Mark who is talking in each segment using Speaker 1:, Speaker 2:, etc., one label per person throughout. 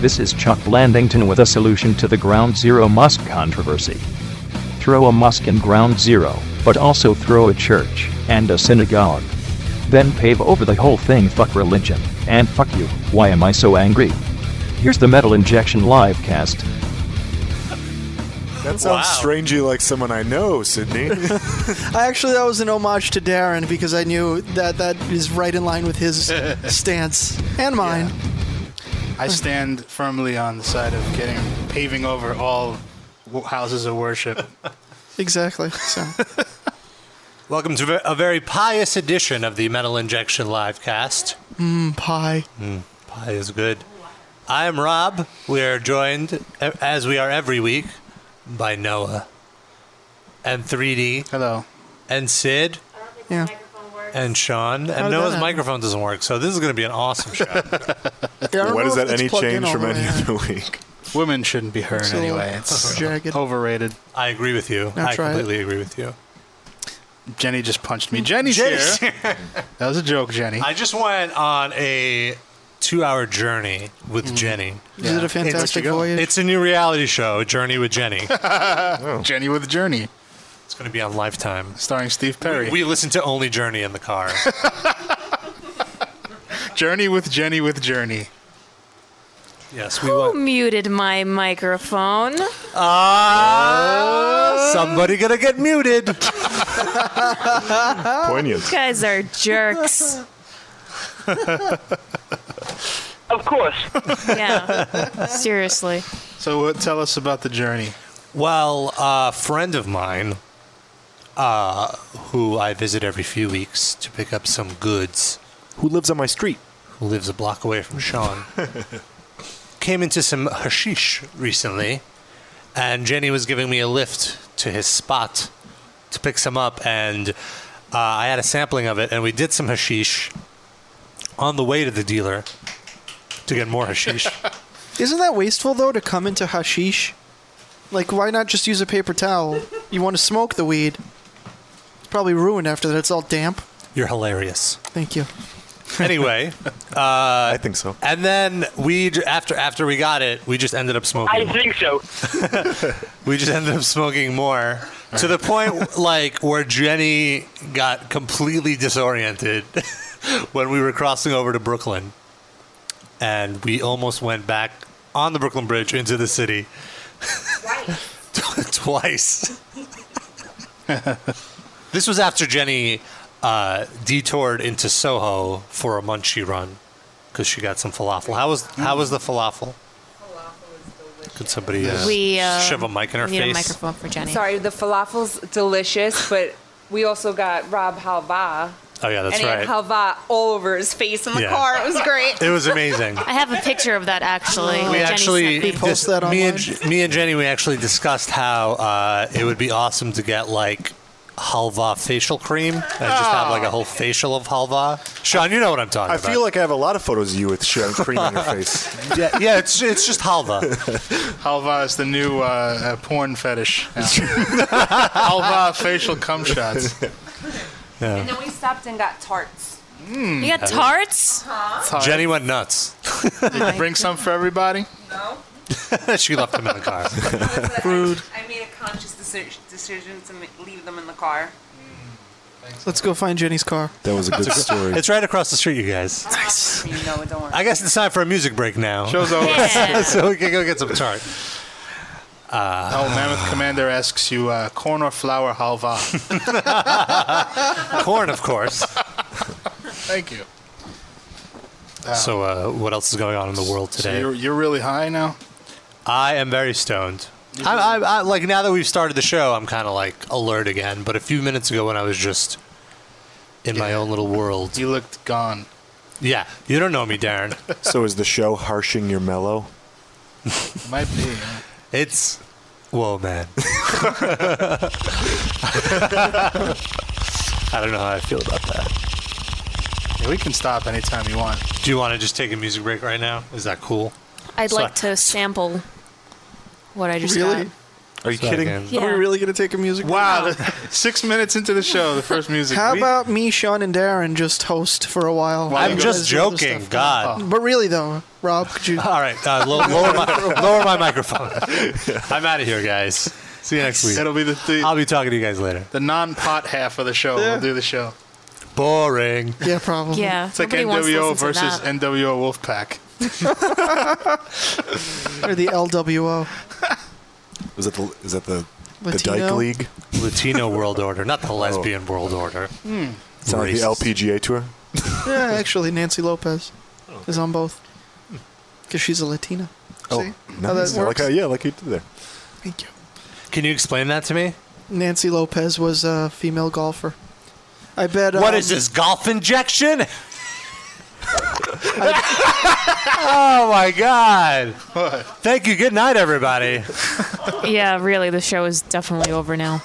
Speaker 1: This is Chuck Blandington with a solution to the Ground Zero Mosque controversy. Throw a mosque in Ground Zero, but also throw a church and a synagogue. Then pave over the whole thing fuck religion, and fuck you, why am I so angry? Here's the Metal Injection live cast.
Speaker 2: That sounds
Speaker 3: Wow.
Speaker 2: strangely like someone I know, Sydney.
Speaker 4: I actually that was an homage to Darren because I knew that that is right in line with his stance and mine.
Speaker 5: I stand firmly on the side of getting paving over all w- houses of worship.
Speaker 4: Exactly. So
Speaker 3: Welcome to ve- a very pious edition of the Metal Injection Livecast. Hmm,
Speaker 4: mm, pie.
Speaker 3: Pie is good. I am Rob. We are joined, e- as we are every week, by Noah and 3D
Speaker 5: Hello.
Speaker 3: and Sid
Speaker 4: Yeah.
Speaker 3: and Sean.
Speaker 4: How
Speaker 3: And
Speaker 4: did
Speaker 3: Noah's
Speaker 4: that happen?
Speaker 3: microphone doesn't work, so this is going to be an awesome show.
Speaker 2: Why does that any change from any
Speaker 4: of
Speaker 2: other week?
Speaker 5: Women shouldn't be heard
Speaker 4: It's a little
Speaker 5: anyway. It's
Speaker 4: jagged.
Speaker 5: overrated.
Speaker 3: I agree with you.
Speaker 4: Now
Speaker 3: I
Speaker 4: try it.
Speaker 3: completely agree with you.
Speaker 5: Jenny just punched me. Jenny's,
Speaker 3: Jenny's
Speaker 5: here. that was a joke, Jenny.
Speaker 3: I just went on a two-hour journey with
Speaker 5: Mm.
Speaker 3: Jenny.
Speaker 4: Is it a fantastic
Speaker 5: go.
Speaker 4: voyage?
Speaker 3: It's a new reality show, Journey with Jenny.
Speaker 5: Oh. Jenny with Journey,
Speaker 3: it's going to be on Lifetime.
Speaker 5: starring Steve Perry.
Speaker 3: We listen to only Journey in the car.
Speaker 5: Journey with Jenny with Journey.
Speaker 3: yes, we
Speaker 6: Who
Speaker 3: want.
Speaker 6: muted my microphone?
Speaker 3: Ah! somebody gonna get muted.
Speaker 2: Poignant.
Speaker 5: Oh.
Speaker 6: You guys are jerks.
Speaker 7: Of course.
Speaker 6: Yeah. Seriously.
Speaker 5: So uh, tell us about the journey.
Speaker 3: well, a friend of mine, uh, who I visit every few weeks to pick up some goods,
Speaker 2: Who lives on my street?
Speaker 3: who lives a block away from Sean, came into some hashish recently, and Jenny was giving me a lift to his spot to pick some up, and uh, I had a sampling of it, and we did some hashish on the way to the dealer to get more hashish.
Speaker 4: Isn't that wasteful though to come into hashish? Like, why not just use a paper towel? You want to smoke the weed. It's probably ruined after that. It's all damp.
Speaker 3: You're hilarious.
Speaker 4: Thank you.
Speaker 3: Anyway, uh,
Speaker 2: I think so.
Speaker 3: and then we j- after after we got it, we just ended up
Speaker 7: I
Speaker 3: smoking.
Speaker 7: think so.
Speaker 3: We just ended up smoking more to the point like where Jenny got completely disoriented when we were crossing over to Brooklyn, and we almost went back on the Brooklyn Bridge into the city twice. this was after Jenny uh, detoured into Soho for a munchie run because she got some falafel. How was how was the falafel? Could somebody uh,
Speaker 6: We uh,
Speaker 3: shove a mic in her
Speaker 6: need
Speaker 3: face?
Speaker 6: a microphone for Jenny.
Speaker 8: Sorry, the falafel's delicious, but we also got Rob Halva.
Speaker 3: Oh yeah, that's
Speaker 8: and he
Speaker 3: right.
Speaker 8: had halva all over his face in the
Speaker 3: Yeah.
Speaker 8: car. It was great.
Speaker 3: it was amazing.
Speaker 6: I have a picture of that actually.
Speaker 3: we
Speaker 6: Jenny
Speaker 3: actually
Speaker 6: sent me.
Speaker 4: Post that
Speaker 3: me
Speaker 4: online.
Speaker 3: and J- me and Jenny we actually discussed how uh, it would be awesome to get like halva facial cream and just have like a whole facial of halva. Sean, you know what I'm talking
Speaker 2: I
Speaker 3: about.
Speaker 2: feel like I have a lot of photos of you with shit and cream on your face.
Speaker 3: yeah, yeah, it's it's just halva.
Speaker 5: Halva is the new uh, uh, porn fetish. now. Halva facial cum shots.
Speaker 8: And then we stopped and got tarts.
Speaker 6: Mm.
Speaker 8: Uh-huh.
Speaker 6: you got tarts?
Speaker 3: Jenny went nuts.
Speaker 5: Uh-huh. Bring some for everybody.
Speaker 8: No?
Speaker 3: she left them in the car.
Speaker 4: Rude.
Speaker 8: I made a conscious deci- decision to ma- leave them in the car.
Speaker 4: Let's go find Jenny's car.
Speaker 2: That was a good story.
Speaker 3: It's right across the street, you guys.
Speaker 8: Nice. I mean, no, don't worry.
Speaker 3: I guess it's time for a music break now,
Speaker 5: Show's over.
Speaker 6: Yeah.
Speaker 3: so we can go get some tart. Uh,
Speaker 5: Oh, Mammoth Commander asks you, uh, corn or flour halva?
Speaker 3: Corn, of course.
Speaker 5: Thank you.
Speaker 3: So, uh, what else is going on in the world
Speaker 5: So
Speaker 3: today?
Speaker 5: you're, you're really high now?
Speaker 3: I am very stoned. I, I, I, like now that we've started the show, I'm kind of like alert again. But a few minutes ago, when I was just in my own little world,
Speaker 5: You looked gone.
Speaker 3: yeah, you don't know me, Darren.
Speaker 2: so is the show harshing your mellow?
Speaker 5: Might be. yeah.
Speaker 3: It's whoa, man. I don't know how I feel about that.
Speaker 5: Yeah, we can stop anytime you want.
Speaker 3: Do you want to just take a music break right now? Is that cool?
Speaker 6: I'd like
Speaker 3: Sorry.
Speaker 6: to sample what I just
Speaker 4: Really?
Speaker 6: got.
Speaker 2: Are you kidding?
Speaker 4: Are we really going to take a music break?
Speaker 5: Wow, six minutes into the show, the first music.
Speaker 4: How
Speaker 5: We-
Speaker 4: about me, Sean, and Darren just host for a while?
Speaker 5: Why
Speaker 4: You
Speaker 3: I'm
Speaker 5: you
Speaker 4: guys
Speaker 3: just
Speaker 4: do other
Speaker 3: joking.
Speaker 4: stuff.
Speaker 3: God.
Speaker 4: Oh. But really, though, Rob, could you?
Speaker 3: All right, uh, lo- lower, my, lower my microphone. I'm out of here, guys. See you next week.
Speaker 5: It'll be the the,
Speaker 3: I'll be talking to you guys later.
Speaker 5: the non-pot half of the show. We'll do the show.
Speaker 3: Boring.
Speaker 4: Yeah, probably.
Speaker 6: Yeah.
Speaker 5: It's like
Speaker 6: Nobody wants to
Speaker 5: NWO
Speaker 6: listen to
Speaker 5: versus
Speaker 6: that.
Speaker 5: NWO Wolfpack.
Speaker 4: Or the LWO.
Speaker 2: Is that the is that the the
Speaker 4: Latino?
Speaker 2: Dyke League? Oh.
Speaker 3: Latino world order, not the lesbian world order.
Speaker 5: Hmm.
Speaker 2: Sound like the
Speaker 3: Racist.
Speaker 2: LPGA tour?
Speaker 4: Yeah, actually, Nancy Lopez is on both because she's a Latina.
Speaker 2: Oh,
Speaker 4: See how that
Speaker 2: nice. I like
Speaker 4: works?
Speaker 2: how, yeah, like you did there.
Speaker 4: Thank you.
Speaker 3: Can you explain that to me?
Speaker 4: Nancy Lopez was a female golfer. I bet.
Speaker 3: What
Speaker 4: um,
Speaker 3: is this golf injection? oh my god! Thank you. Good night, everybody.
Speaker 6: Yeah, really, the show is definitely over now.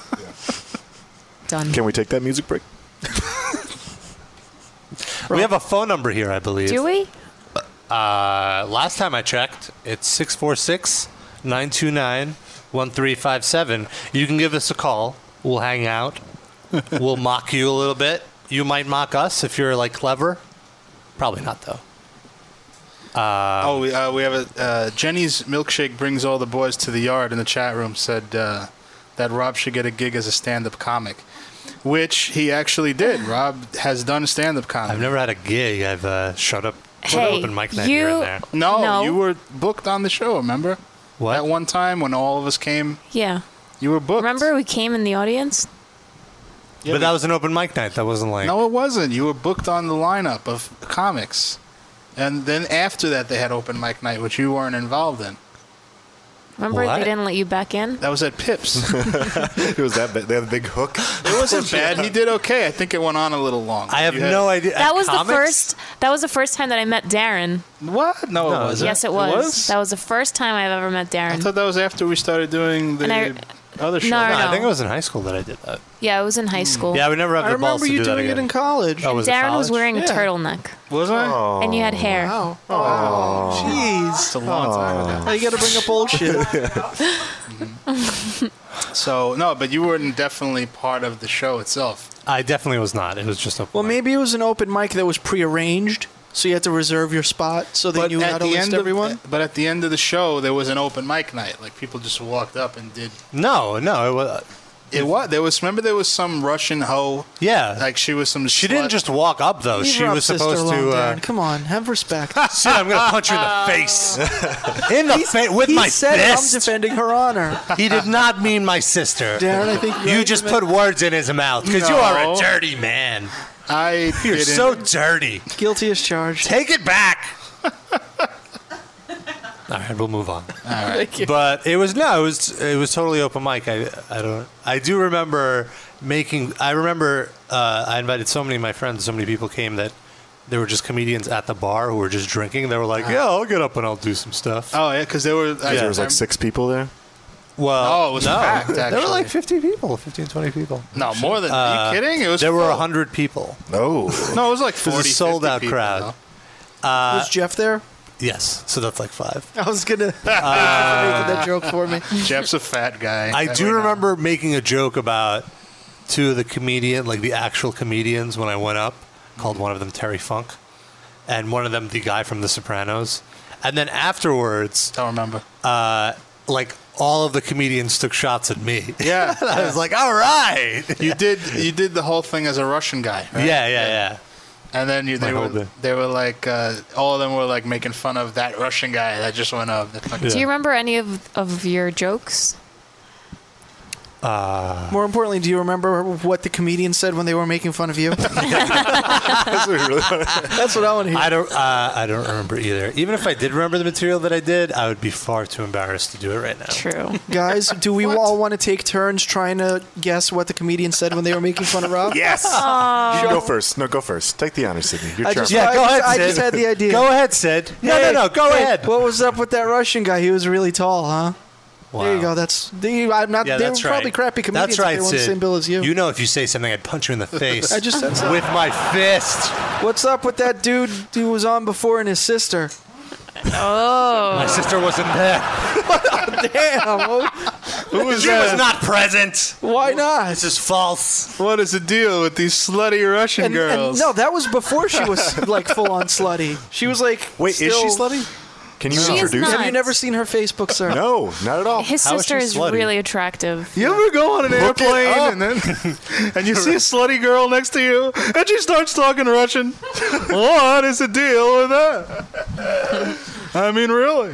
Speaker 6: Done.
Speaker 2: Can we take that music break?
Speaker 3: We have a phone number here, I believe.
Speaker 6: Do we?
Speaker 3: Uh, last time I checked, it's 646 929 1357. You can give us a call. We'll hang out. we'll mock you a little bit. You might mock us if you're like clever. Probably not, though. Um,
Speaker 5: oh, we, uh, we have a uh, Jenny's milkshake brings all the boys to the yard. In the chat room, said uh, that Rob should get a gig as a stand-up comic, which he actually did. Rob has done stand-up comedy.
Speaker 3: I've never had a gig. I've uh, showed up to an
Speaker 6: Hey,
Speaker 3: open mic night here
Speaker 6: you-
Speaker 3: and there.
Speaker 5: no,
Speaker 6: No.
Speaker 5: you were booked on the show. Remember
Speaker 3: What?
Speaker 5: that one time when all of us came?
Speaker 6: Yeah.
Speaker 5: You were booked.
Speaker 6: Remember we came in the audience?
Speaker 3: but that was an open mic night. That wasn't like.
Speaker 5: No, it wasn't. You were booked on the lineup of comics, and then after that, they had open mic night, which you weren't involved in.
Speaker 6: Remember
Speaker 3: What?
Speaker 6: they didn't let you back in?
Speaker 5: That was at Pips.
Speaker 2: It was that bad. They had a big hook.
Speaker 5: It wasn't bad. He did okay. I think it went on a little long.
Speaker 3: I have
Speaker 5: You had-
Speaker 3: no idea.
Speaker 6: That was
Speaker 3: Comics?
Speaker 6: the first that was the first time that I met Darren.
Speaker 5: What? No, it wasn't.
Speaker 6: Yes, it was. That was the first time I've ever met
Speaker 5: I
Speaker 6: Darren.
Speaker 5: thought that was after we started doing the
Speaker 6: And I-
Speaker 5: other show.
Speaker 6: no.
Speaker 3: I think it was in high school that I did that.
Speaker 6: Yeah, I was in high school.
Speaker 3: Yeah, we never have
Speaker 4: I
Speaker 3: the balls
Speaker 4: remember
Speaker 3: to
Speaker 4: you
Speaker 3: do that
Speaker 4: doing it
Speaker 3: again.
Speaker 4: in college.
Speaker 3: Oh, was it
Speaker 6: Darren was
Speaker 3: college?
Speaker 6: wering
Speaker 4: Yeah.
Speaker 6: a turtleneck
Speaker 5: Was I?
Speaker 6: and you had hair.
Speaker 4: Wow. Oh, jeez.
Speaker 5: It's a long time ago.
Speaker 4: Now you got to bring up old shit.
Speaker 5: So no, but you weren't definitely part of the show itself.
Speaker 3: I definitely was not. It was just open.
Speaker 4: well,
Speaker 3: mic.
Speaker 4: maybe it was an open mic that was prearranged, so you had to reserve your spot so they knew how to list everyone.
Speaker 5: Of, but at the end of the show, there was an open mic night. Like people just walked up and did.
Speaker 3: No, no. It was,
Speaker 5: It was there was remember there was some Russian hoe.
Speaker 3: yeah.
Speaker 5: Like she was some.
Speaker 3: She didn't just walk up though.
Speaker 4: Leave
Speaker 3: Oh, she
Speaker 4: Rob's
Speaker 3: was
Speaker 4: sister
Speaker 3: supposed to.
Speaker 4: alone,
Speaker 3: Uh,
Speaker 4: Darren. Come on, have respect.
Speaker 3: shit, I'm gonna punch you in the face. In the face with
Speaker 4: he
Speaker 3: my
Speaker 4: said I'm
Speaker 3: fist.
Speaker 4: defending her honor.
Speaker 3: he did not mean my sister.
Speaker 4: Darren, I think
Speaker 3: you just put words in his mouth because you are a
Speaker 5: No.
Speaker 3: dirty man.
Speaker 5: I
Speaker 3: You're
Speaker 5: didn't.
Speaker 3: so dirty.
Speaker 4: guilty as charged.
Speaker 3: Take it back. All right, we'll move on.
Speaker 4: Thank you.
Speaker 3: But it was no, it was it was totally open mic. I I don't I do remember making. I remember uh, I invited so many of my friends, so many people came that there were just comedians at the bar who were just drinking. They were like,
Speaker 5: Uh-huh.
Speaker 3: "Yeah, I'll get up and I'll do some stuff."
Speaker 5: Oh yeah, because there were. I-
Speaker 2: There was
Speaker 5: I'm-
Speaker 2: like six people there.
Speaker 3: well,
Speaker 5: No, Oh, it was packed,
Speaker 3: there were
Speaker 5: actually.
Speaker 3: like 50 people, 15, 20 people.
Speaker 5: No, more than.
Speaker 3: Uh,
Speaker 5: are you kidding? It was.
Speaker 3: There were
Speaker 5: full.
Speaker 3: 100 people.
Speaker 2: Oh,
Speaker 5: No, it was like
Speaker 3: a
Speaker 5: 40, 50
Speaker 3: sold-out
Speaker 5: people,
Speaker 3: crowd.
Speaker 5: though.
Speaker 4: was Jeff there?
Speaker 3: Uh, Yes, so that's like five.
Speaker 4: I was gonna thank you for making that joke for me.
Speaker 5: Jeff's a fat guy.
Speaker 3: I
Speaker 5: That
Speaker 3: do
Speaker 5: we know.
Speaker 3: remember making a joke about two of the comedian, like the actual comedians, when I went up, called one of them Terry Funk, and one of them the guy from The Sopranos. And then afterwards, uh,
Speaker 5: Don't remember.
Speaker 3: like all of the comedians took shots at me.
Speaker 5: Yeah,
Speaker 3: I was like, all right.
Speaker 5: you did. You did the whole thing as a Russian guy. Right?
Speaker 3: Yeah, yeah, yeah.
Speaker 5: And then you, they
Speaker 3: My
Speaker 5: were.
Speaker 3: whole day.
Speaker 5: They were like, uh, all of them were like making fun of that Russian guy that just went up. That fucking-
Speaker 6: Do you remember any of, of your jokes?
Speaker 4: More importantly, do you remember what the comedian said when they were making fun of you?
Speaker 2: that's what we really
Speaker 4: That's what I want to hear.
Speaker 3: I don't. Uh, I don't remember either. Even if I did remember the material that I did, I would be far too embarrassed to do it right now.
Speaker 6: True.
Speaker 4: Guys, do we all want to take turns trying to guess what the comedian said when they were making fun of Rob?
Speaker 2: Yes. You
Speaker 3: Um,
Speaker 2: go first. No, go first. Take the honor, Sydney. You're
Speaker 4: I
Speaker 2: charming.
Speaker 4: just-
Speaker 3: Yeah, go ahead,
Speaker 4: I
Speaker 3: Sid.
Speaker 4: just had the idea.
Speaker 3: Go ahead, Sid. No,
Speaker 4: Hey,
Speaker 3: no, no. Go
Speaker 4: hey,
Speaker 3: ahead.
Speaker 4: What was up with that Russian guy? He was really tall, huh? There you
Speaker 3: Wow.
Speaker 4: go. That's they, I'm not.
Speaker 3: Yeah,
Speaker 4: they
Speaker 3: that's
Speaker 4: were probably
Speaker 3: right.
Speaker 4: crappy comedians.
Speaker 3: That's right,
Speaker 4: if they were on
Speaker 3: Sid.
Speaker 4: the same bill as you.
Speaker 3: You know, if you say something, I'd punch you in the face.
Speaker 4: I just said so.
Speaker 3: with my fist.
Speaker 4: What's up with that dude who was on before and his sister?
Speaker 6: Oh.
Speaker 3: My sister wasn't there.
Speaker 4: Damn.
Speaker 5: Who was
Speaker 3: She
Speaker 5: that?
Speaker 3: was not present.
Speaker 4: Why not?
Speaker 3: This is false.
Speaker 5: What is the deal with these slutty Russian
Speaker 4: And- and
Speaker 5: girls?
Speaker 4: no, that was before she was like full on slutty. She was like,
Speaker 2: Wait, is she
Speaker 4: still-
Speaker 2: slutty? Can you
Speaker 6: She's
Speaker 2: introduce
Speaker 6: not.
Speaker 4: Have you never seen her Facebook, sir?
Speaker 2: No, not at all.
Speaker 6: His
Speaker 3: How is
Speaker 6: sister
Speaker 3: she
Speaker 6: is
Speaker 3: slutty?
Speaker 6: really attractive.
Speaker 5: You ever go on an
Speaker 2: Look it up.
Speaker 5: airplane and then and you see a slutty girl next to you and she starts talking Russian? what is the deal with that? I mean, really?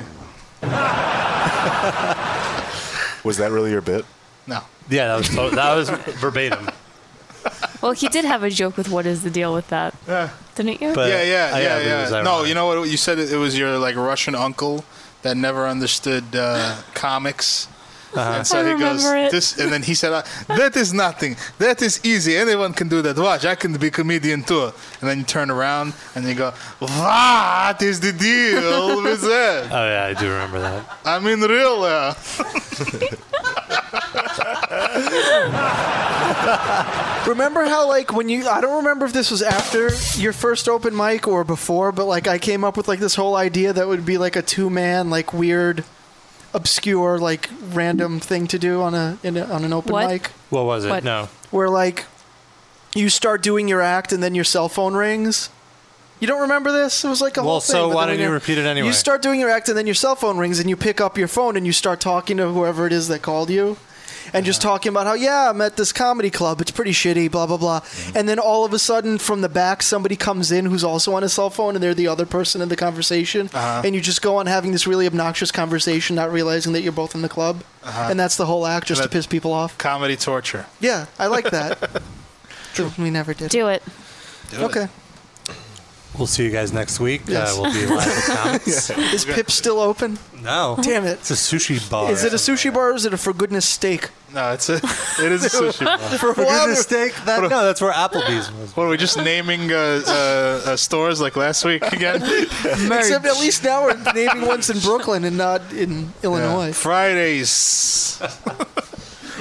Speaker 2: Was that really your bit?
Speaker 5: No.
Speaker 3: Yeah, that was so- that was verbatim.
Speaker 6: Well, he did have a joke with what is the deal with that, didn't you?
Speaker 3: But
Speaker 5: Yeah, yeah,
Speaker 3: I- I
Speaker 5: yeah,
Speaker 3: believe it was
Speaker 5: yeah. No,
Speaker 3: ironic.
Speaker 5: you know what? You said it it was your like Russian uncle that never understood uh, comics.
Speaker 3: Uh-huh.
Speaker 5: And so
Speaker 6: I
Speaker 5: he goes,
Speaker 6: remember it.
Speaker 5: this, and then he said, uh, "That is nothing. That is easy. Anyone can do that. Watch, I can be comedian too." And then you turn around and you go, "What is the deal with that?
Speaker 3: oh yeah, I do remember that.
Speaker 5: I mean, real." Uh,
Speaker 4: Remember how like when you I don't remember if this was after your first open mic or before, but like I came up with like this whole idea that would be like a two man like weird, obscure like random thing to do on a, in a on an open
Speaker 6: What?
Speaker 4: mic
Speaker 3: What was it?
Speaker 6: What?
Speaker 3: No.
Speaker 4: where like you start doing your act and then your cell phone rings. You don't remember this? It was like a
Speaker 3: Well,
Speaker 4: whole thing.
Speaker 3: so
Speaker 4: but
Speaker 3: why
Speaker 4: then
Speaker 3: don't
Speaker 4: we
Speaker 3: you
Speaker 4: never-
Speaker 3: repeat it anyway?
Speaker 4: You start doing your act and then your cell phone rings and you pick up your phone and you start talking to whoever it is that called you. And just talking about how, yeah, I'm at this comedy club. It's pretty shitty, blah, blah, blah. And then all of a sudden, from the back, somebody comes in who's also on a cell phone and they're the other person in the conversation.
Speaker 3: Uh-huh.
Speaker 4: And you just go on having this really obnoxious conversation, not realizing that you're both in the club.
Speaker 3: Uh-huh.
Speaker 4: And that's the whole act just to
Speaker 5: That-
Speaker 4: piss people off.
Speaker 5: comedy torture.
Speaker 4: Yeah, I like that. we never did.
Speaker 6: Do it.
Speaker 4: Okay.
Speaker 3: We'll see you guys next week.
Speaker 4: Yes.
Speaker 3: Uh, we'll be live at Comics.
Speaker 4: Is Pip still open?
Speaker 3: No.
Speaker 4: Damn it.
Speaker 3: It's a sushi bar.
Speaker 4: Is it a sushi bar or is it a for goodness steak?
Speaker 5: No, it's a, it is a sushi bar.
Speaker 4: For
Speaker 3: goodness steak? That, no, that's where Applebee's was.
Speaker 5: What are we just naming uh, uh, uh, stores like last week again?
Speaker 4: Except at least now we're naming ones in Brooklyn and not in
Speaker 5: Yeah.
Speaker 4: Illinois.
Speaker 5: Fridays.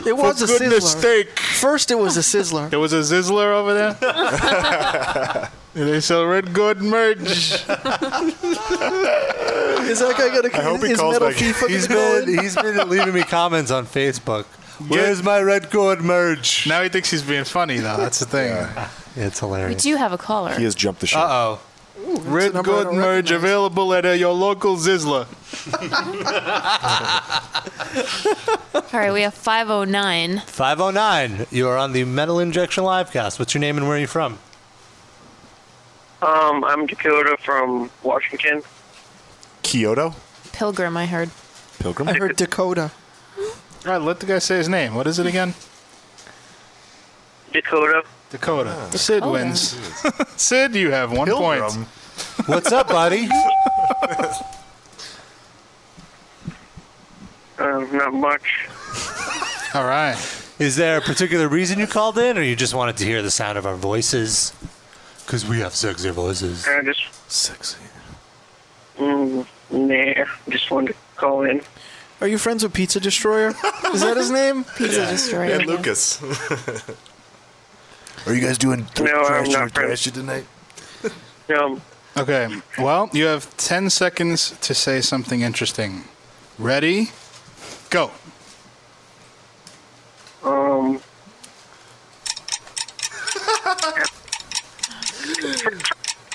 Speaker 4: It was a sizzler.
Speaker 5: Goodness steak.
Speaker 4: First, it was a sizzler.
Speaker 5: There was a Zizzler over there. And they sell red good merch.
Speaker 4: Is that guy gonna? I
Speaker 2: hope he
Speaker 4: is
Speaker 2: calls
Speaker 4: Metal
Speaker 2: back.
Speaker 4: Keith fucking
Speaker 3: He's
Speaker 4: gonna call
Speaker 3: been
Speaker 4: in?
Speaker 3: he's been leaving me comments on Facebook. Where's my red gourd merge?
Speaker 5: Now he thinks he's being funny, though. That's the thing.
Speaker 3: It's
Speaker 6: We
Speaker 3: hilarious.
Speaker 6: do have a caller.
Speaker 2: He has jumped the ship.
Speaker 3: Uh oh.
Speaker 5: Red
Speaker 4: number I
Speaker 5: good
Speaker 4: don't
Speaker 5: merge
Speaker 4: recognize.
Speaker 5: available at uh, your local Zizzler.
Speaker 6: All right, we have 509.
Speaker 3: 509. You are on the Metal Injection Livecast. What's your name and where are you from?
Speaker 7: Um, I'm Dakota from Washington.
Speaker 2: Kyoto?
Speaker 6: Pilgrim, I heard.
Speaker 2: Pilgrim?
Speaker 4: I heard Dakota.
Speaker 5: All right, let the guy say his name. What is it again?
Speaker 7: Dakota.
Speaker 5: Dakota.
Speaker 3: Ah.
Speaker 5: Sid
Speaker 6: Dakota.
Speaker 5: wins. Sid, you have one
Speaker 2: Pilgrim.
Speaker 5: point.
Speaker 3: What's up, buddy?
Speaker 7: Uh, not much.
Speaker 5: All right.
Speaker 3: Is there a particular reason you called in, or you just wanted to hear the sound of our voices? Because we have sexy voices.
Speaker 7: I just
Speaker 2: Sexy.
Speaker 7: mm, nah. Just wanted to call in.
Speaker 4: Are you friends with Pizza Destroyer? Is that his name?
Speaker 6: Pizza Destroyer.
Speaker 2: And Lucas. Are you guys doing th-
Speaker 7: No, I'm
Speaker 2: trash
Speaker 7: not
Speaker 2: or
Speaker 7: friends.
Speaker 2: trash tonight?
Speaker 7: Um,
Speaker 5: Okay. Well, you have 10 seconds to say something interesting. Ready? Go.
Speaker 7: um.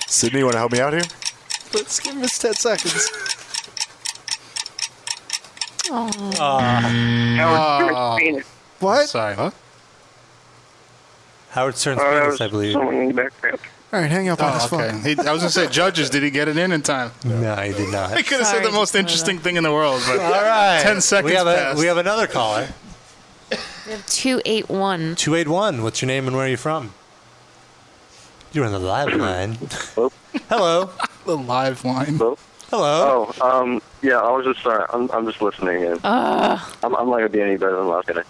Speaker 2: Sydney, you want to help me out here?
Speaker 4: Let's give him his ten seconds.
Speaker 7: Howard Stern.
Speaker 4: What?
Speaker 5: Sorry. What?
Speaker 3: Howard Stern's
Speaker 7: Oh, that
Speaker 3: penis,
Speaker 7: was
Speaker 3: I believe.
Speaker 7: someone in the background.
Speaker 4: All right, hang up on
Speaker 5: Oh,
Speaker 4: his
Speaker 5: okay.
Speaker 4: phone.
Speaker 5: He, I was going to say, judges, did he get it in in time?
Speaker 3: No, I did not.
Speaker 5: I could have said
Speaker 6: Sorry,
Speaker 5: the most
Speaker 6: just
Speaker 5: interesting thing in the world, but
Speaker 3: All right.
Speaker 5: 10 seconds
Speaker 3: We have, a,
Speaker 5: passed.
Speaker 3: we have another caller.
Speaker 6: We have 281.
Speaker 3: 281. What's your name and where are you from? You're on the live line. Hello.
Speaker 5: the live line.
Speaker 3: Hello.
Speaker 7: Oh, um, yeah. I was just sorry. I'm, I'm just listening in.
Speaker 6: Uh.
Speaker 7: I'm, I'm not gonna be any better than last night.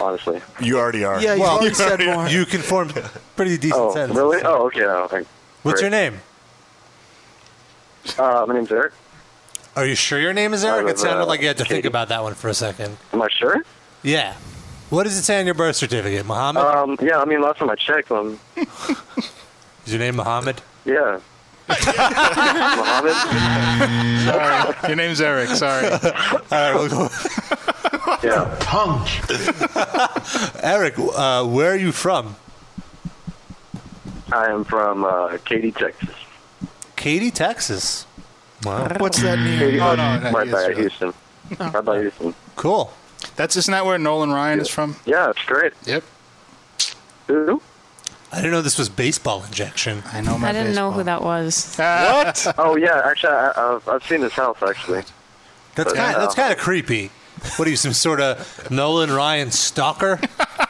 Speaker 7: Honestly.
Speaker 2: You already are.
Speaker 4: Yeah, you
Speaker 3: Well,
Speaker 4: already said more.
Speaker 3: You can form pretty decent
Speaker 7: Oh,
Speaker 3: sentences.
Speaker 7: really? Oh, okay. I don't think.
Speaker 3: What's your name?
Speaker 7: Uh, my name's Eric.
Speaker 3: Are you sure your name is Eric? It
Speaker 7: was,
Speaker 3: sounded
Speaker 7: uh,
Speaker 3: like you had to think
Speaker 7: Katie.
Speaker 3: about that one for a second.
Speaker 7: Am I sure?
Speaker 3: Yeah. What does it say on your birth certificate? Muhammad?
Speaker 7: Um, yeah. I mean, last time I checked, um,
Speaker 3: is your name Muhammad?
Speaker 7: yeah. Mohammed.
Speaker 5: Sorry. Your name's Eric. Sorry.
Speaker 3: All right, we'll go.
Speaker 7: Yeah.
Speaker 3: Punk. Eric, uh, where are you from?
Speaker 7: I am from uh, Katy, Texas.
Speaker 3: Katy, Texas. Wow.
Speaker 4: What's that
Speaker 7: Katy,
Speaker 5: mean?
Speaker 7: oh,
Speaker 5: Oh, no, no,
Speaker 7: right
Speaker 5: he is
Speaker 7: by
Speaker 5: really-
Speaker 7: Houston. Right by Houston.
Speaker 3: Cool.
Speaker 5: That's isn't that where Nolan Ryan is from?
Speaker 7: Yeah, it's great.
Speaker 5: Yep.
Speaker 7: Who?
Speaker 3: I didn't know this was baseball injection.
Speaker 5: I know.
Speaker 6: I didn't know who that was.
Speaker 2: Ah.
Speaker 5: What?
Speaker 7: Oh yeah, actually, I, I've, I've seen his house actually.
Speaker 3: That's
Speaker 7: But,
Speaker 3: kind. Of, that's
Speaker 7: uh,
Speaker 3: kind of creepy. What are you, some sort of Nolan Ryan stalker?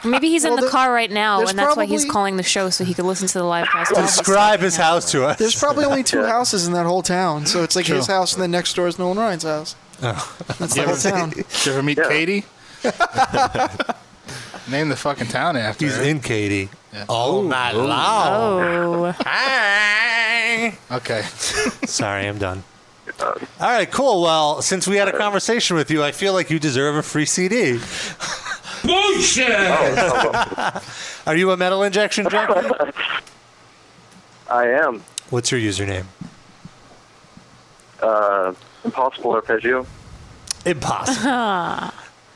Speaker 6: Maybe he's in the car right now,
Speaker 4: there's
Speaker 6: and that's why he's
Speaker 4: probably-
Speaker 6: calling the show so he could listen to the live cast. while he's
Speaker 3: Describe his
Speaker 6: talking.
Speaker 3: house to us.
Speaker 4: There's probably only two houses in that whole town, so it's like
Speaker 5: True.
Speaker 4: his house, and then next door is Nolan Ryan's house.
Speaker 3: Oh.
Speaker 4: That's
Speaker 5: You
Speaker 4: the whole
Speaker 5: ever-
Speaker 4: town.
Speaker 5: Did you ever meet
Speaker 7: Yeah.
Speaker 5: Katie? Name the fucking town after.
Speaker 3: He's
Speaker 5: her.
Speaker 3: in Katie.
Speaker 5: Yeah.
Speaker 3: Oh, my lord!
Speaker 6: Oh,
Speaker 3: Hi.
Speaker 5: Okay.
Speaker 3: Sorry, I'm done. All right, cool. Well, since we had a conversation with you, I feel like you deserve a free CD.
Speaker 7: Oh, oh, well,
Speaker 3: Are you a metal injection junkie?
Speaker 7: I am.
Speaker 3: What's your username?
Speaker 7: Uh, Impossible Arpeggio.
Speaker 3: Impossible.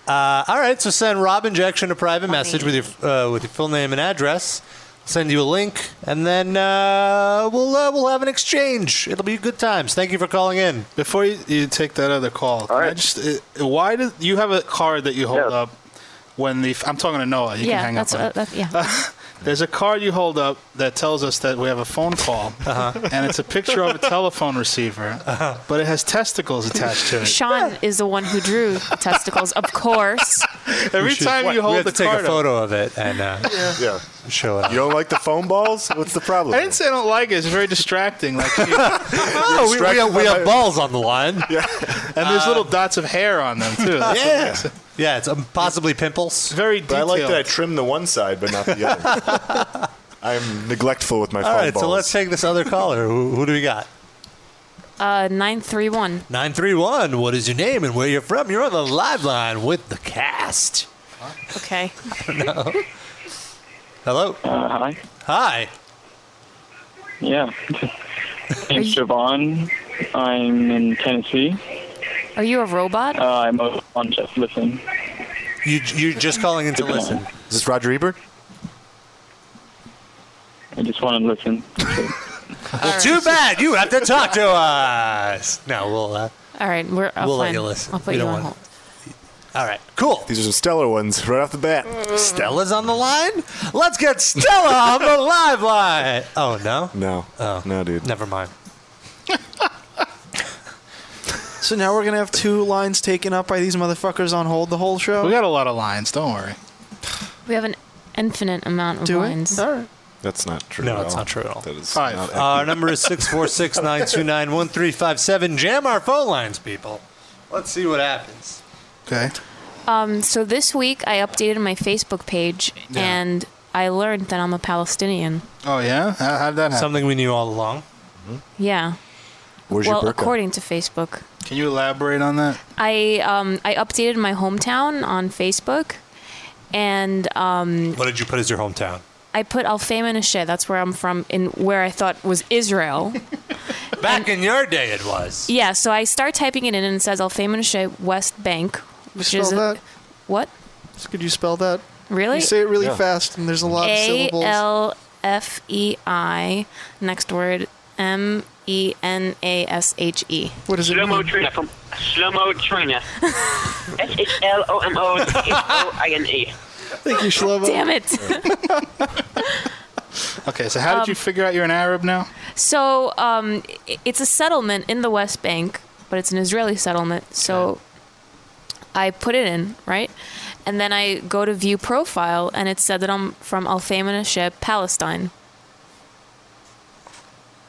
Speaker 3: Uh, all right, so send Rob Injection a private message with your uh, with your full name and address. I'll send you a link, and then uh, we'll uh, we'll have an exchange. It'll be good times. Thank you for calling in.
Speaker 5: Before you, you take that other call, can I
Speaker 7: right.
Speaker 5: just, uh, why do you have a card that you hold
Speaker 7: Yes.
Speaker 5: up when the? I'm talking to Noah. Oh, You can
Speaker 6: yeah,
Speaker 5: hang
Speaker 6: that's
Speaker 5: up. on
Speaker 6: uh,
Speaker 5: it.
Speaker 6: that, yeah.
Speaker 5: There's a card you hold up that tells us that we have a phone call,
Speaker 3: Uh-huh.
Speaker 5: and it's a picture of a telephone receiver, but it has testicles attached to it.
Speaker 6: Sean is the one who drew the testicles, of course.
Speaker 5: Every
Speaker 3: We should-
Speaker 5: time you
Speaker 3: we
Speaker 5: hold
Speaker 3: have
Speaker 5: the
Speaker 3: to take
Speaker 5: card
Speaker 3: a
Speaker 5: up-
Speaker 3: photo of it and uh,
Speaker 2: Yeah.
Speaker 3: show it.
Speaker 2: You don't like the phone balls? What's the problem?
Speaker 5: I didn't say I don't like it. It's very distracting. Like, you-
Speaker 3: Oh, we, we, have, we have balls on the line. Yeah,
Speaker 5: and there's little dots of hair on them too. That's what
Speaker 3: yeah,
Speaker 5: makes it-
Speaker 3: it's um, possibly pimples.
Speaker 5: It's very
Speaker 2: but I
Speaker 5: detailed.
Speaker 2: like that I trimmed the one side, but not the other. I'm neglectful with my
Speaker 3: All
Speaker 2: phone
Speaker 3: right,
Speaker 2: balls.
Speaker 3: so let's take this other caller. Who, who do we got?
Speaker 6: Uh, nine three one.
Speaker 3: Nine three one. What is your name and where you're from? You're on the live line with the cast.
Speaker 6: Okay.
Speaker 3: Hello.
Speaker 9: Uh, hi.
Speaker 3: Hi.
Speaker 9: Yeah. I'm Siobhan. I'm in Tennessee.
Speaker 6: Are you a robot?
Speaker 9: Uh, I'm on just listen.
Speaker 3: You, you're just calling in to listen.
Speaker 2: Is this Roger Ebert?
Speaker 9: I just want to listen.
Speaker 3: Well, too bad you have to talk to us. No, we'll. Uh,
Speaker 6: All right, we're. I'll
Speaker 3: We'll let
Speaker 6: find-
Speaker 3: you listen.
Speaker 6: I'll put
Speaker 3: We
Speaker 6: you
Speaker 3: don't
Speaker 6: on
Speaker 3: want-
Speaker 6: hold.
Speaker 3: all right, cool.
Speaker 2: These are some stellar ones right off the bat.
Speaker 3: Stella's on the line. Let's get Stella on the live line. Oh no,
Speaker 2: No.
Speaker 3: Oh.
Speaker 2: No, dude.
Speaker 3: never mind.
Speaker 4: So now we're gonna have two lines taken up by these motherfuckers on hold the whole show.
Speaker 5: We got a lot of lines. Don't worry.
Speaker 6: We have an infinite amount of
Speaker 4: Do
Speaker 6: lines.
Speaker 4: it. All right.
Speaker 2: That's not true.
Speaker 3: No,
Speaker 2: at
Speaker 3: it's
Speaker 2: all.
Speaker 3: not true at all.
Speaker 2: That is
Speaker 5: Five.
Speaker 2: not
Speaker 3: Our number is 646 929 1357. Jam our phone lines, people. Let's see what happens.
Speaker 5: Okay.
Speaker 6: Um, so this week I updated my Facebook page and I learned that I'm a Palestinian.
Speaker 5: Oh yeah. How, how did that happen?
Speaker 3: Something we knew all along.
Speaker 6: Yeah.
Speaker 2: Where's
Speaker 6: well,
Speaker 2: your burqa?
Speaker 6: according to Facebook,
Speaker 5: Can you elaborate on that?
Speaker 6: I um, I updated my hometown on Facebook, and um,
Speaker 3: What did you put as your hometown?
Speaker 6: I put Al Fayman Ashe. That's where I'm from, and where I thought was Israel.
Speaker 3: Back in your day, it was.
Speaker 6: yeah. So I start typing it in, and it says Al Fayman Ashe West Bank, which
Speaker 4: Spell
Speaker 6: is a-
Speaker 4: that.
Speaker 6: what
Speaker 4: Could you spell that?
Speaker 6: really
Speaker 4: You say it really
Speaker 2: Yeah.
Speaker 4: fast, and there's a lot of
Speaker 6: A
Speaker 4: syllables.
Speaker 6: L F E I. Next word M E N A S H E.
Speaker 4: What does it
Speaker 10: Slow Mo
Speaker 4: mean?
Speaker 10: Trina from Slow Mo Trina. S H L O M O T H O I N E.
Speaker 4: Thank you, Shlomo.
Speaker 6: Damn it.
Speaker 5: Okay. So how did you figure out you're an Arab now?
Speaker 6: So um, i- it's a settlement in the West Bank, but it's an Israeli settlement. So I put it in, right? And then I go to view profile, and it said that I'm from Al Fayman Ashe, Palestine.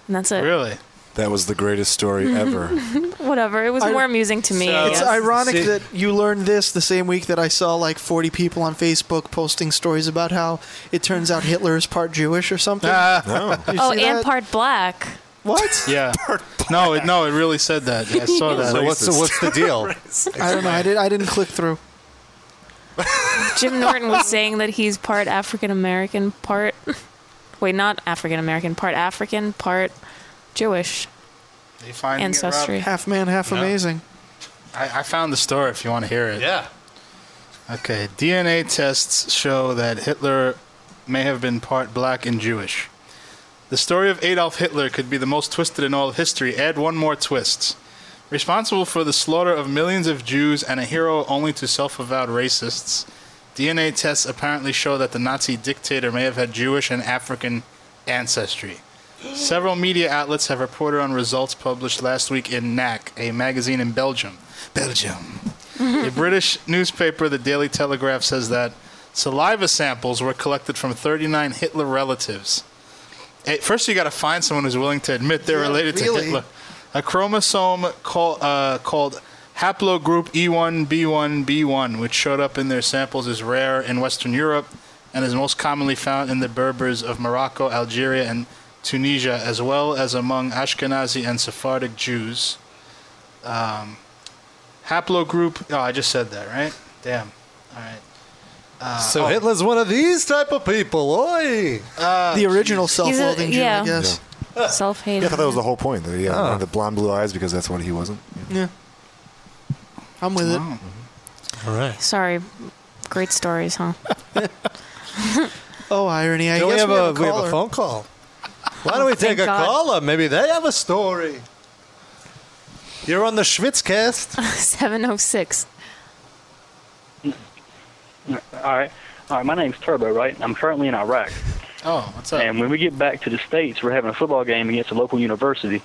Speaker 6: And that's it.
Speaker 5: Really?
Speaker 2: That was the greatest story
Speaker 4: Mm-hmm.
Speaker 2: ever.
Speaker 6: Whatever. It was
Speaker 4: I-
Speaker 6: more amusing to me. I
Speaker 4: It's
Speaker 6: guess.
Speaker 4: ironic
Speaker 3: See-
Speaker 4: that you learned this the same week that I saw like 40 people on Facebook posting stories about how it turns out Hitler is part Jewish or something.
Speaker 3: Ah.
Speaker 4: Did you
Speaker 6: oh,
Speaker 4: see
Speaker 6: and
Speaker 4: that?
Speaker 6: part black.
Speaker 4: What?
Speaker 5: Yeah. no. It, no. It really said that. Yeah, I saw that.
Speaker 3: So what's the, what's the deal?
Speaker 4: I don't know. I, did, I didn't click through.
Speaker 6: Jim Norton was saying that he's part African American, part. Wait, not African American, part African, part Jewish
Speaker 5: You finding it, Rob?
Speaker 6: ancestry.
Speaker 4: Half man, half amazing.
Speaker 5: I, I found the story. If you want to hear it.
Speaker 3: yeah.
Speaker 5: Okay, DNA tests show that Hitler may have been part black and Jewish. The story of Adolf Hitler could be the most twisted in all of history. Add one more twist. Responsible for the slaughter of millions of Jews and a hero only to self avowed racists, DNA tests apparently show that the Nazi dictator may have had Jewish and African ancestry. Several media outlets have reported on results published last week in NAC, a magazine in Belgium. Belgium. the British newspaper, The Daily Telegraph, says that saliva samples were collected from 39 Hitler relatives. At first, you got to find someone who's willing to admit they're
Speaker 11: Yeah,
Speaker 5: related
Speaker 11: really.
Speaker 5: to Hitler. A chromosome call, uh, called haplogroup E E1B1B1, which showed up in their samples, is rare in Western Europe and is most commonly found in the Berbers of Morocco, Algeria, and Tunisia, as well as among Ashkenazi and Sephardic Jews. Um, haplogroup. Oh, I just said that, right? Damn. All right. Uh,
Speaker 3: so
Speaker 5: oh,
Speaker 3: Hitler's one of these type of people. Oi!
Speaker 5: Uh,
Speaker 3: Ah,
Speaker 4: the original self-loathing Jew,
Speaker 6: yeah.
Speaker 4: I guess.
Speaker 6: Self hate.
Speaker 2: Yeah, I thought that was the whole point. That he had
Speaker 3: Oh.
Speaker 2: one of the blonde blue eyes because that's what he wasn't.
Speaker 4: Yeah. I'm with it.
Speaker 12: All right.
Speaker 6: Sorry. Great stories, huh?
Speaker 4: Oh, irony. I
Speaker 3: Don't we
Speaker 4: guess
Speaker 3: have a, we have
Speaker 4: caller.
Speaker 3: a phone call. Why don't we take
Speaker 4: Thank
Speaker 3: a
Speaker 4: God.
Speaker 3: caller? Maybe they have a story. You're on the Schwitzcast.
Speaker 6: 706.
Speaker 9: All right. All right. My name's Turbo, right? I'm currently in Iraq.
Speaker 5: Oh, what's up?
Speaker 9: And when we get back to the States, we're having a football game against a local university.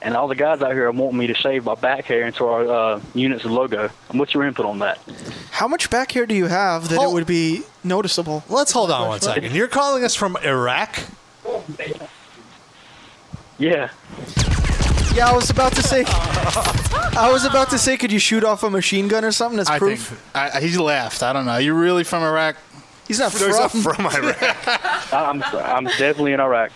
Speaker 9: And all the guys out here are wanting me to shave my back hair into our uh, unit's logo. And what's your input on that?
Speaker 4: How much back hair do you have that it would be noticeable?
Speaker 3: Let's hold on one second. You're calling us from Iraq?
Speaker 9: Yeah.
Speaker 4: Yeah, I was about to say. I was about to say, could you shoot off a machine gun or something? That's
Speaker 5: I
Speaker 4: proof.
Speaker 5: think I, he laughed. I don't know. Are you really from Iraq?
Speaker 4: He's not No, he's not from- from
Speaker 9: Iraq. I'm, I'm definitely in Iraq.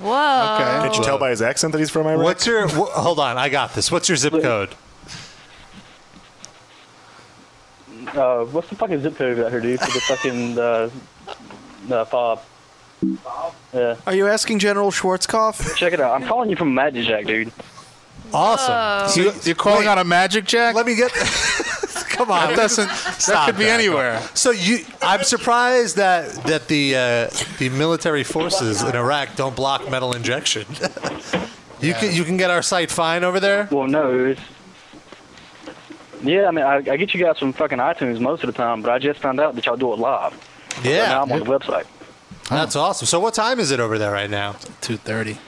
Speaker 6: Whoa.
Speaker 2: Can't you tell by his accent that he's from Iraq?
Speaker 3: Uh, What's your? Wh- hold on, I got this. What's your zip code?
Speaker 9: Uh, what's the fucking zip code out here, dude? For the fucking uh, uh, fob. Yeah.
Speaker 4: Are you asking General Schwarzkopf?
Speaker 9: Check it out. I'm calling you from Magic Jack, dude.
Speaker 3: Awesome.
Speaker 5: So
Speaker 4: Oh.
Speaker 5: you're calling out a magic jack? Let
Speaker 3: me get. Come on,
Speaker 5: That doesn't. that
Speaker 3: Stop
Speaker 5: could be
Speaker 3: that.
Speaker 5: anywhere.
Speaker 3: So you, I'm surprised that that the uh, the military forces in Iraq don't block metal injection. you can you can get our site fine over there.
Speaker 9: Well, no, it's Yeah, I mean, I, I get you guys from fucking iTunes most of the time, but I just found out that y'all do it live.
Speaker 3: Yeah.
Speaker 9: So now I'm on the website.
Speaker 3: That's awesome. So what time is it over there right now?
Speaker 5: Two thirty.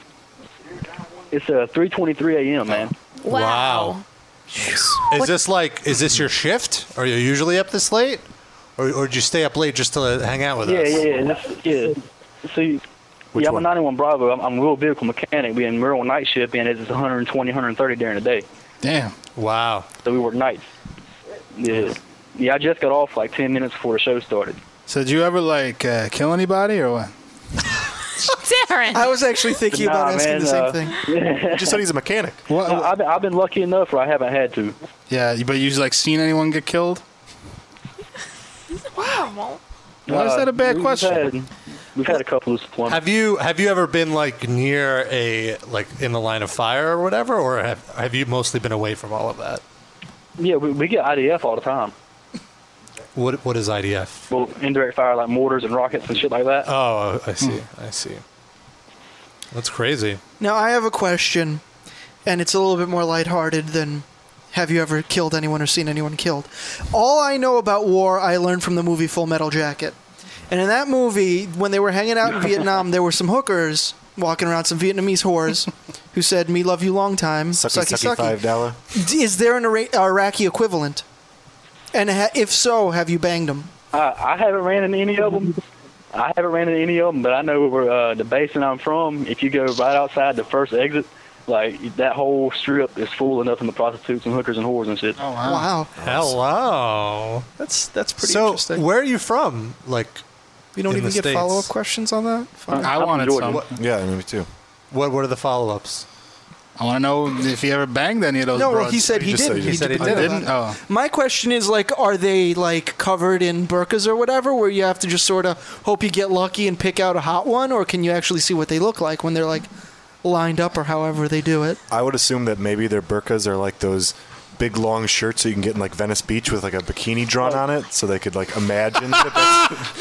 Speaker 9: It's uh, 3:23 a.m., man.
Speaker 3: Wow. Is this like is this your shift? Are you usually up this late, or or did you stay up late just to hang out with
Speaker 9: yeah,
Speaker 3: us?
Speaker 9: yeah, yeah, that's- yeah. See, yeah, I'm a 91 Bravo. I'm, I'm a real vehicle mechanic. We and we're on night shift, and it's 120, 130 during the day.
Speaker 5: Damn.
Speaker 3: Wow.
Speaker 9: So we work nights. Yeah. Yeah, I just got off like 10 minutes before the show started.
Speaker 5: So did you ever like uh, kill anybody or what?
Speaker 6: Darren.
Speaker 4: I was actually thinking about
Speaker 9: Nah,
Speaker 4: asking
Speaker 9: man,
Speaker 4: the same
Speaker 9: uh,
Speaker 4: thing.
Speaker 9: You just said he's a
Speaker 5: mechanic.
Speaker 9: No, I've, been, I've been lucky enough where I haven't had to.
Speaker 5: Yeah, but you like seen anyone get killed?
Speaker 6: Wow.
Speaker 5: Why
Speaker 9: Uh,
Speaker 5: is that a bad
Speaker 9: we've
Speaker 5: question?
Speaker 9: had- we've had a couple of deployments.
Speaker 3: Have you have you ever been like near a like in the line of fire or whatever, or have have you mostly been away from all of that?
Speaker 9: Yeah, we, we get IDF all the time.
Speaker 3: What what is IDF?
Speaker 9: Well, indirect fire like mortars and rockets and shit like that.
Speaker 3: Oh, I see. I see. That's crazy.
Speaker 4: Now I have a question, and it's a little bit more lighthearted than have you ever killed anyone or seen anyone killed. All I know about war I learned from the movie Full Metal Jacket. And in that movie, when they were hanging out in Vietnam, there were some hookers walking around, some Vietnamese whores, who said, "Me love you long time."
Speaker 2: Sucky, sucky, five dollar.
Speaker 4: D- Is there an Ira- Iraqi equivalent? And ha- if so, have you banged them?
Speaker 9: I, I haven't ran into any of them. I haven't ran into any of them, but I know where uh, the basin I'm from. If you go right outside the first exit, like that whole strip is full of nothing but prostitutes and hookers and whores and shit.
Speaker 5: Oh
Speaker 4: Wow.
Speaker 3: Hello.
Speaker 4: That's that's pretty
Speaker 3: so
Speaker 4: interesting.
Speaker 3: where are you from? Like,
Speaker 4: We don't
Speaker 3: in
Speaker 4: even
Speaker 3: the
Speaker 4: get
Speaker 3: States?
Speaker 4: follow-up questions on that. Fuck.
Speaker 3: What,
Speaker 2: Yeah, me too.
Speaker 3: what what are the follow ups?
Speaker 5: I want to know if he ever banged any of those.
Speaker 4: No, well,
Speaker 5: broads.
Speaker 4: he said he, didn't.
Speaker 5: He said he didn't. Oh,
Speaker 4: My question is like, are they like covered in burkas or whatever, where you have to just sort of hope you get lucky and pick out a hot one, or can you actually see what they look like when they're like lined up or however they do it?
Speaker 2: I would assume that maybe their burkas are like those big long shirts so you can get in like Venice Beach with like a bikini drawn on it, so they could like imagine. that that's-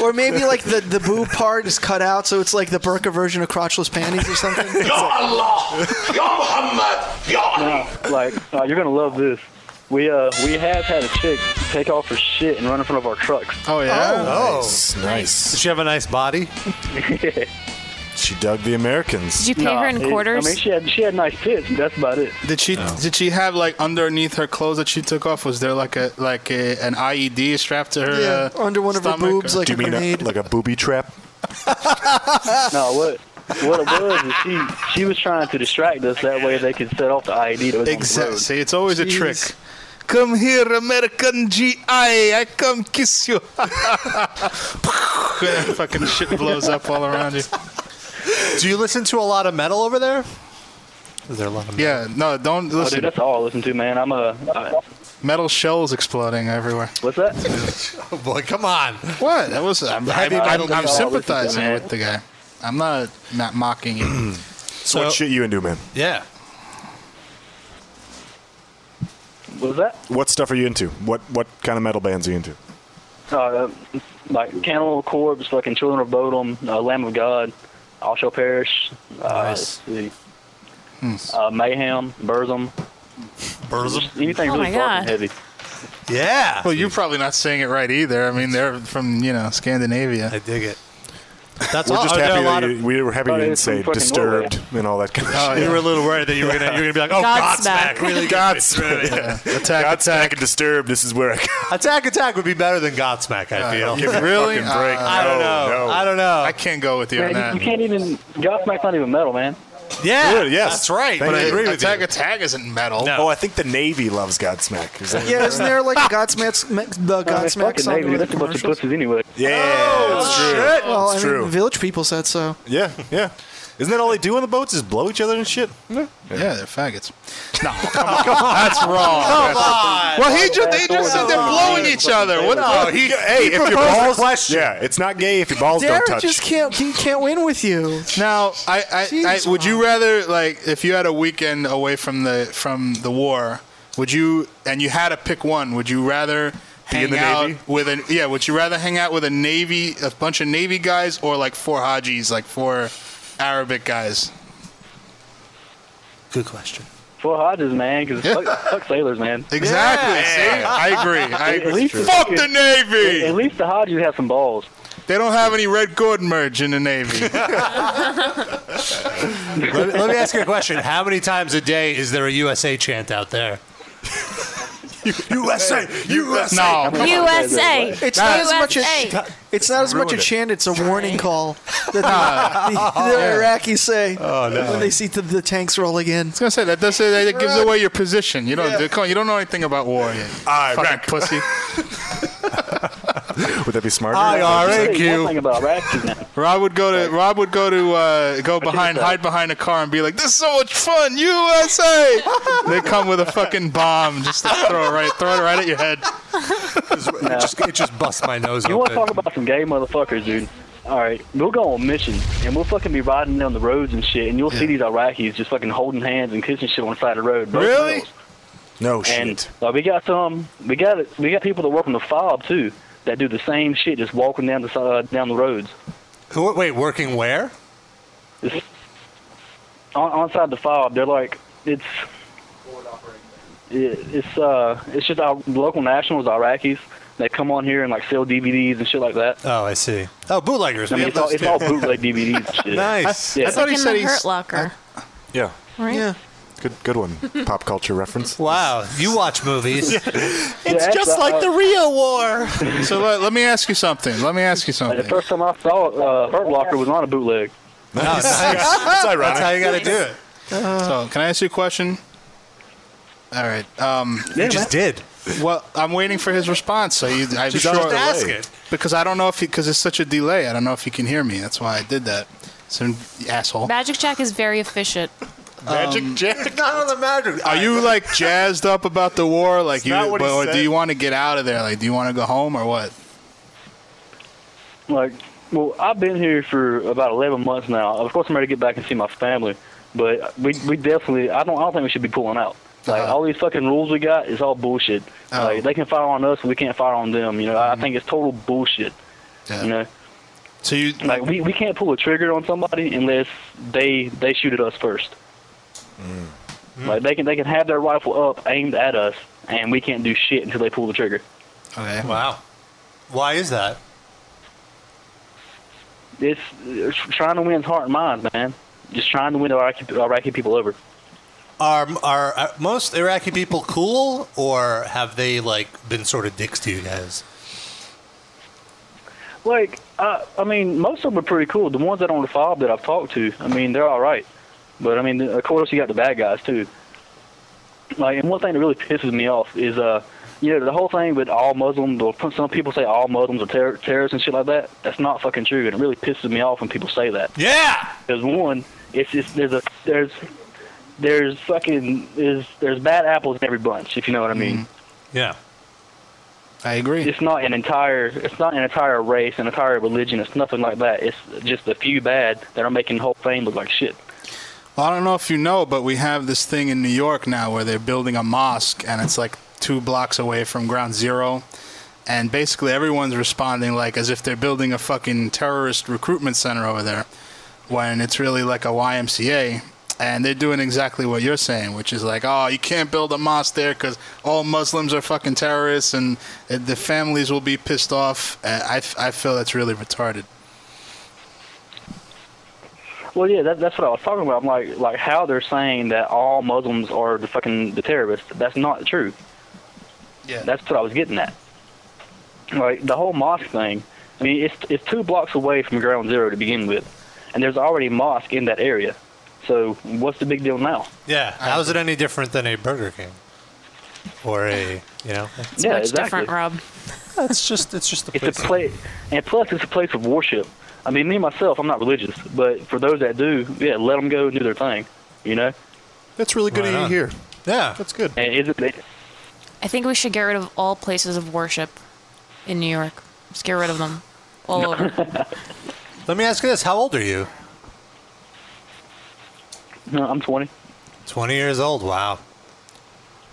Speaker 4: Or maybe like the, the boob part is cut out, so it's like the burqa version of crotchless panties or something.
Speaker 10: Allah! Ya Muhammad!
Speaker 9: No, like uh, you're gonna love this. We uh we have had a chick take off her shit and run in front of our trucks.
Speaker 5: Oh
Speaker 9: yeah?
Speaker 2: Oh,
Speaker 9: Oh,
Speaker 2: nice.
Speaker 9: nice.
Speaker 2: Does she have a nice body? she dug the Americans.
Speaker 5: No, it-
Speaker 9: I mean, she had she had nice tits. but That's about it.
Speaker 5: Did she
Speaker 2: Oh.
Speaker 5: did she have like underneath her clothes that she took off? Was there like a like a, an IED strapped to her?
Speaker 4: Yeah,
Speaker 5: uh,
Speaker 4: under one of her
Speaker 5: stomach,
Speaker 4: boobs,
Speaker 5: or-
Speaker 4: like Do you a mean a- grenade.
Speaker 2: like a booby trap?
Speaker 9: no, what what it was is she she was trying to distract us that way they could set off the IED. That was
Speaker 5: Exactly. See, it's always a trick.
Speaker 9: Come here, American GI. I come kiss you.
Speaker 5: fucking shit blows up all around you.
Speaker 13: Do you listen to a lot of metal over there?
Speaker 5: Is there a lot of yeah? No, don't
Speaker 9: Oh,
Speaker 5: listen.
Speaker 9: dude, that's all I listen to, man. I'm a. I,
Speaker 5: Metal shells exploding everywhere.
Speaker 9: What's that?
Speaker 5: oh boy, come on! What? That was I'm,
Speaker 9: Heavy
Speaker 5: I'm,
Speaker 9: metal
Speaker 5: I'm, I'm
Speaker 9: is all I listen to,
Speaker 5: sympathizing
Speaker 9: man.
Speaker 5: with the guy. I'm not not mocking you.
Speaker 2: So what shit you into, man?
Speaker 5: yeah.
Speaker 9: what was that?
Speaker 2: What stuff are you into? What what kind of metal bands are you into?
Speaker 9: Uh, like Cannibal Corpse, fucking Children of Bodom, uh, Lamb of God, All Shall Perish, uh,
Speaker 13: Nice.
Speaker 9: let's see, uh, Mayhem, Burzum. Burzum? Anything
Speaker 5: Oh
Speaker 9: really
Speaker 5: my
Speaker 9: dark and
Speaker 5: God.
Speaker 9: heavy.
Speaker 5: Yeah. Well, you're probably not saying it right either. I mean, they're from you know Scandinavia. I dig it.
Speaker 2: we're just happy that you, we were
Speaker 9: Oh,
Speaker 2: happy you didn't say disturbed and all that kind of shit.
Speaker 5: Oh, You were a little worried that you were gonna- you were gonna be like, oh, Godsmack. Godsmack, really good.
Speaker 2: Godsmack.
Speaker 5: Really, yeah.
Speaker 2: Attack, Godsmack and disturbed. This is where I
Speaker 13: Attack Attack would be better than Godsmack. I feel.
Speaker 2: give me a Really? fucking break.
Speaker 13: Uh, I don't
Speaker 2: No,
Speaker 13: know.
Speaker 2: no.
Speaker 13: I don't know. I
Speaker 5: can't go with
Speaker 9: Man, you, you can't even. Godsmack's not even metal, man.
Speaker 13: Yeah,
Speaker 2: Good, yes.
Speaker 13: that's right.
Speaker 2: Thank
Speaker 13: But I
Speaker 2: you.
Speaker 13: agree with
Speaker 5: Attack Attack isn't metal.
Speaker 2: Oh, I think the Navy loves Godsmack. Is that
Speaker 4: Yeah, isn't there like a Godsmack the Godsmack song? with the commercials?
Speaker 9: anyway.
Speaker 2: Yeah, it's true.
Speaker 4: Well, I
Speaker 2: it's
Speaker 4: mean,
Speaker 2: true.
Speaker 4: Village People said so.
Speaker 2: yeah, yeah. Isn't that all they do on the boats? Is blow each other and shit? Yeah,
Speaker 5: they're faggots. No, come on, that's wrong. Come on. Well, he just they just said they're blowing each other. What?
Speaker 2: No, he, hey, if your balls, yeah, it's not gay if your balls
Speaker 4: Derek
Speaker 2: don't touch.
Speaker 4: just can't he can't win with you.
Speaker 5: Now, I, I, I would you rather like if you had a weekend away from the from the war, would you and you had to pick one, would you rather hang
Speaker 2: in the
Speaker 5: out
Speaker 2: Navy?
Speaker 5: with a yeah, would you rather hang out with a navy a bunch of navy guys or like four hajis, like four Arabic guys?
Speaker 13: Good question.
Speaker 9: Full Hodges, man, because fuck, fuck sailors, man.
Speaker 5: Exactly, see? I agree, I
Speaker 9: At
Speaker 5: agree.
Speaker 9: least
Speaker 5: Fuck the Navy!
Speaker 9: At, at least the Hodges have some balls.
Speaker 5: They don't have any Red Gordon merge in the navy.
Speaker 13: let, let me ask you a question. How many times a day is there a USA chant out there?
Speaker 2: USA, USA.
Speaker 5: No,
Speaker 13: come on.
Speaker 6: USA.
Speaker 4: It's not as much
Speaker 6: USA.
Speaker 4: a it's not as much a
Speaker 13: Ruined it.
Speaker 4: chant. It's a warning call that the,
Speaker 5: Ah.
Speaker 4: the
Speaker 5: Yeah.
Speaker 4: Iraqis say
Speaker 5: no.
Speaker 4: when they see the, the tanks roll again.
Speaker 5: I was gonna say that does say that it gives away your position. You don't
Speaker 4: Yeah.
Speaker 5: come on, you don't know anything about war yet.
Speaker 2: Iraq.
Speaker 5: Fucking pussy.
Speaker 2: Would that be smarter?
Speaker 5: Ah, Rob would go to Rob would go to uh, go behind hide behind a car and be like, "This is so much fun, USA!" they come with a fucking bomb, just to throw it right, throw it right at your head.
Speaker 13: It just, it just busts my nose
Speaker 9: You want
Speaker 13: open.
Speaker 9: to talk about some gay motherfuckers, dude? All right, we'll go on mission, and we'll fucking be riding down the roads and shit, and you'll see these Iraqis just fucking holding hands and kissing shit on the side of the road. both
Speaker 5: Really?
Speaker 9: males.
Speaker 13: Oh,
Speaker 2: No
Speaker 9: And uh, we got some, we got we got people that work on the fob too that do the same shit, just walking down the side down the roads
Speaker 13: Who- Wait, working where?
Speaker 9: on, on side the fob. They're like it's. It, it's uh, it's just our local nationals, Iraqis. They come on here and like sell DVDs and shit like that.
Speaker 13: Oh, I see. Oh, bootleggers.
Speaker 9: I
Speaker 13: we have
Speaker 9: mean, it's all,
Speaker 13: those
Speaker 9: it's all
Speaker 13: too.
Speaker 9: bootleg DVDs. and shit.
Speaker 13: Nice.
Speaker 9: Yeah.
Speaker 6: It's like in the Hurt Locker,
Speaker 2: Yeah,
Speaker 6: right?
Speaker 4: Yeah.
Speaker 2: good, good one. Pop culture reference.
Speaker 13: Wow, you watch movies.
Speaker 9: It's Yeah, just like the
Speaker 13: real war.
Speaker 5: So let, let me ask you something. Let me ask you
Speaker 9: Like, the
Speaker 5: something.
Speaker 9: first time I saw uh, Hurt Locker was on a bootleg.
Speaker 13: Nice.
Speaker 5: That's
Speaker 13: ironic. That's how you gotta do it.
Speaker 5: So can I ask you a question? All right. Um,
Speaker 13: You just did.
Speaker 5: Well, I'm waiting for his response. So you, I'm
Speaker 13: Just
Speaker 5: sure
Speaker 13: ask it.
Speaker 5: because I don't know if he because it's such a delay. I don't know if he can hear me. That's why I did that. Some asshole.
Speaker 6: Magic Jack is very efficient.
Speaker 5: Magic Um,
Speaker 13: Jack. Not on the magic.
Speaker 5: Are you like jazzed up about the war? Like you,
Speaker 13: not what he
Speaker 5: or
Speaker 13: said.
Speaker 5: do you want to get out of there? Like, do you want to go home or what?
Speaker 9: Like, well, I've been here for about 11 months now. Of course, I'm ready to get back and see my family, but we we definitely I don't I don't think we should be pulling out. Like
Speaker 5: Uh-huh.
Speaker 9: all these fucking rules we got is all bullshit. Like they can fire on us, we can't fire on them. You know, I I think it's total bullshit. You know.
Speaker 5: Mm-hmm. So you
Speaker 9: like we, we can't pull a trigger on somebody unless they they shoot at us first.
Speaker 5: Mm-hmm.
Speaker 9: Like they can they can have their rifle up aimed at us, and we can't do shit until they pull the trigger.
Speaker 5: Okay.
Speaker 3: Wow. Why is that?
Speaker 9: It's, it's trying to win heart and mind, man. Just trying to win the Iraqi, Iraqi people over.
Speaker 3: Are are uh, most Iraqi people cool, or have they like been sort of dicks to you guys?
Speaker 9: Like, I, I mean, most of them are pretty cool. The ones that are on the fob that I've talked to, I mean, they're all right. But I mean, of course, you got the bad guys too. Like, and one thing that really pisses me off is, uh, you know, the whole thing with all Muslims or some people say all Muslims are ter- terrorists and shit like that. That's not fucking true, and it really pisses me off when people say that.
Speaker 3: Yeah.
Speaker 9: Because one, it's just there's a there's there's fucking there's there's bad apples in every bunch, if you know what I mean.
Speaker 3: Yeah.
Speaker 5: I agree.
Speaker 9: It's not an entire it's not an entire race, an entire religion. It's nothing like that. It's just a few bad that are making the whole thing look like shit.
Speaker 5: Well, I don't know if you know, but we have this thing in New York now where they're building a mosque, and it's like two blocks away from Ground Zero, and basically everyone's responding like as if they're building a fucking terrorist recruitment center over there, when it's really like a YMCA, and they're doing exactly what you're saying, which is like, oh, you can't build a mosque there because all Muslims are fucking terrorists, and uh, the families will be pissed off. Uh, I I feel that's really retarded.
Speaker 9: Well, yeah, that, that's what I was talking about. I'm like, like how they're saying that all Muslims are the fucking the terrorists. That's not the truth.
Speaker 5: Yeah.
Speaker 9: That's what I was getting at. Like the whole mosque thing. I mean, it's it's two blocks away from Ground Zero to begin with, and there's already a mosque in that area. So what's the big deal now?
Speaker 3: Yeah. How is it any different than a Burger King or a you know?
Speaker 9: It's Yeah, much exactly. different,
Speaker 6: Rob.
Speaker 3: It's just it's just a
Speaker 9: it's a place, and plus it's a place of worship. I mean, me myself, I'm not religious, but for those that do, yeah, let them go and do their thing. You know.
Speaker 13: That's really good
Speaker 9: Right
Speaker 13: to
Speaker 9: on.
Speaker 13: hear.
Speaker 3: Yeah,
Speaker 13: that's good.
Speaker 9: And is it,
Speaker 6: I think we should get rid of all places of worship in New York. Just get rid of them all over.
Speaker 3: Let me ask you this: How old are you?
Speaker 9: No, I'm 20.
Speaker 3: 20 years old. Wow.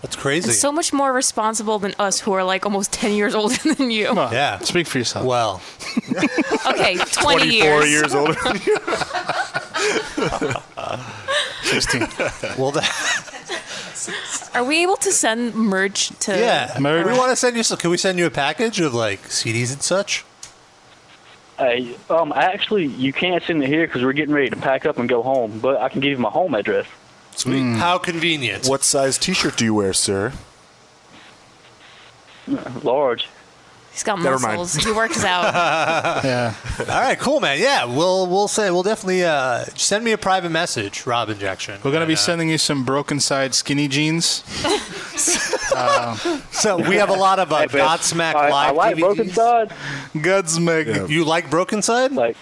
Speaker 3: That's crazy.
Speaker 6: It's so much more responsible than us, who are like almost ten years older than you.
Speaker 3: yeah.
Speaker 5: Speak for yourself.
Speaker 3: Well,
Speaker 6: Okay, twenty years.
Speaker 5: than you. 16.
Speaker 3: well, that,
Speaker 6: Are we able to send merch to?
Speaker 3: yeah.
Speaker 6: Iraq?
Speaker 3: We want to send you. So, can we send you a package of like CDs and such?
Speaker 9: Hey, um, actually, you can't send it here because we're getting ready to pack up and go home. But I can give you my home address.
Speaker 3: Sweet. How convenient.
Speaker 2: Hmm. What size T-shirt do you wear, sir?
Speaker 9: Large.
Speaker 6: He's got
Speaker 2: Never mind.
Speaker 6: muscles. He works out.
Speaker 5: yeah.
Speaker 3: All right, cool, man. Yeah, we'll we'll say we'll definitely uh, send me a private message, Rob Injection.
Speaker 5: We're gonna be sending you some broken side skinny jeans.
Speaker 3: uh, So we have a lot of uh,
Speaker 5: Hey, man.
Speaker 3: Godsmack
Speaker 5: I- I
Speaker 3: live.
Speaker 5: like
Speaker 3: DVDs.
Speaker 9: Side.
Speaker 5: Godsmack.
Speaker 3: You like Broken Side?
Speaker 9: Like.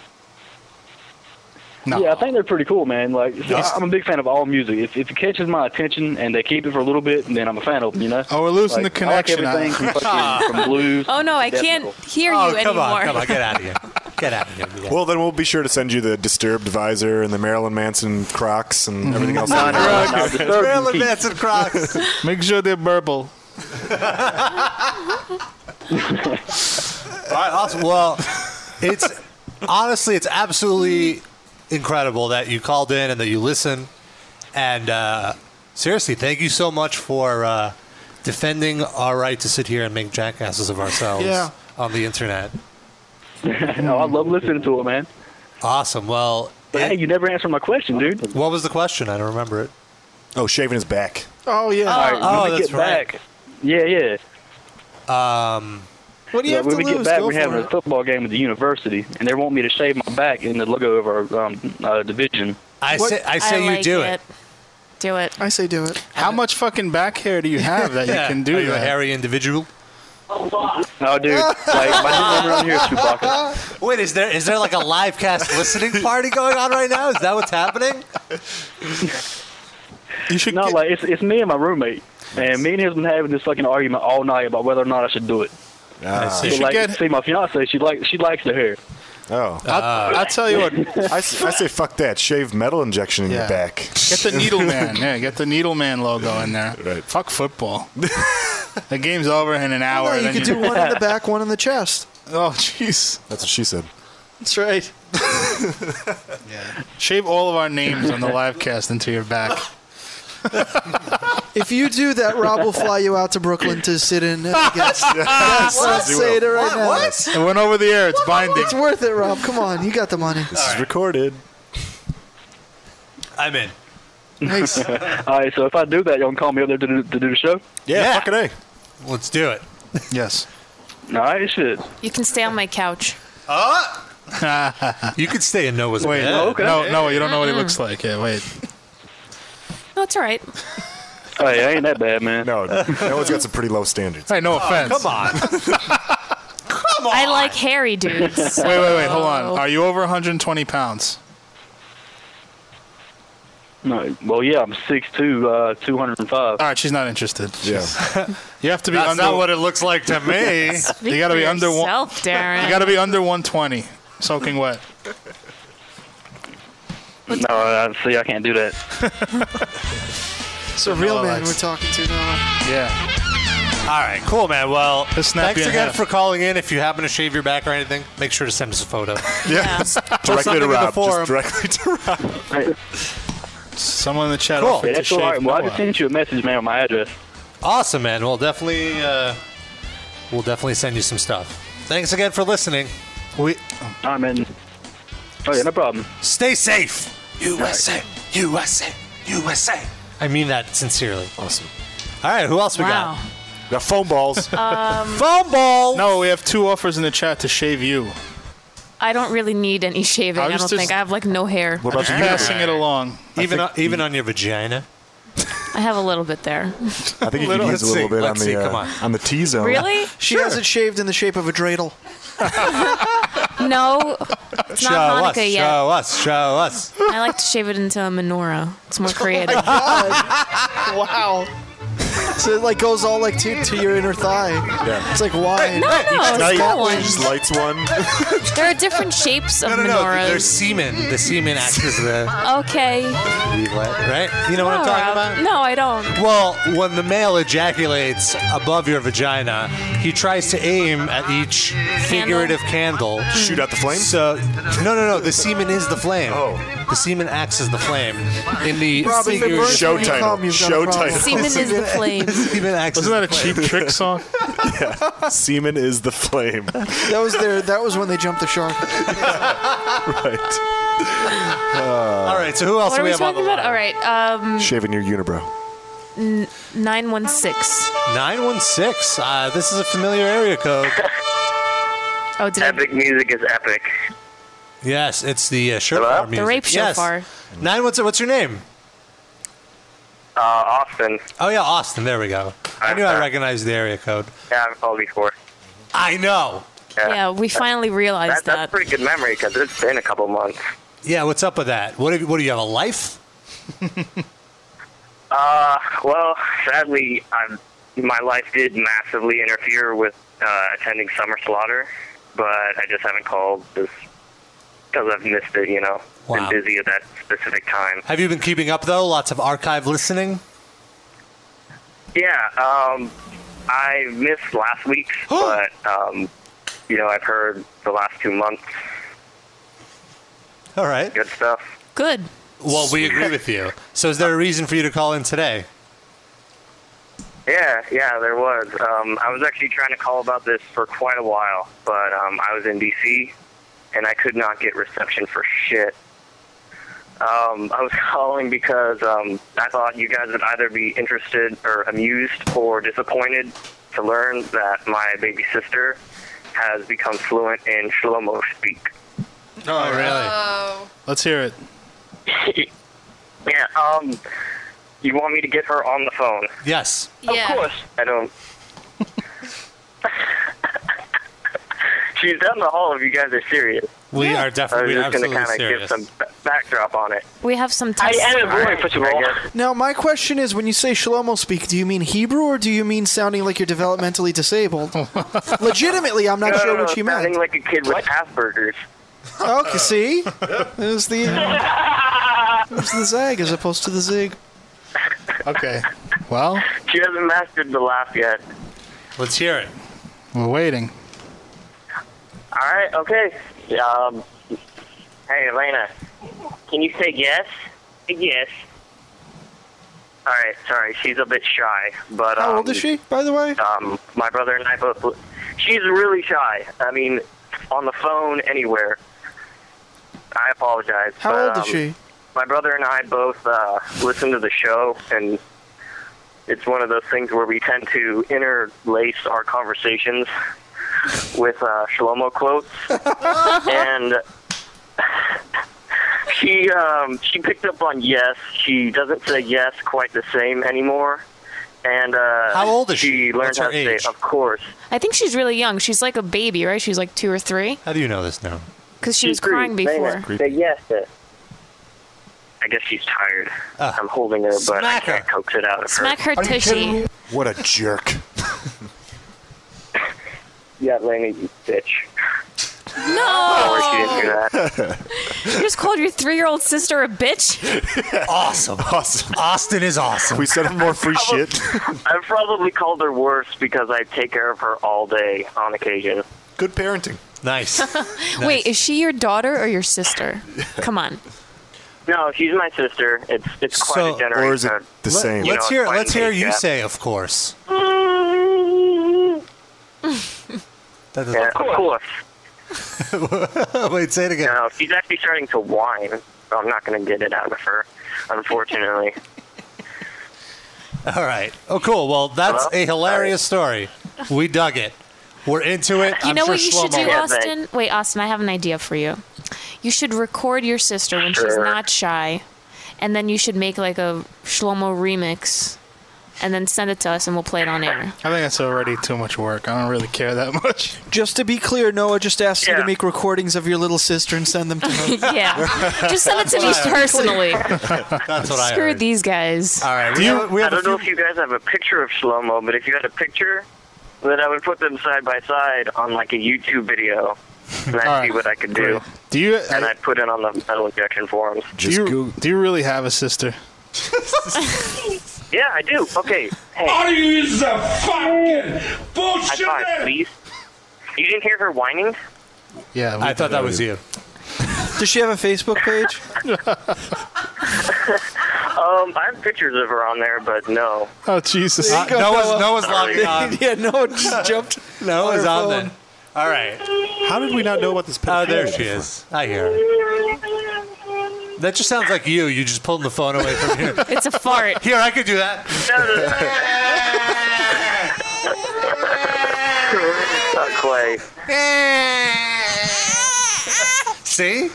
Speaker 9: Yeah, I think they're pretty cool, man. Like, I- I'm a big fan of all music. If, if it catches my attention and they keep it for a little bit, then I'm a fan of them. You know.
Speaker 5: Oh, we're losing the connection.
Speaker 9: I like everything from, fucking, from blues.
Speaker 6: oh no, I
Speaker 9: to death
Speaker 6: can't
Speaker 9: metal.
Speaker 6: hear
Speaker 3: Oh,
Speaker 6: you
Speaker 3: come
Speaker 6: anymore.
Speaker 3: on, come on, get out of here, get out of here.
Speaker 2: Well, then we'll be sure to send you the Disturbed visor and the Marilyn Manson Crocs
Speaker 5: Mm-hmm.
Speaker 2: and everything else.
Speaker 5: No, no, no, Disturbed Marilyn and Keith.
Speaker 3: Manson Crocs.
Speaker 5: Make sure they're purple.
Speaker 3: All right, awesome. Well, it's honestly, it's absolutely incredible that you called in and that you listen. And uh, seriously, thank you so much for uh, defending our right to sit here and make jackasses of ourselves
Speaker 9: Yeah.
Speaker 3: on the internet.
Speaker 9: no, I love listening to it, man.
Speaker 3: Awesome. Well,
Speaker 9: But hey, you never answered my question, dude.
Speaker 3: What was the question? I don't remember it.
Speaker 2: Oh, shaving his back.
Speaker 4: Oh yeah.
Speaker 9: All right, when we
Speaker 3: that's
Speaker 9: get back. Yeah, yeah.
Speaker 3: Um,
Speaker 4: What do you
Speaker 9: Yeah,
Speaker 4: have
Speaker 9: when
Speaker 4: to
Speaker 9: we
Speaker 4: lose?
Speaker 9: get back,
Speaker 4: Go
Speaker 9: we're
Speaker 4: for
Speaker 9: having
Speaker 4: it.
Speaker 9: a football game at the university, and they want me to shave my back in the logo of our um, uh, division.
Speaker 3: I
Speaker 5: What- say- I say you
Speaker 6: like
Speaker 5: do
Speaker 6: it. Do it.
Speaker 4: I say do it.
Speaker 5: How much fucking back hair do you have that
Speaker 3: Yeah.
Speaker 5: you can do
Speaker 3: Are you a
Speaker 5: that?
Speaker 3: hairy individual?
Speaker 9: No, dude, like my new name around here is Chewbacca.
Speaker 3: Wait, is there is there like a live cast listening party going on right now? Is that what's happening?
Speaker 5: You should
Speaker 9: no, like it's it's me and my roommate, and me and him been having this fucking argument all night about whether or not I should do it.
Speaker 2: Ah.
Speaker 9: But,
Speaker 2: You should
Speaker 9: like,
Speaker 2: get-
Speaker 9: see, my fiance, she like she likes the hair.
Speaker 5: Uh,
Speaker 2: Oh,
Speaker 3: Ah.
Speaker 5: I'll- I'll tell you what.
Speaker 2: I, s- I say fuck that. Shave metal injection in your back.
Speaker 5: Get the needle man. Yeah, get the needle man logo in there. Right. Fuck football. the game's over in an hour.
Speaker 4: Oh, No,
Speaker 5: and
Speaker 4: you
Speaker 5: then
Speaker 4: could do one in the back, one in the chest.
Speaker 5: Oh, jeez.
Speaker 2: That's what she said.
Speaker 4: That's right.
Speaker 5: Shave all of our names on the live cast into your back.
Speaker 4: If you do that, Rob will fly you out to Brooklyn to sit in as a guest. yes,
Speaker 5: What?
Speaker 4: let's say it right
Speaker 5: What?
Speaker 4: now.
Speaker 5: What? It went over the air. It's binding.
Speaker 4: It's worth it, Rob. Come on, you got the money.
Speaker 2: This is recorded.
Speaker 3: I'm in.
Speaker 4: Nice.
Speaker 9: All right, so if I do that, y'all can call me up there to do, to do the show.
Speaker 2: Yeah, fucking a.
Speaker 3: Let's do it.
Speaker 5: Yes.
Speaker 9: All right, shit.
Speaker 6: You can stay on my couch.
Speaker 3: you could stay in Noah's
Speaker 5: wait,
Speaker 3: bed.
Speaker 5: No,
Speaker 3: Okay.
Speaker 5: no, no, you don't know what he
Speaker 6: Mm-mm.
Speaker 5: looks like. Yeah, wait.
Speaker 6: No, it's all right.
Speaker 9: Hey, it Oh, ain't that bad, man.
Speaker 2: No, no one's got some pretty low standards.
Speaker 5: Hey, no offense. Come
Speaker 3: on.
Speaker 6: I like hairy dudes. so-
Speaker 5: Wait, wait, wait. Hold on. Are you over 120 pounds?
Speaker 9: No, well, yeah, I'm 6'2", uh, 205.
Speaker 5: All right, she's not interested.
Speaker 9: Yeah.
Speaker 5: You have to be
Speaker 9: That's
Speaker 5: under.
Speaker 9: not what
Speaker 3: it looks like to me.
Speaker 9: Speak
Speaker 5: you got to
Speaker 9: for
Speaker 5: be under one.
Speaker 9: yourself, Darren.
Speaker 5: You got to be under 120, soaking wet.
Speaker 9: No, I, see, I can't do that.
Speaker 4: It's a real man we're talking to now.
Speaker 5: Yeah.
Speaker 3: All right, cool, man. Well,
Speaker 5: snap
Speaker 3: thanks
Speaker 5: you in
Speaker 3: again
Speaker 5: half.
Speaker 3: for calling in. If you happen to shave your back or anything, make sure to send us a photo.
Speaker 5: Yeah.
Speaker 3: Something in the forum.
Speaker 2: directly to Rob.
Speaker 5: Someone in the chat.
Speaker 3: Cool.
Speaker 9: Hey, that's all right. Well, I just sent you a message, man, with my address.
Speaker 3: Awesome, man. We'll definitely, uh, we'll definitely send you some stuff. Thanks again for listening. We,
Speaker 9: I'm in. Oh, yeah, no problem.
Speaker 3: Stay safe. USA, USA, USA. I mean that sincerely.
Speaker 2: Awesome.
Speaker 3: All right, who else we
Speaker 6: Wow.
Speaker 2: got? Got phone balls.
Speaker 6: Um,
Speaker 3: Phone ball.
Speaker 5: No, we have two offers in the chat to shave you.
Speaker 6: I don't really need any shaving.
Speaker 5: I
Speaker 6: I,
Speaker 5: was
Speaker 6: don't
Speaker 5: just-
Speaker 6: think I have like no hair.
Speaker 5: I'm just passing it along.
Speaker 3: Even on, even on your vagina.
Speaker 6: I have a little bit there.
Speaker 2: I think you
Speaker 3: Little-
Speaker 2: can use a
Speaker 3: let's
Speaker 2: little
Speaker 3: see,
Speaker 2: bit on
Speaker 3: let's see,
Speaker 2: the, uh,
Speaker 3: come
Speaker 2: on. the T zone.
Speaker 6: Really?
Speaker 4: She has it shaved in the shape of a dreidel.
Speaker 6: No, it's
Speaker 3: show
Speaker 6: not
Speaker 3: us,
Speaker 6: Hanukkah yet.
Speaker 3: show us, show us.
Speaker 6: I like to shave it into a menorah. It's
Speaker 3: Oh
Speaker 6: more creative.
Speaker 4: wow. So it like goes all like to, to your inner thigh.
Speaker 2: Yeah.
Speaker 4: It's like wide.
Speaker 6: no, no, it's
Speaker 2: Now you-
Speaker 6: that one.
Speaker 2: you just lights one.
Speaker 6: there are different shapes of
Speaker 3: No, no, no.
Speaker 6: menorahs.
Speaker 3: There's semen. The semen acts as the
Speaker 6: Okay.
Speaker 3: right. You know what I'm
Speaker 6: Wow,
Speaker 3: talking
Speaker 6: Rob.
Speaker 3: about?
Speaker 6: No, I don't.
Speaker 3: Well, when the male ejaculates above your vagina, he tries to aim at each figurative candle.
Speaker 4: Hmm.
Speaker 2: Shoot out the flame?
Speaker 3: So, no, no, no. The semen is the flame. Oh. The semen acts as the flame in the
Speaker 4: Rob, if it
Speaker 3: figurative-
Speaker 4: burns when you Showtime. come, you've got a Showtime. problem. Semen is the flame.
Speaker 3: semen acts Wasn't
Speaker 5: that a cheap trick song?
Speaker 2: yeah. Semen is the flame.
Speaker 4: That was their. That was when they jumped the shark.
Speaker 2: right.
Speaker 3: All right. So who else
Speaker 6: What
Speaker 3: do
Speaker 6: are
Speaker 3: we
Speaker 6: we
Speaker 3: have on the
Speaker 6: talking about? All right. Um,
Speaker 2: Shaving your unibrow.
Speaker 6: n- 916.
Speaker 3: Nine one six. uh, This is a familiar area code.
Speaker 6: Oh, did I?
Speaker 10: Epic music is epic.
Speaker 3: Yes, it's the uh, shofar music.
Speaker 6: rape
Speaker 3: yes.
Speaker 6: shofar.
Speaker 3: Nine what's what's your name?
Speaker 10: Uh, Austin. Uh,
Speaker 3: Oh yeah, Austin. There we go. I knew I recognized the area code.
Speaker 10: Yeah, I've called before.
Speaker 3: I know.
Speaker 6: Yeah, we finally realized
Speaker 10: That, that's
Speaker 6: that.
Speaker 10: pretty good memory because it's been a couple months.
Speaker 3: Yeah, what's up with that? What, have, what do you have a life?
Speaker 10: Uh, well, sadly, I'm, my life did massively interfere with uh, attending Summer Slaughter, but I just haven't called just because I've missed it, you know.
Speaker 3: Wow.
Speaker 10: Been busy at that specific time.
Speaker 3: Have you been keeping up though? Lots of archive listening.
Speaker 10: Yeah, um, I missed last week, but, um, you know, I've heard the last two months
Speaker 3: All right.
Speaker 10: good stuff.
Speaker 6: Good.
Speaker 3: Well, we agree with you. So, is there a reason for you to call in today?
Speaker 10: Yeah, yeah, there was. Um, I was actually trying to call about this for quite a while, but um, I was in DC and I could not get reception for shit. Um, I was calling because um, I thought you guys would either be interested or amused or disappointed to learn that my baby sister has become fluent in Shlomo speak.
Speaker 5: Oh, really? Let's hear it.
Speaker 10: yeah, um, you want me to get her on the phone?
Speaker 3: Yes.
Speaker 10: Of course. I don't. She's down the hall if you guys are serious.
Speaker 3: We are definitely
Speaker 10: I was just
Speaker 3: absolutely
Speaker 10: gonna kinda
Speaker 3: serious.
Speaker 10: give some b- backdrop on it.
Speaker 6: We have some tests.
Speaker 4: Now my question is, when you say Shlomo speak, do you mean Hebrew or do you mean sounding like you're developmentally disabled? Legitimately, I'm not
Speaker 10: No,
Speaker 4: sure
Speaker 10: no, no,
Speaker 4: what you meant.
Speaker 10: Sounding like a kid with Asperger's.
Speaker 4: Okay, see? There's the, there's the zag as opposed to the zig.
Speaker 5: Okay. Well,
Speaker 10: She hasn't mastered the laugh yet.
Speaker 14: Let's hear it.
Speaker 5: we're waiting.
Speaker 10: All right, okay. Um, hey, Elena, can you say yes? Yes. All right, sorry, she's a bit shy, but
Speaker 4: How
Speaker 10: um,
Speaker 4: old is she, by the way?
Speaker 10: Um, my brother and I both. She's really shy. I mean, on the phone, anywhere. I apologize.
Speaker 4: How
Speaker 10: but,
Speaker 4: old is
Speaker 10: um,
Speaker 4: she?
Speaker 10: My brother and I both uh, listen to the show, and it's one of those things where we tend to interlace our conversations with uh, Shlomo quotes. and she um, she picked up on yes. She doesn't say yes quite the same anymore. And uh,
Speaker 6: How old is
Speaker 10: she? learned how to say of course.
Speaker 6: I think she's really young. She's like a baby, right? She's like two or three.
Speaker 3: How do you know this now?
Speaker 6: Because she was crying before.
Speaker 10: Say yes. uh, I guess she's tired.
Speaker 3: Ah.
Speaker 10: I'm holding her, but I can't coax it out of
Speaker 6: Smack her
Speaker 10: her.
Speaker 6: tushy.
Speaker 2: What a jerk.
Speaker 10: Yeah, Laney, you bitch. Oh,
Speaker 6: No!
Speaker 10: She didn't hear that.
Speaker 6: You just called your three year old sister a bitch?
Speaker 3: awesome. Awesome. Austin is awesome.
Speaker 2: We sent him more free shit.
Speaker 10: I've probably called her worse because I take care of her all day on occasion.
Speaker 2: Good parenting.
Speaker 3: Nice.
Speaker 6: Wait, is she your daughter or your sister? Come on.
Speaker 10: No, she's my sister. It's it's quite
Speaker 3: So-
Speaker 10: a generation.
Speaker 3: Or is it
Speaker 2: the
Speaker 10: you
Speaker 2: same?
Speaker 10: know,
Speaker 3: let's
Speaker 10: it's
Speaker 3: hear.
Speaker 10: quite
Speaker 3: Let's
Speaker 10: an
Speaker 3: hear
Speaker 10: age
Speaker 3: you
Speaker 10: gap.
Speaker 3: say. Of course. That
Speaker 10: Yeah, of course.
Speaker 3: Wait, say it again.
Speaker 10: No, she's actually starting to whine. I'm not going to get it out of her, unfortunately.
Speaker 3: All right. Oh, cool. Well, that's
Speaker 10: Hello?
Speaker 3: a hilarious story. We dug it. We're into it.
Speaker 6: You
Speaker 3: I'm
Speaker 6: know
Speaker 3: sure
Speaker 6: what you should
Speaker 3: Shlomo-
Speaker 6: do, Austin? Wait, Austin, I have an idea for you. You should record your sister when she's
Speaker 3: Sure.
Speaker 6: not shy, and then you should make like a Shlomo remix, and then send it to us, and we'll play it on air.
Speaker 5: I think that's already too much work. I don't really care that much.
Speaker 4: Just to be clear, Noah just asked you
Speaker 5: Yeah.
Speaker 4: to make recordings of your little sister and send them to her.
Speaker 6: yeah. Just send it to me personally.
Speaker 3: That's what
Speaker 6: Screw these guys.
Speaker 3: All right.
Speaker 10: I don't know if you guys have a picture of Shlomo, but if you had a picture, then I would put them side by side on like a YouTube video, and I'd see what I could do.
Speaker 5: Do you? uh,
Speaker 10: And I, would put it on the metal injection forums.
Speaker 5: Do you, do you really have a sister?
Speaker 10: yeah, I do. Okay. Hey.
Speaker 15: Are you is a fucking
Speaker 10: High
Speaker 15: bullshit?
Speaker 10: five, please. You didn't hear her whining?
Speaker 5: Yeah.
Speaker 3: I thought that was you.
Speaker 4: Does she have a Facebook page?
Speaker 10: Um, I have pictures of her on there, but no.
Speaker 5: Oh Jesus!
Speaker 10: There you go,
Speaker 3: Noah's,
Speaker 10: Noah.
Speaker 3: Noah's logged on.
Speaker 4: yeah, Noah just jumped.
Speaker 3: Noah's
Speaker 5: on her
Speaker 3: on there. All right.
Speaker 2: How did we not know about this picture?
Speaker 3: Oh, there she is. I hear her. That just sounds like you. You just pulled the phone away from you.
Speaker 6: It's a fart.
Speaker 3: Here, I could do that.
Speaker 16: Uh,
Speaker 10: Not quite.
Speaker 3: See?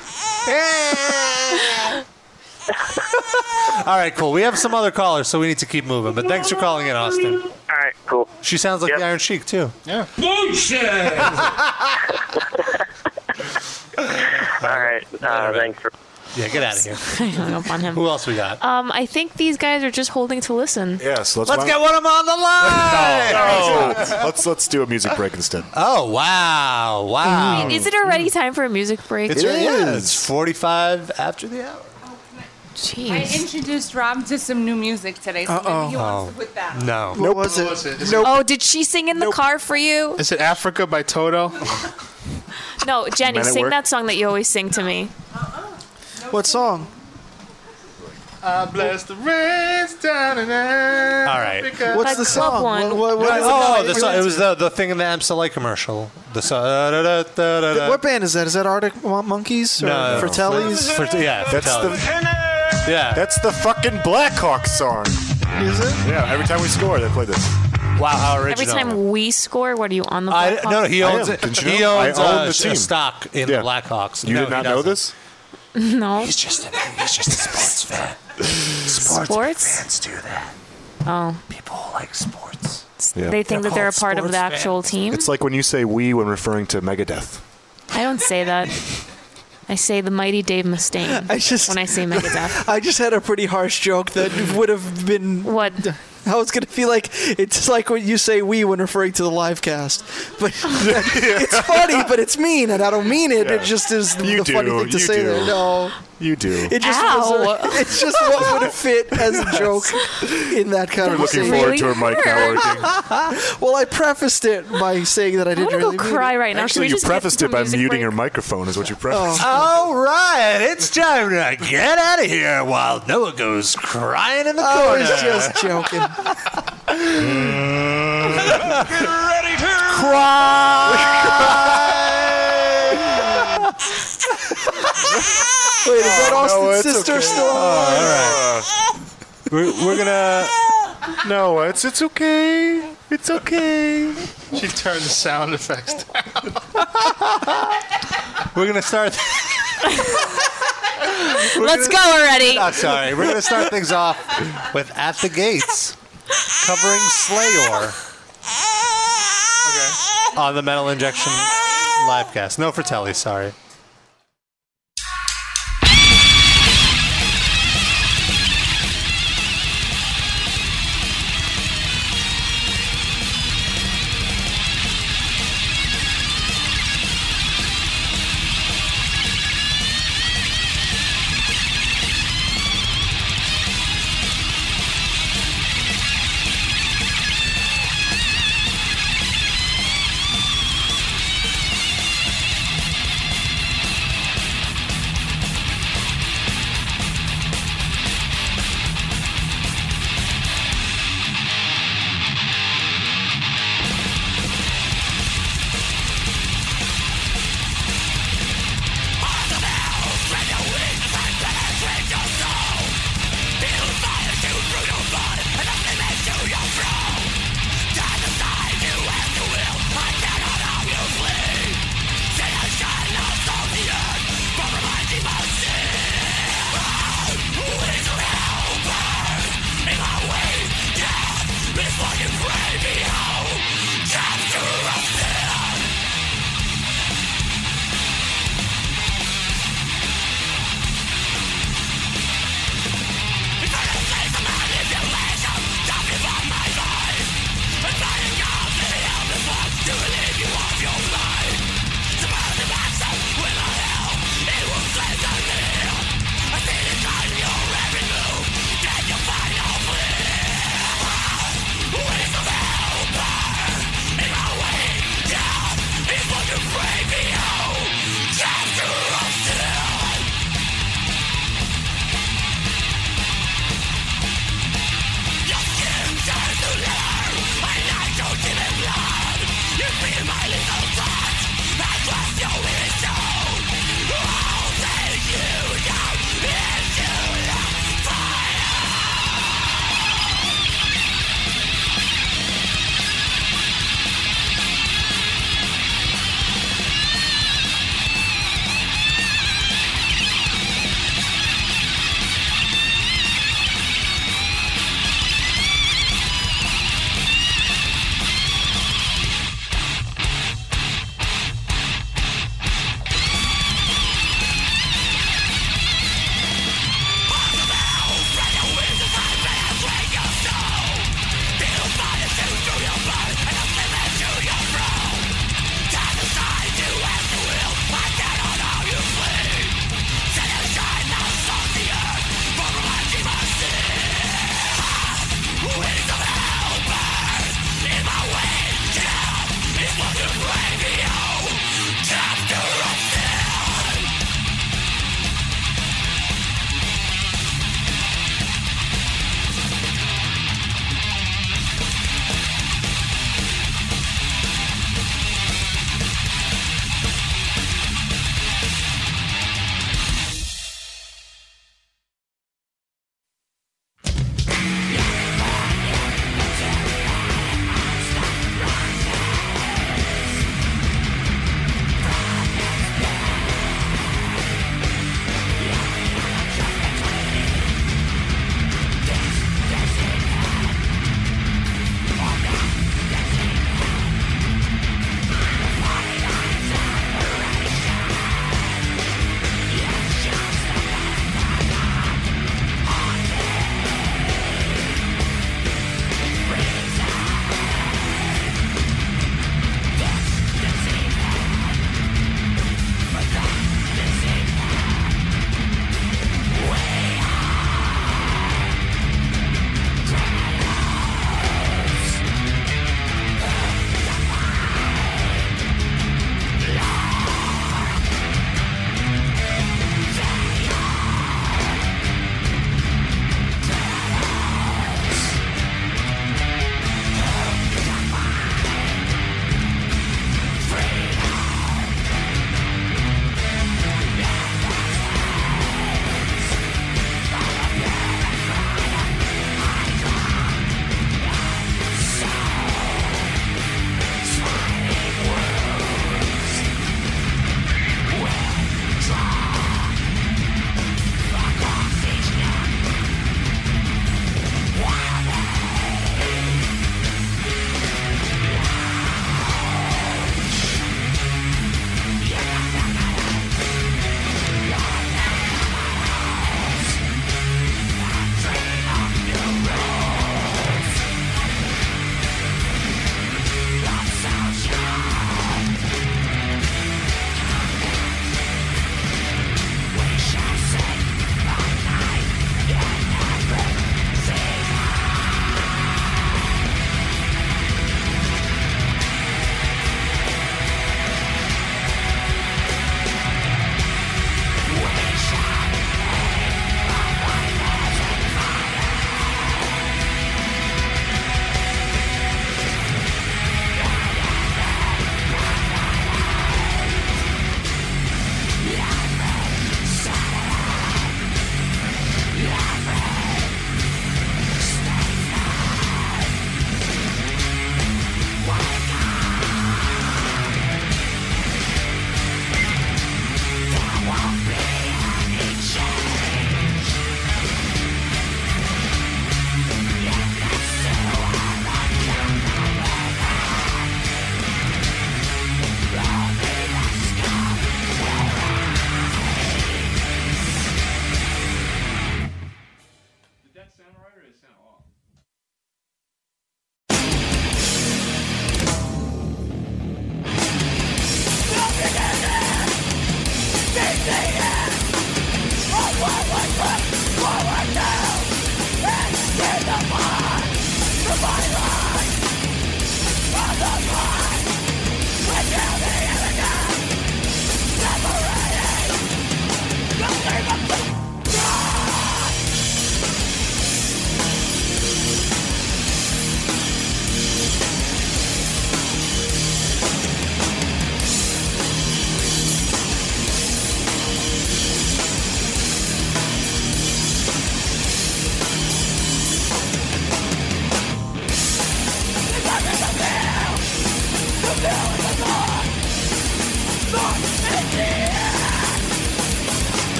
Speaker 3: All right, cool. We have some other callers, so we need to keep moving. But thanks for calling in, Austin.
Speaker 10: All right, cool.
Speaker 3: She sounds like the Iron Sheik too.
Speaker 5: Yeah.
Speaker 15: Bullshit!
Speaker 10: All right. Uh, Thanks for.
Speaker 3: Yeah, get out of here.
Speaker 6: I hung up on him.
Speaker 3: Who else we got?
Speaker 6: Um, I think these guys are just holding to listen.
Speaker 2: Yeah, so let's,
Speaker 3: Let's
Speaker 2: wind-
Speaker 3: get one of them on the line.
Speaker 2: No, let's let's do a music break instead.
Speaker 3: Oh wow, wow!
Speaker 6: Is it already time for a music break?
Speaker 3: It's, yeah, it's forty-five after the hour.
Speaker 17: I introduced Rob to some new music today, so
Speaker 3: Uh-oh.
Speaker 17: maybe he wants to put that. on.
Speaker 3: No.
Speaker 5: What was it? Is,
Speaker 6: Oh, did she sing in the car for you?
Speaker 5: it, is it Africa by Toto?
Speaker 6: No, Jenny,
Speaker 5: Men at
Speaker 6: sing
Speaker 5: Work?
Speaker 6: that song that you always sing to me.
Speaker 4: What song?
Speaker 5: I Uh, bless the rains down in All
Speaker 3: right.
Speaker 4: What's the song? What, what, what is
Speaker 3: oh,
Speaker 4: it?
Speaker 3: the song, it was the, the thing in the Amstelite commercial. The song. da, da, da, da, da.
Speaker 4: What band is that? Is that Arctic Mon- Monkeys or
Speaker 3: No, no,
Speaker 4: Fratellis?
Speaker 3: no. Frit- yeah,
Speaker 2: That's
Speaker 3: Fratellis.
Speaker 2: the
Speaker 3: yeah.
Speaker 2: That's the fucking Blackhawk song.
Speaker 4: Is it?
Speaker 2: Yeah. Every time we score, they play this.
Speaker 3: Wow, how
Speaker 6: Every
Speaker 3: original.
Speaker 6: time we score, what are you on the?
Speaker 3: I,
Speaker 6: Blackhawks?
Speaker 3: no, he
Speaker 2: I
Speaker 3: owns
Speaker 2: am.
Speaker 3: it.
Speaker 2: Didn't you
Speaker 3: He
Speaker 2: know? I
Speaker 3: owns
Speaker 2: own
Speaker 3: uh,
Speaker 2: the
Speaker 3: sh-
Speaker 2: team.
Speaker 3: stock in
Speaker 2: Yeah.
Speaker 3: the Blackhawks.
Speaker 2: You
Speaker 3: No,
Speaker 2: did not
Speaker 3: he
Speaker 2: know
Speaker 3: doesn't.
Speaker 2: this?
Speaker 6: No.
Speaker 3: He's just a he's just a sports fan. Sports,
Speaker 6: Sports?
Speaker 3: fans do that.
Speaker 6: Oh.
Speaker 3: People who like sports.
Speaker 2: Yeah.
Speaker 6: They think that they're a part of the
Speaker 3: sports
Speaker 6: actual team.
Speaker 2: It's like when you say "we" when referring to Megadeth.
Speaker 6: I don't say that. I say the mighty Dave Mustaine
Speaker 4: I just-
Speaker 6: when I say Megadeth.
Speaker 4: I just had a pretty harsh joke that would have been
Speaker 6: what
Speaker 4: I was gonna feel like it's like when you say "we" when referring to the live cast, but it's funny, but it's mean, and I don't mean it. It just is the, the funny thing to say. There, no,
Speaker 2: You do.
Speaker 4: it just
Speaker 18: Ow.
Speaker 4: was a, it's just what would have fit as a joke in that
Speaker 2: We're looking
Speaker 4: conversation.
Speaker 2: forward to a mic not working.
Speaker 4: well, I prefaced it by saying that I didn't really mean it. Oh.
Speaker 2: Actually, you prefaced it by muting your microphone, is what you prefaced.
Speaker 15: All right, it's time to get out of here while Noah goes crying in the
Speaker 4: I
Speaker 2: Oh,
Speaker 15: corner.
Speaker 4: was just joking.
Speaker 2: Mm.
Speaker 4: Wait, is
Speaker 15: Oh,
Speaker 4: that Austin's sister still on?
Speaker 3: Oh,
Speaker 2: we're, we're gonna. No, it's it's okay. It's okay.
Speaker 5: She turned the sound effects down.
Speaker 3: We're gonna start. We're
Speaker 19: Let's
Speaker 3: gonna-
Speaker 19: go already.
Speaker 3: I'm sorry. We're gonna start things off with "At the Gates," covering Slayor. Okay. On the Metal Injection live cast. No, for Telly. Sorry.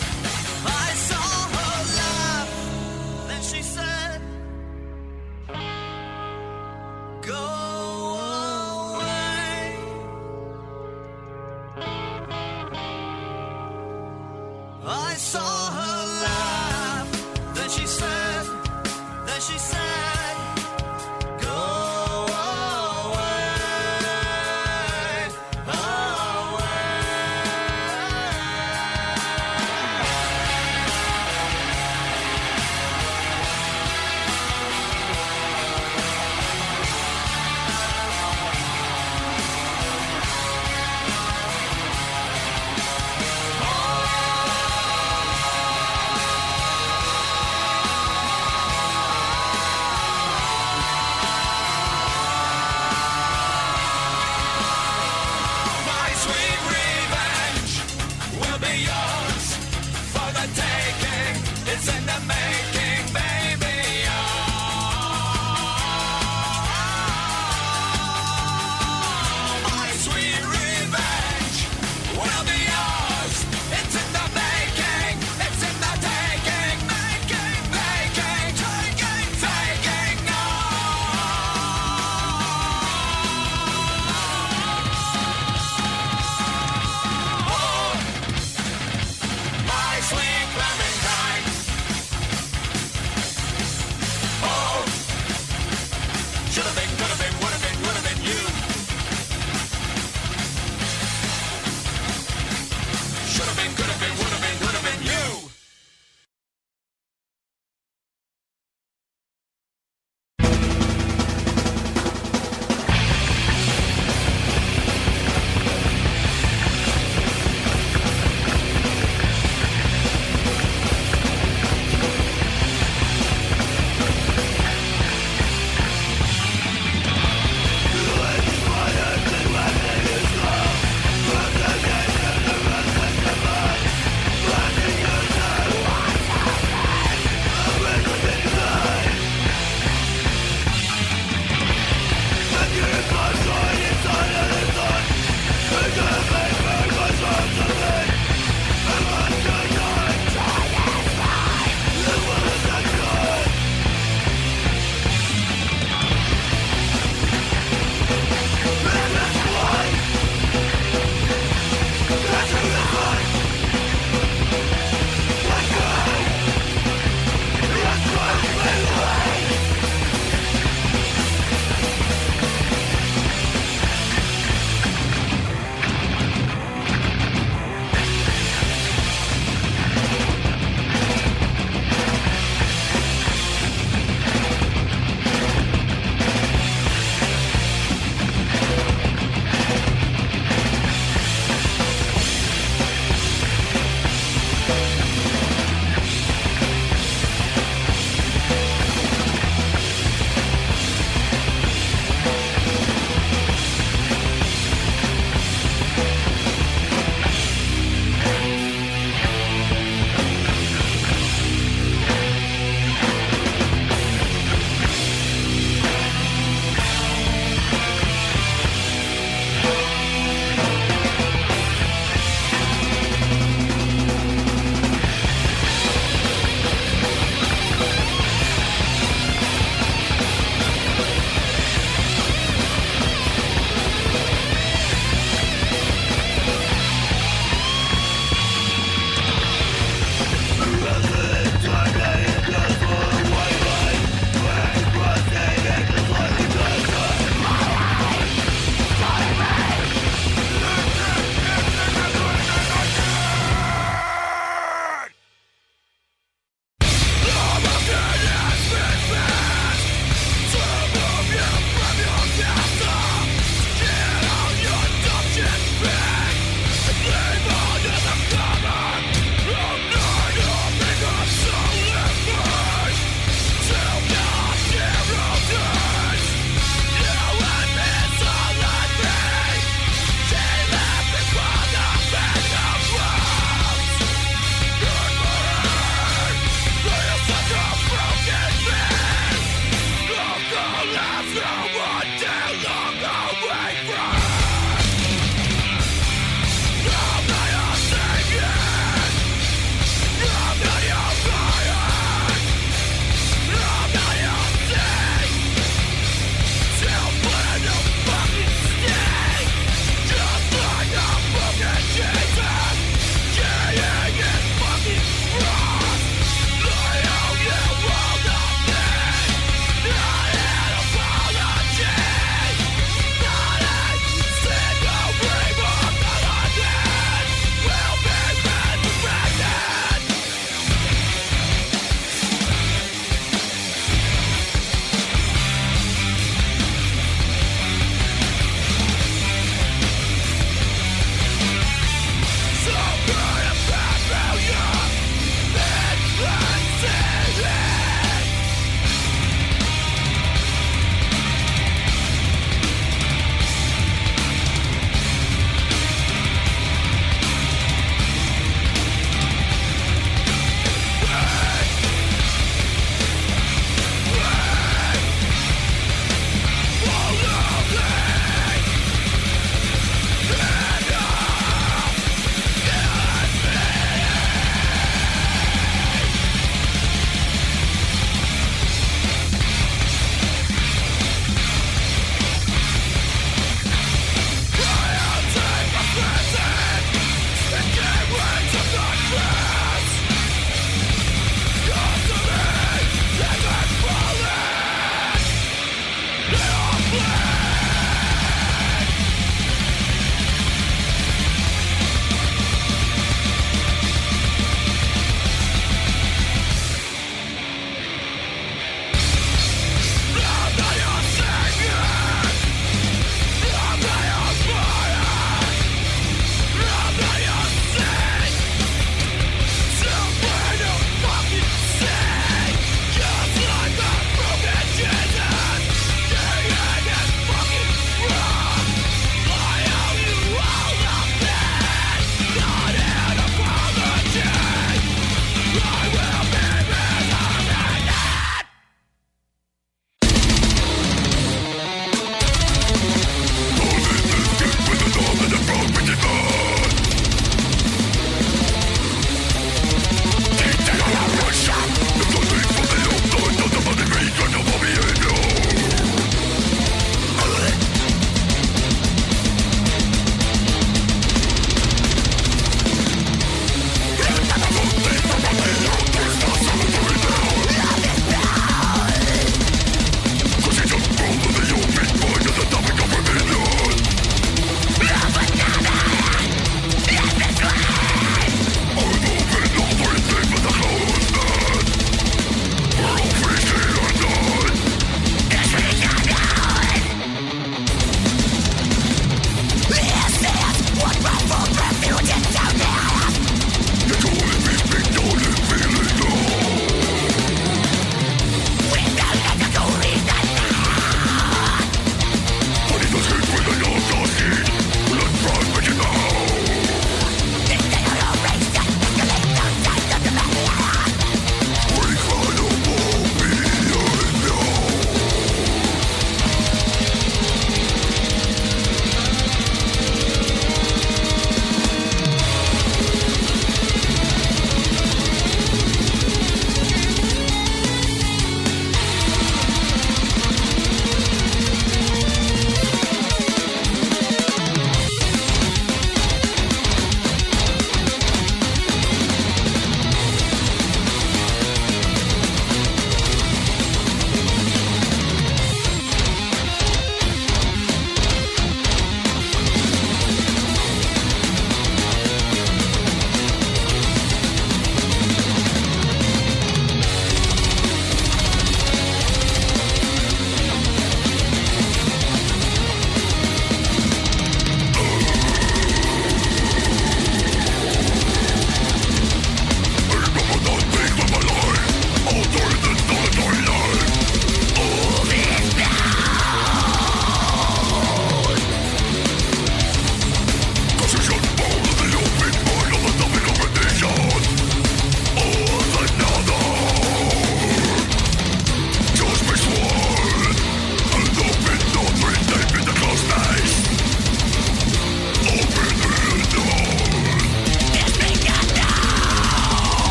Speaker 15: Ah! ah. ah. Oh, It's in the making, baby. Oh, my sweet revenge will be yours. It's in the making. It's in the taking, making, making, taking, taking. Oh, my sweet Clementine.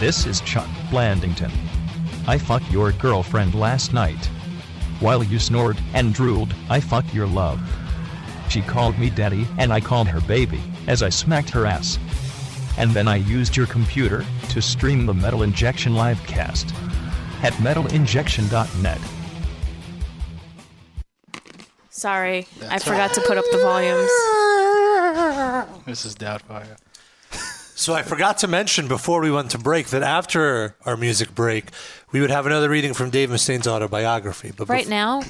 Speaker 1: This is Chuck Blandington. I fucked your girlfriend last night. While you snored and drooled, I fucked your love. She called me daddy and I called her baby as I smacked her ass. And then I used your computer to stream the Metal Injection livecast at metalinjection.net.
Speaker 6: Sorry, I
Speaker 5: That's
Speaker 6: forgot
Speaker 5: all.
Speaker 6: to put up the volumes.
Speaker 5: Mrs. Doubtfire.
Speaker 3: So I forgot to mention before we went to break that after our music break, we would have another reading from Dave Mustaine's autobiography. But
Speaker 6: Right
Speaker 3: bef-
Speaker 6: now,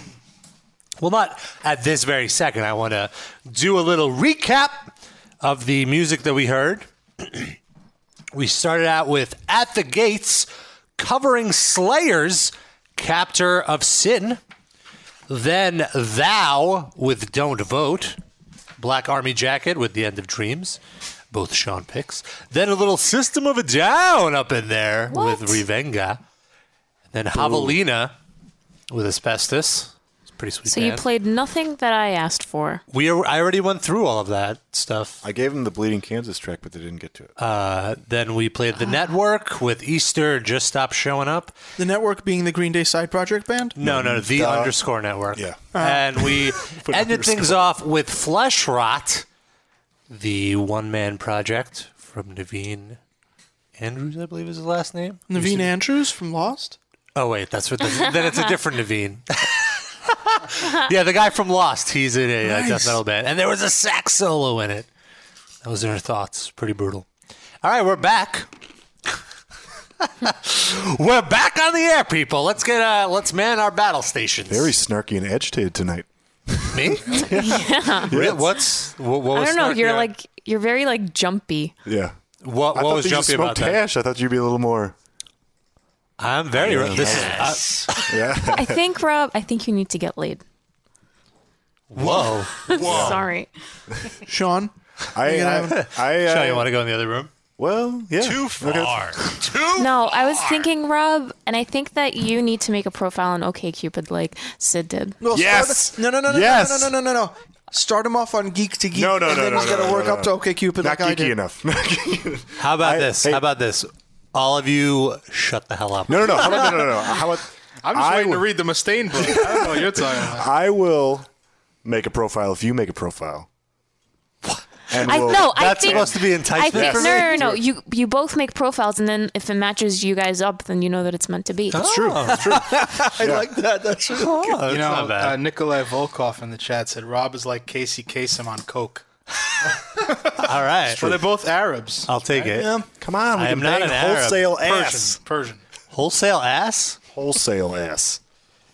Speaker 3: well, not at this very second. I want to do a little recap of the music that we heard. we started out with At the Gates covering Slayer's Captor of Sin. Then Thou with Don't Vote. Black Army Jacket with The End of Dreams. Both Sean picks. Then a little System of a Down up in there with Revenga. Then Javelina with Asbestos. It's a pretty sweet.
Speaker 6: so you
Speaker 3: band.
Speaker 6: played nothing that I asked for.
Speaker 3: We are, I already went through all of that stuff.
Speaker 2: I gave them the Bleeding Kansas track, but they didn't get to it.
Speaker 3: Uh, then we played
Speaker 4: Ah.
Speaker 3: the network with Easter just stopped showing up.
Speaker 4: The network being the Green Day side project band.
Speaker 3: No, no, the
Speaker 4: Duh.
Speaker 3: underscore network. Yeah,
Speaker 4: Oh.
Speaker 3: and we
Speaker 4: Put
Speaker 3: ended things
Speaker 4: underscore.
Speaker 3: off with Flesh Rot, the one man project from Naveen Andrews, I believe is his last name.
Speaker 4: Naveen Andrews from Lost.
Speaker 3: Oh wait, that's what. The, then it's a different Naveen. yeah, the guy from Lost. He's in a uh, death
Speaker 13: Nice.
Speaker 3: metal band, and there was a sax solo in it. Those are her thoughts. Pretty brutal. All right, we're back. we're back on the air, people. Let's get uh, let's man our battle stations.
Speaker 2: Very snarky and agitated tonight.
Speaker 3: Me?
Speaker 6: yeah.
Speaker 3: Really? What's what, what
Speaker 6: I
Speaker 3: was
Speaker 6: don't know.
Speaker 3: snarky?
Speaker 6: You're like you're very like jumpy.
Speaker 2: Yeah.
Speaker 3: What,
Speaker 2: I
Speaker 3: what
Speaker 2: thought
Speaker 3: was
Speaker 2: that you
Speaker 3: jumpy about
Speaker 2: smoked
Speaker 3: that?
Speaker 2: hash. I thought you'd be a little more.
Speaker 3: I'm very.
Speaker 2: Yeah.
Speaker 3: This is, uh, I-
Speaker 2: Yeah.
Speaker 6: I think Rob. I think you need to get laid.
Speaker 3: whoa.
Speaker 6: Sorry.
Speaker 4: Sean.
Speaker 2: I. I. I uh,
Speaker 3: Sean, you want to go in the other room?
Speaker 2: Well, yeah.
Speaker 3: Too far.
Speaker 6: No, I was thinking Rob, and I think that you need to make a profile on OKCupid like Sid did.
Speaker 4: Well,
Speaker 2: Yes.
Speaker 4: Start, no, no, no, no,
Speaker 2: Yes.
Speaker 4: no, no, no, no, no. Start him off on geek to geek.
Speaker 2: No, no,
Speaker 4: and
Speaker 2: no,
Speaker 4: then
Speaker 2: no,
Speaker 4: he's gotta
Speaker 2: no,
Speaker 4: work
Speaker 2: no,
Speaker 4: up
Speaker 2: no.
Speaker 4: to OK Cupid
Speaker 2: Not
Speaker 4: like I
Speaker 2: geeky
Speaker 4: did.
Speaker 2: enough.
Speaker 3: How about this? How about this? All of you, shut the hell up.
Speaker 2: No, no, no. How about, no, no, no, no. How about
Speaker 5: I'm just
Speaker 2: I
Speaker 5: waiting
Speaker 2: would-
Speaker 5: to read the Mustaine book. I don't know what you're talking about.
Speaker 2: I will make a profile if you make a profile. And
Speaker 6: I
Speaker 2: we'll-
Speaker 6: no, I think I think,
Speaker 2: for
Speaker 6: no,
Speaker 2: me.
Speaker 6: no, no, no. You you both make profiles, and then if it matches you guys up, then you know that it's meant to be.
Speaker 5: That's true. That's true.
Speaker 4: I like that. That's really good.
Speaker 5: you
Speaker 4: that's
Speaker 5: know,
Speaker 4: not bad.
Speaker 5: Uh, Nikolai Volkov in the chat said Rob is like Casey Kasem on coke.
Speaker 3: All right.
Speaker 5: Well, they're both Arabs.
Speaker 3: I'll take it.
Speaker 2: Come on,
Speaker 3: I am not an Arab.
Speaker 5: Persian, Persian.
Speaker 3: Wholesale ass?
Speaker 2: Wholesale ass.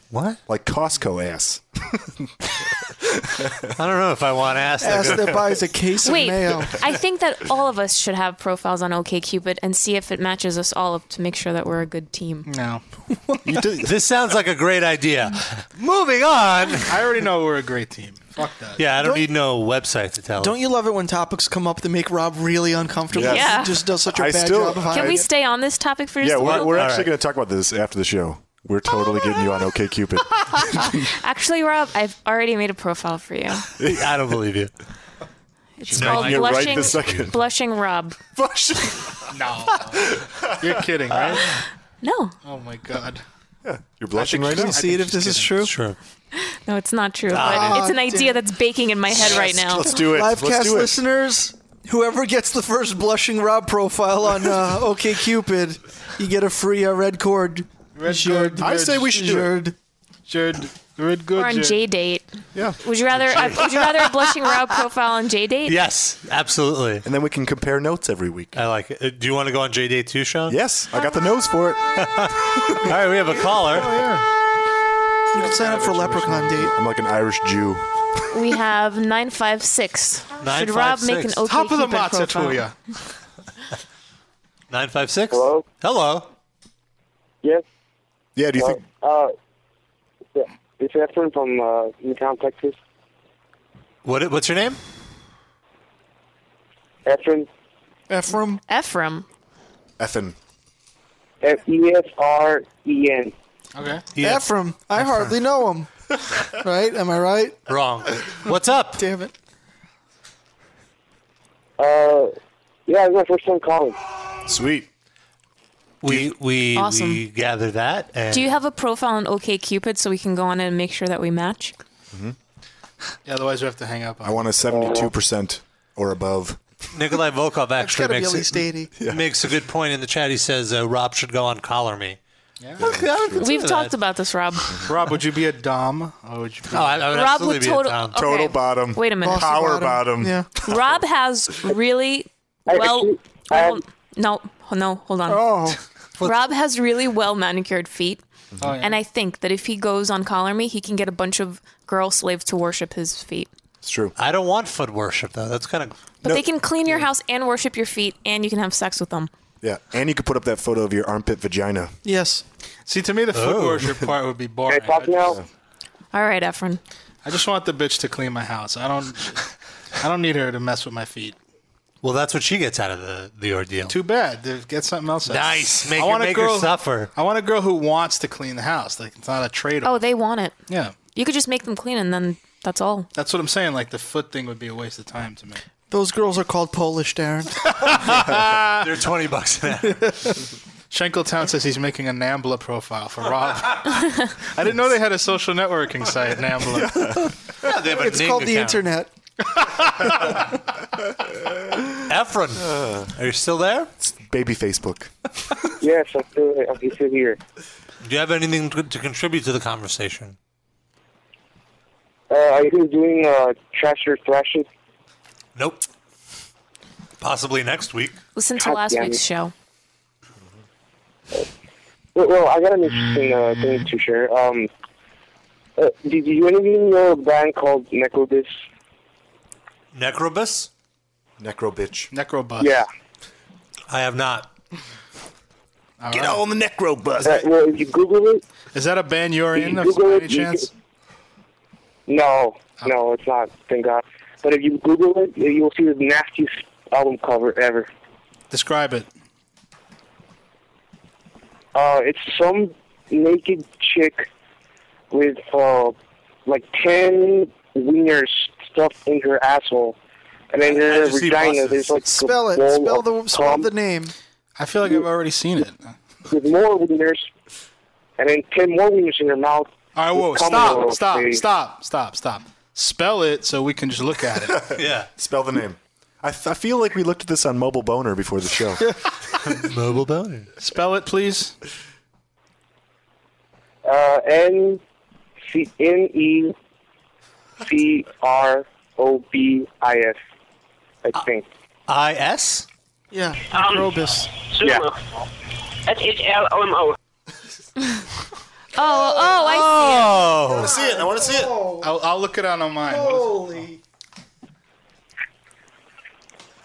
Speaker 3: What?
Speaker 2: Like Costco ass.
Speaker 3: I don't know if I want ass.
Speaker 4: Ass that buys a case
Speaker 6: Wait,
Speaker 4: of mayo.
Speaker 6: I think that all of us should have profiles on OKCupid and see if it matches us all up to make sure that we're a good team.
Speaker 5: No.
Speaker 3: this sounds like a great idea. Moving on.
Speaker 5: I already know we're a great team. Fuck that.
Speaker 3: Yeah, I don't, need no website to tell.
Speaker 4: Don't you love it when topics come up that make Rob really uncomfortable?
Speaker 2: Yes.
Speaker 6: Yeah.
Speaker 4: He just does such a
Speaker 2: I
Speaker 4: bad
Speaker 2: still-
Speaker 4: job of
Speaker 6: Can
Speaker 4: hiding
Speaker 6: we
Speaker 4: it.
Speaker 6: stay on this topic for just
Speaker 2: yeah,
Speaker 6: a
Speaker 2: we're,
Speaker 6: little
Speaker 2: we're
Speaker 6: bit?
Speaker 2: actually going to talk about this after the show. We're totally getting you on OK Cupid.
Speaker 6: Actually, Rob, I've already made a profile for you.
Speaker 3: I don't believe you.
Speaker 6: It's
Speaker 2: No,
Speaker 6: called
Speaker 2: you're right
Speaker 6: blushing,
Speaker 2: this second.
Speaker 6: blushing Rob.
Speaker 5: Blushing. No. You're kidding, right?
Speaker 6: No,
Speaker 5: Oh my god.
Speaker 2: You're blushing right now.
Speaker 4: see it if this is true.
Speaker 3: Sure.
Speaker 6: no, it's not true.
Speaker 4: Ah,
Speaker 6: but it's an
Speaker 4: damn.
Speaker 6: idea that's baking in my head right now.
Speaker 4: Livecast listeners, whoever gets the first blushing Rob profile on uh, OK Cupid, you get a free uh, red cord.
Speaker 5: Red
Speaker 4: Jerd.
Speaker 5: cord. I say we should do it.
Speaker 4: Jerd.
Speaker 5: Jared, red good.
Speaker 6: Or on
Speaker 5: Jared.
Speaker 6: J date. Yeah. Would you rather? uh, would you rather a blushing Rob profile on J date?
Speaker 3: Yes, absolutely.
Speaker 2: And then we can compare notes every week.
Speaker 3: I like it. Uh, Do you want to go on JD too, Sean?
Speaker 2: Yes, I got the nose for it.
Speaker 3: All right, we have a caller.
Speaker 4: You can sign up for Leprechaun date.
Speaker 2: I'm like an Irish Jew.
Speaker 6: We have nine five six. Should Rob make an
Speaker 3: 956.
Speaker 6: OK
Speaker 5: Top of the
Speaker 6: Cupid
Speaker 5: matzo
Speaker 6: profile?
Speaker 5: tuya.
Speaker 3: 956? Hello? Hello.
Speaker 7: Yes.
Speaker 2: Yeah, do you
Speaker 7: think? Uh, yeah, it's Efren from uh, Newtown, Texas.
Speaker 3: What, what's your name?
Speaker 7: Efren.
Speaker 4: Ephraim.
Speaker 6: Ephraim.
Speaker 2: Ethan.
Speaker 7: F E S R E N.
Speaker 5: Okay.
Speaker 4: Ephraim. I hardly know him. right? Am I right?
Speaker 3: Wrong. What's up?
Speaker 4: Damn it.
Speaker 7: Uh, yeah, it's my first time calling.
Speaker 2: Sweet.
Speaker 3: we we
Speaker 6: Awesome.
Speaker 3: we gather that. And
Speaker 6: Do you have a profile on OKCupid so we can go on it and make sure that we match?
Speaker 5: Yeah, otherwise we have to hang up.
Speaker 2: I want a 72% or above.
Speaker 3: Nikolai Volkov actually
Speaker 5: gotta be
Speaker 3: makes
Speaker 5: at
Speaker 3: a-
Speaker 5: least 80.
Speaker 3: makes a good point in the chat. He says uh, Rob should go on Collar Me.
Speaker 6: We've talked about this, Rob.
Speaker 5: Rob, would you be a dom? Or would you be
Speaker 3: Oh, I- I would Rob absolutely would be a total- dom. okay.
Speaker 2: Total bottom.
Speaker 6: Wait a minute.
Speaker 2: Power bottom.
Speaker 6: Rob has really well. well no, no, hold on.
Speaker 5: Oh.
Speaker 6: Rob has really well manicured feet,
Speaker 15: Oh, yeah.
Speaker 6: and I think that if he goes on Collar Me, he can get a bunch of girl slaves to worship his feet.
Speaker 2: It's true.
Speaker 3: I don't want foot worship though. That's kind of
Speaker 6: But they can clean your house and worship your feet, and you can have sex with them.
Speaker 2: Yeah. And you could put up that photo of your armpit vagina.
Speaker 4: Yes.
Speaker 5: See, to me, the foot
Speaker 2: Oh.
Speaker 5: worship part would be boring.
Speaker 2: Hey, fuck
Speaker 5: I just-
Speaker 6: All right, Efren.
Speaker 5: I just want the bitch to clean my house. I don't. I don't need her to mess with my feet.
Speaker 3: well. That's what she gets out of the the ordeal.
Speaker 5: Too bad. Then Get something else. out.
Speaker 3: Nice. Make
Speaker 5: I
Speaker 3: her-
Speaker 5: want a
Speaker 3: make her
Speaker 5: girl,
Speaker 3: suffer.
Speaker 5: I want a girl who wants to clean the house. Like it's not a trade.
Speaker 6: Oh, they want it.
Speaker 5: Yeah,
Speaker 6: You could just make them clean, and then that's all.
Speaker 5: that's what I'm saying. Like the foot thing would be a waste of time to me.
Speaker 4: Those girls are called Polish, Darren.
Speaker 5: They're
Speaker 3: twenty bucks an hour.
Speaker 5: Shankletown says he's making a Nambla profile for Rob. I didn't know they had a social networking site, Nambla.
Speaker 3: Yeah, they have a
Speaker 4: it's
Speaker 3: Ning
Speaker 4: called the
Speaker 3: account.
Speaker 4: internet.
Speaker 3: Efren, are you still there?
Speaker 2: Baby Facebook.
Speaker 16: Yes, I'm still, I'm still here.
Speaker 3: Do you have anything to, to contribute to the conversation?
Speaker 16: Uh, are you guys doing uh, Trash or Thrashes?
Speaker 3: Nope. Possibly next week.
Speaker 6: Listen to
Speaker 16: God
Speaker 6: last
Speaker 16: damn
Speaker 6: week's
Speaker 16: it.
Speaker 6: show.
Speaker 16: Well, well, I got an interesting uh, thing to share. Um, uh, did you anything know a band called Necrodis?
Speaker 3: Necrobus?
Speaker 2: Necro bitch.
Speaker 5: Necrobus.
Speaker 16: Yeah.
Speaker 3: I have not.
Speaker 5: Get on the necro bus.
Speaker 16: Uh, well, if you Google it,
Speaker 5: Is that a band you're
Speaker 16: if
Speaker 5: in
Speaker 16: you
Speaker 5: of
Speaker 16: Google
Speaker 5: any
Speaker 16: it, you
Speaker 5: chance?
Speaker 16: can- no,
Speaker 5: Oh.
Speaker 16: no, it's not. Thank God. But if you Google it, you'll see the nastiest album cover ever.
Speaker 5: Describe it.
Speaker 16: Uh, it's some naked chick with uh, like ten wieners stuffed in her asshole, and then
Speaker 5: I
Speaker 16: her
Speaker 5: just see
Speaker 16: vagina
Speaker 5: buses.
Speaker 16: is like
Speaker 5: Spell it. Spell the- spell
Speaker 4: The name.
Speaker 5: I feel like I've already seen it.
Speaker 16: with more wieners, and then ten more wieners in her mouth.
Speaker 5: All right, whoa,
Speaker 16: with cum all
Speaker 5: stop,
Speaker 16: over
Speaker 5: stop,
Speaker 16: her face.
Speaker 5: stop, stop, stop. Spell it so we can just look at it.
Speaker 3: yeah.
Speaker 2: Spell the name. I, th- I feel like we looked at this on Mobile Boner before the show.
Speaker 3: Mobile Boner.
Speaker 5: Spell it, please.
Speaker 16: Uh, N C N E C R O B I S, I think.
Speaker 3: IS?
Speaker 4: Yeah.
Speaker 16: Necrobus. Yeah.
Speaker 15: That's H L O M O.
Speaker 6: Oh, oh, I
Speaker 3: Oh.
Speaker 5: I see it. I want to see it. I'll, I'll look it out on mine. Holy.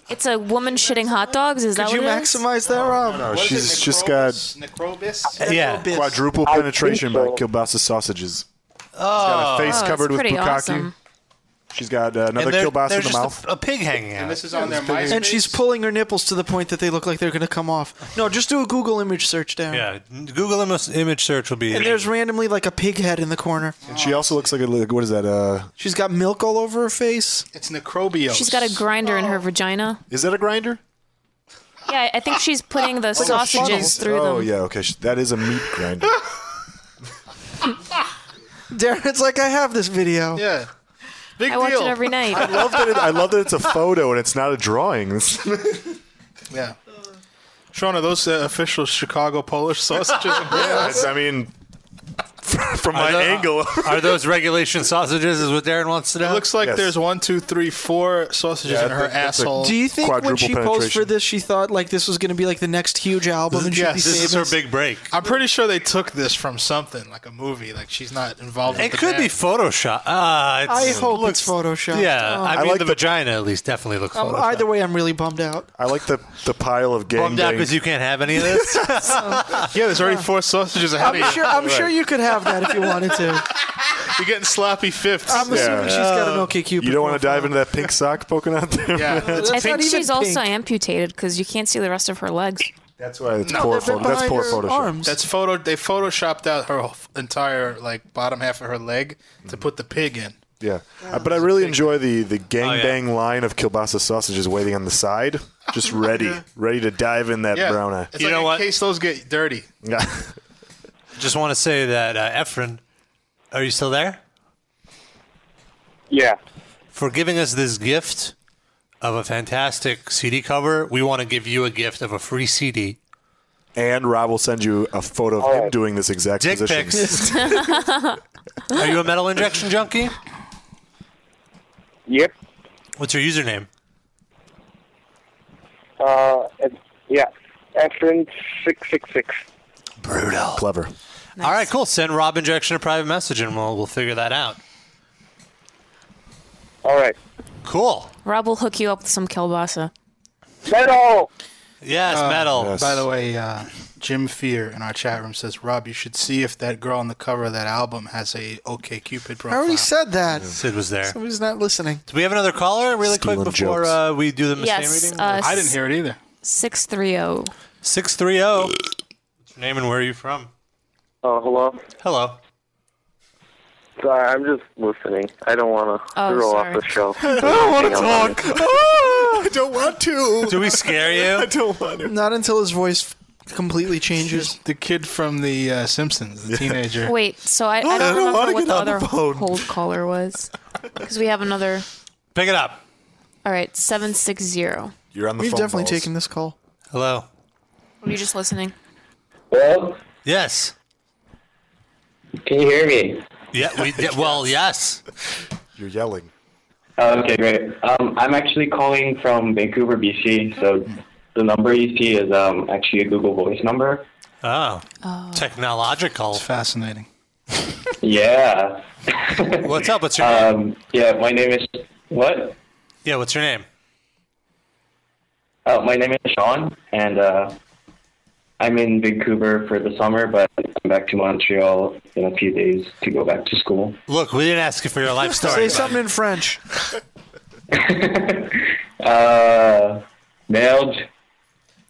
Speaker 6: It's a woman shitting hot dogs. Is that
Speaker 4: Could you
Speaker 6: what it is?
Speaker 4: maximize that, Rob?
Speaker 2: No, Oh, she's just got
Speaker 4: Uh,
Speaker 5: Necrobus?
Speaker 3: yeah.
Speaker 2: quadruple
Speaker 4: I
Speaker 2: penetration by
Speaker 4: think
Speaker 2: Kielbasa sausages. She's
Speaker 3: Oh.
Speaker 2: got a face
Speaker 6: Oh,
Speaker 2: covered
Speaker 6: that's
Speaker 2: with
Speaker 6: pretty
Speaker 2: bukkake.
Speaker 6: awesome.
Speaker 2: She's got uh, another
Speaker 4: And they're-
Speaker 2: kielbasa
Speaker 4: they're
Speaker 2: in the
Speaker 4: just a-
Speaker 2: mouth.
Speaker 3: A pig hanging out.
Speaker 5: And this is on their MySpace.
Speaker 4: And she's pulling her nipples to the point that they look like they're going to come off. No, just do a Google image search, Darren.
Speaker 3: Yeah. Google image, image search will be.
Speaker 4: And there's randomly like a pig head in the corner.
Speaker 2: And she also looks like a like, what is that? Uh,
Speaker 4: She's got milk all over her face.
Speaker 5: It's necrobios.
Speaker 6: She's got a grinder in her vagina.
Speaker 2: is that a grinder?
Speaker 6: Yeah, I think she's putting the sausages through
Speaker 2: Oh
Speaker 6: them.
Speaker 2: yeah, okay. Sh- That is a meat grinder.
Speaker 4: Darren's like, I have this video.
Speaker 5: Yeah. Big
Speaker 6: I watch
Speaker 5: deal.
Speaker 6: it every night.
Speaker 2: I love that. It, I love that it's a photo and it's not a drawing. It's-
Speaker 5: Yeah. Sean, are those uh, official Chicago Polish sausages? and
Speaker 2: Yeah,
Speaker 5: burgers?
Speaker 2: it's- I mean, from my angle,
Speaker 3: Are those regulation sausages? Is what Darren wants to know.
Speaker 5: looks like there's one, two, three, four sausages
Speaker 3: Yeah,
Speaker 5: in
Speaker 3: I
Speaker 5: her
Speaker 3: think that's a-
Speaker 5: asshole.
Speaker 4: Do you think when
Speaker 3: Quadruple
Speaker 4: she posed for
Speaker 3: penetration.
Speaker 4: this, she thought like this was going to be like the next huge album? And she'd
Speaker 5: Yes,
Speaker 4: be
Speaker 5: this is
Speaker 4: famous?
Speaker 5: her
Speaker 3: big break.
Speaker 5: I'm pretty sure they took this from something like a movie. Like she's not involved.
Speaker 3: It
Speaker 5: with the
Speaker 3: could be
Speaker 5: band.
Speaker 3: Photoshop. Uh,
Speaker 4: I hope it's photoshopped.
Speaker 3: Yeah,
Speaker 4: Oh.
Speaker 3: I mean
Speaker 4: like
Speaker 3: the, vagina at least definitely looks.
Speaker 4: Um,
Speaker 3: photoshopped.
Speaker 4: either way, I'm really bummed out.
Speaker 2: I like the the pile of gang
Speaker 3: Bummed out because you can't have any of this.
Speaker 5: yeah, there's already four sausages ahead
Speaker 4: I'm
Speaker 5: of you.
Speaker 4: sure. I'm sure you could have that if you wanted to.
Speaker 5: You're getting sloppy fifths.
Speaker 4: I'm assuming she's got an okay cupid.
Speaker 2: You don't want to dive into that pink sock poking out there.
Speaker 5: Uh, Yeah,
Speaker 6: I think she's also amputated because you can't see the rest of her legs.
Speaker 2: That's why it's
Speaker 5: No,
Speaker 2: poor.
Speaker 5: they're
Speaker 2: Photo, that's
Speaker 5: behind
Speaker 2: poor
Speaker 5: her
Speaker 2: Photoshop.
Speaker 5: That's
Speaker 2: Mm-hmm.
Speaker 5: photo. They photoshopped out her whole entire like bottom half of her leg to put the pig in.
Speaker 2: Yeah, Uh, but I really enjoy the the gangbang line of kielbasa sausages waiting on the side, just ready, ready to dive in that
Speaker 5: Yeah,
Speaker 2: brown eye.
Speaker 5: It's like in case those get dirty.
Speaker 2: Yeah.
Speaker 3: Just want to say that uh, Efren, are you still there?
Speaker 10: Yeah.
Speaker 3: For giving us this gift of a fantastic CD cover, we want to give you a gift of a free CD.
Speaker 2: And Rob will send you a photo of him doing this exact
Speaker 3: Dick
Speaker 2: position.
Speaker 3: pics. are you a metal injection junkie?
Speaker 10: Yep.
Speaker 3: What's your username?
Speaker 10: Uh, yeah. Efren six six six.
Speaker 3: Brutal.
Speaker 2: Clever.
Speaker 3: All right, cool. Send Rob Injection a private message and we'll, we'll figure that out.
Speaker 10: All right.
Speaker 3: Cool.
Speaker 6: Rob will hook you up with some kielbasa.
Speaker 10: Metal.
Speaker 3: Yes,
Speaker 5: Uh,
Speaker 3: metal.
Speaker 5: By the way, uh, Jim Fear in our chat room says, Rob, you should see if that girl on the cover of that album has a OK Cupid
Speaker 4: I
Speaker 5: profile.
Speaker 4: already said that.
Speaker 3: Sid was there.
Speaker 4: Somebody's not listening.
Speaker 3: Do we have another caller really
Speaker 5: Stealing
Speaker 3: quick before
Speaker 5: jokes.
Speaker 3: uh, we do the machine
Speaker 6: Yes,
Speaker 3: reading?
Speaker 6: uh, I didn't
Speaker 5: hear it either.
Speaker 6: 630.
Speaker 3: 630. What's your name and where are you from?
Speaker 10: Oh, hello.
Speaker 3: Hello.
Speaker 10: Sorry, I'm just listening. I don't want to
Speaker 20: Oh,
Speaker 10: roll
Speaker 20: sorry.
Speaker 10: off the show.
Speaker 20: I don't wanna
Speaker 10: talk.
Speaker 4: I don't want to.
Speaker 3: Do we scare you? I
Speaker 2: don't want to.
Speaker 4: Not until his voice completely changes.
Speaker 5: The kid from The uh, Simpsons, the teenager.
Speaker 6: Wait, so I, I
Speaker 5: I
Speaker 6: don't
Speaker 5: don't
Speaker 6: remember
Speaker 5: wanna
Speaker 6: what
Speaker 5: get
Speaker 6: the
Speaker 5: on the
Speaker 6: other
Speaker 5: phone.
Speaker 6: hold caller was. Because we have another.
Speaker 3: Pick it up.
Speaker 6: All right, 760.
Speaker 2: You're on
Speaker 3: the
Speaker 4: We've
Speaker 3: phone
Speaker 4: definitely
Speaker 3: balls.
Speaker 4: taken this call.
Speaker 3: Hello.
Speaker 6: Were you just listening?
Speaker 10: Hello?
Speaker 3: Yes.
Speaker 10: Can you hear me?
Speaker 3: Yeah, we, yeah, well, yes.
Speaker 2: You're yelling.
Speaker 21: Oh, Okay, great. Um, I'm actually calling from Vancouver, BC. So the number you see is um, actually a Google Voice number.
Speaker 3: Oh. Technological. It's
Speaker 5: fascinating.
Speaker 21: Yeah.
Speaker 3: What's up? What's your
Speaker 21: name? Um, yeah, my name is what?
Speaker 3: Yeah, what's your name?
Speaker 21: Oh, my name is Sean, and uh, I'm in Vancouver for the summer, but I'm back to Montreal in a few days to go back to school.
Speaker 3: Look, we didn't ask you for your life story.
Speaker 4: Say
Speaker 3: buddy.
Speaker 4: something in French.
Speaker 21: Uh, mailed.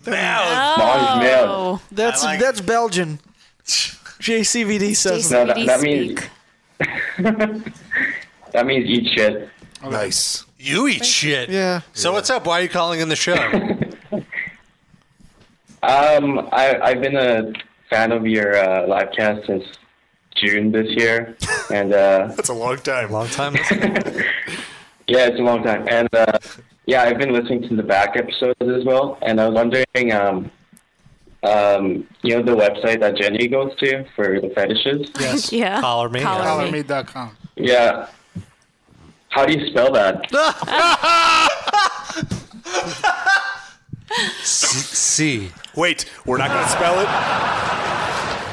Speaker 21: Mange mailed.
Speaker 4: That's that's Belgian. JCVD says
Speaker 21: No, that, that means. that means eat shit.
Speaker 2: Nice.
Speaker 3: You eat shit.
Speaker 4: Yeah.
Speaker 3: So what's up? Why are you calling in the show?
Speaker 21: Um, I, I've been a fan of your uh, live cast since June this year, and uh,
Speaker 2: that's a long time.
Speaker 3: Long time.
Speaker 21: yeah, it's a long time, and uh, yeah, I've been listening to the back episodes as well, and I was wondering, um, um, you know, the website that Jenny goes to for the fetishes.
Speaker 5: Yes.
Speaker 6: yeah.
Speaker 3: Collar me.
Speaker 21: Collar
Speaker 5: Collar
Speaker 21: me.
Speaker 5: me dot com.
Speaker 21: Yeah. How do you spell that?
Speaker 3: C.
Speaker 2: Wait, we're not going to spell it.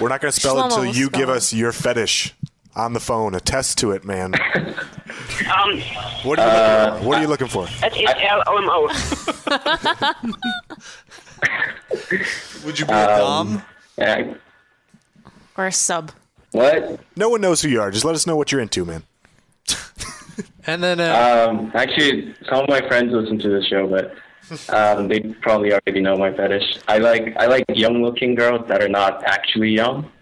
Speaker 2: We're not going to spell it
Speaker 10: Shlomo
Speaker 2: until
Speaker 10: will
Speaker 2: you
Speaker 10: spell
Speaker 2: give
Speaker 10: it.
Speaker 2: us your fetish on the phone. Attest to it, man.
Speaker 10: Um,
Speaker 2: What are you looking for? What are you looking for?
Speaker 10: it is L O M O.
Speaker 3: Would you
Speaker 6: be a
Speaker 2: Um,
Speaker 6: dom?
Speaker 21: Yeah.
Speaker 6: Or a sub.
Speaker 21: What?
Speaker 2: eh, No one knows who you are. Just let us know what you're into, man.
Speaker 3: And then,
Speaker 2: uh,
Speaker 21: um, actually, some of my friends listen to the show, but um, they probably already know my fetish. I like I like young-looking girls that are not actually young.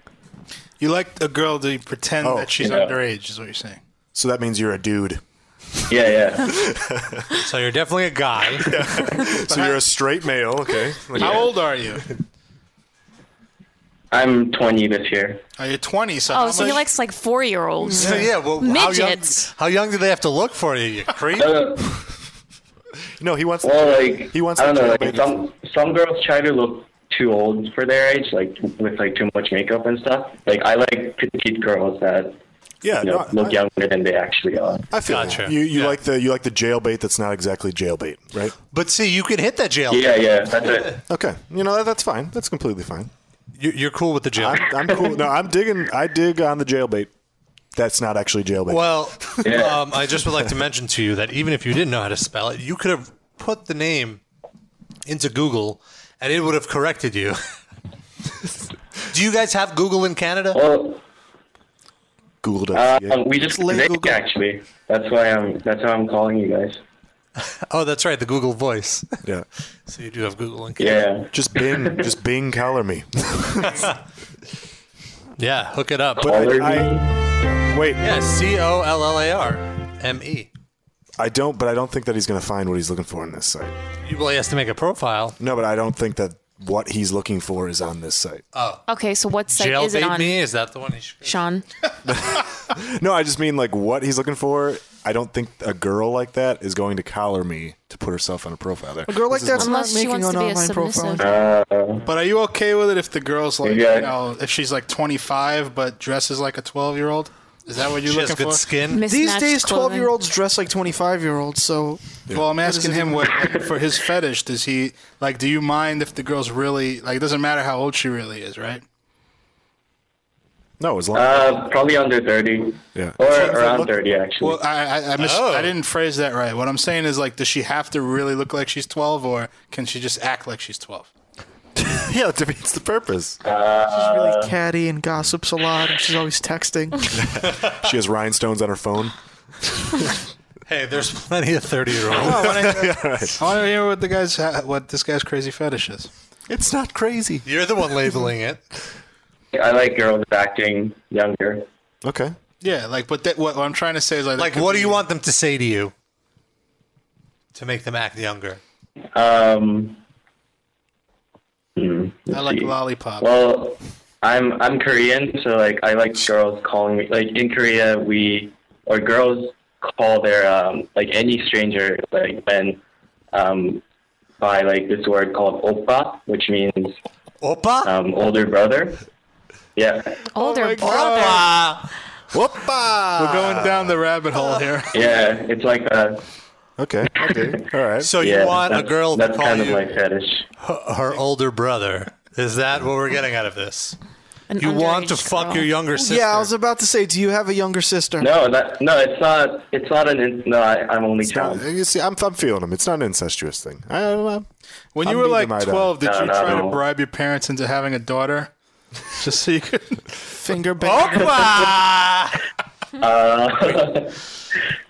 Speaker 5: You like a girl to pretend
Speaker 2: Oh.
Speaker 5: that she's
Speaker 2: Yeah.
Speaker 5: underage, is what you're saying.
Speaker 2: So that means you're a dude.
Speaker 21: Yeah, yeah.
Speaker 3: so you're definitely a guy.
Speaker 2: So you're a straight male, okay?
Speaker 5: How old are you?
Speaker 21: I'm 20 this year.
Speaker 5: Are you 20? So
Speaker 6: Oh,
Speaker 5: how
Speaker 6: so he
Speaker 5: much-
Speaker 6: likes like four year olds.
Speaker 5: Yeah. Yeah, well,
Speaker 13: how young-
Speaker 6: Midgets.
Speaker 3: How young do they have to look for you? You creep.
Speaker 2: no, he wants.
Speaker 21: Uh, Well, like
Speaker 2: he wants.
Speaker 21: I don't
Speaker 2: to
Speaker 21: know.
Speaker 2: try
Speaker 21: Like
Speaker 2: to
Speaker 21: some some girls try to look too old for their age, like with like too much makeup and stuff. Like I like petite girls that
Speaker 2: Yeah,
Speaker 21: you know,
Speaker 2: no,
Speaker 21: look younger than they actually are.
Speaker 2: I feel
Speaker 3: Gotcha.
Speaker 2: you. You like the you like the jail bait that's not exactly jail bait, right?
Speaker 3: But see, you can hit that jail.
Speaker 21: Yeah, yeah, that's it.
Speaker 2: Okay, you know that's fine. That's completely fine.
Speaker 3: You- You're cool with the jail.
Speaker 2: I'm, I'm cool. No, I'm digging. I dig on the jail bait. That's not actually jail bait.
Speaker 3: Well, um, I just would like to mention to you that even if you didn't know how to spell it, you could have put the name into Google, and it would have corrected you. Do you guys have Google in Canada?
Speaker 2: Google
Speaker 21: Uh,
Speaker 2: does.
Speaker 21: we just today, actually. That's why I'm. That's how I'm calling you guys.
Speaker 3: oh, that's right, the Google Voice.
Speaker 2: Yeah.
Speaker 3: So you do have Google in Canada.
Speaker 21: Yeah.
Speaker 2: Just Bing. just Bing. Collar me.
Speaker 3: Yeah, hook it up.
Speaker 2: But I- Collar I- Wait.
Speaker 3: Yeah, C O L L A R. E. M-E.
Speaker 2: I don't, but I don't think that he's going to find what he's looking for on this site.
Speaker 3: Well, he has to make a profile.
Speaker 2: No, but I don't think that what he's looking for is on this site.
Speaker 3: Oh.
Speaker 6: Okay, so what site is it
Speaker 3: Jailbait
Speaker 6: on?
Speaker 3: me? Is that the one he should...
Speaker 6: Sean.
Speaker 2: No, I just mean like what he's looking for. I don't think a girl like that is going to collar me to put herself on a profile there.
Speaker 4: A girl like
Speaker 2: This is-
Speaker 4: that's
Speaker 6: Unless she
Speaker 4: not making
Speaker 6: wants
Speaker 4: an
Speaker 6: to be a
Speaker 4: online profile.
Speaker 21: Uh,
Speaker 5: But are you okay with it if the girl's like,
Speaker 2: Yeah.
Speaker 5: you know, if she's like 25 but dresses like a 12 year old? Is that what you're
Speaker 4: She has
Speaker 5: looking
Speaker 4: good
Speaker 5: for?
Speaker 4: skin. These days, 12-year-olds dress like 25-year-olds, so...
Speaker 5: Well, I'm
Speaker 4: What does
Speaker 5: asking
Speaker 4: it
Speaker 5: him
Speaker 4: even-
Speaker 5: what for his fetish. Does he like? Do you mind if the girl's really like? It doesn't matter how old she really is, right?
Speaker 2: No, as long
Speaker 21: Uh, probably under 30.
Speaker 2: Yeah.
Speaker 21: Or around 30, actually.
Speaker 5: Well, I I, I, mis-
Speaker 4: Oh.
Speaker 5: I didn't phrase that right. What I'm saying is like, does she have to really look like she's 12, or can she just act like she's 12?
Speaker 2: yeah, it defeats the purpose.
Speaker 21: Uh,
Speaker 4: She's really catty and gossips a lot, and she's always texting.
Speaker 2: she has rhinestones on her phone.
Speaker 3: Hey, there's plenty of 30 year olds.
Speaker 5: Oh, I want to
Speaker 2: Yeah, right.
Speaker 5: hear what the guy's ha- what this guy's crazy fetish is.
Speaker 2: It's not crazy.
Speaker 3: You're the one labeling it.
Speaker 21: I like girls acting younger.
Speaker 2: Okay.
Speaker 5: Yeah, like, but that, what, what I'm trying to say is like, that
Speaker 3: Like,
Speaker 5: could
Speaker 3: what do
Speaker 5: be-
Speaker 3: you want them to say to you to make them act younger?
Speaker 21: Um, hmm,
Speaker 5: I
Speaker 21: let's
Speaker 5: like
Speaker 21: see.
Speaker 5: lollipop.
Speaker 21: Well, I'm I'm Korean, so like I like girls calling me. Like in Korea, we or girls call their um like any stranger like men um by like this word called oppa, which means
Speaker 3: oppa
Speaker 21: um older brother. Yeah.
Speaker 6: Older
Speaker 3: brother.
Speaker 2: Whoopa!
Speaker 5: Oh We're going down the rabbit hole here.
Speaker 21: Yeah, it's like a.
Speaker 2: Okay. Okay. All right.
Speaker 3: So you want a girl to
Speaker 21: That's
Speaker 3: call
Speaker 21: kind of
Speaker 3: you-
Speaker 21: my fetish.
Speaker 3: Her, her older brother. Is that what we're getting out of this? you want to fuck your younger sister?
Speaker 4: Yeah, I was about to say, do you have a younger sister?
Speaker 21: No, that no, it's not. It's not an. in- No, I, I'm only child.
Speaker 2: You see, I'm, I'm feeling him. It's not an incestuous thing. I don't know.
Speaker 5: When
Speaker 2: I'm
Speaker 5: you were
Speaker 2: beating
Speaker 5: like
Speaker 2: my dad.
Speaker 5: 12, did
Speaker 2: No,
Speaker 5: you
Speaker 2: no,
Speaker 5: try to
Speaker 2: no.
Speaker 5: bribe your parents into having a daughter? Just so you could
Speaker 4: finger bang.
Speaker 21: Uh,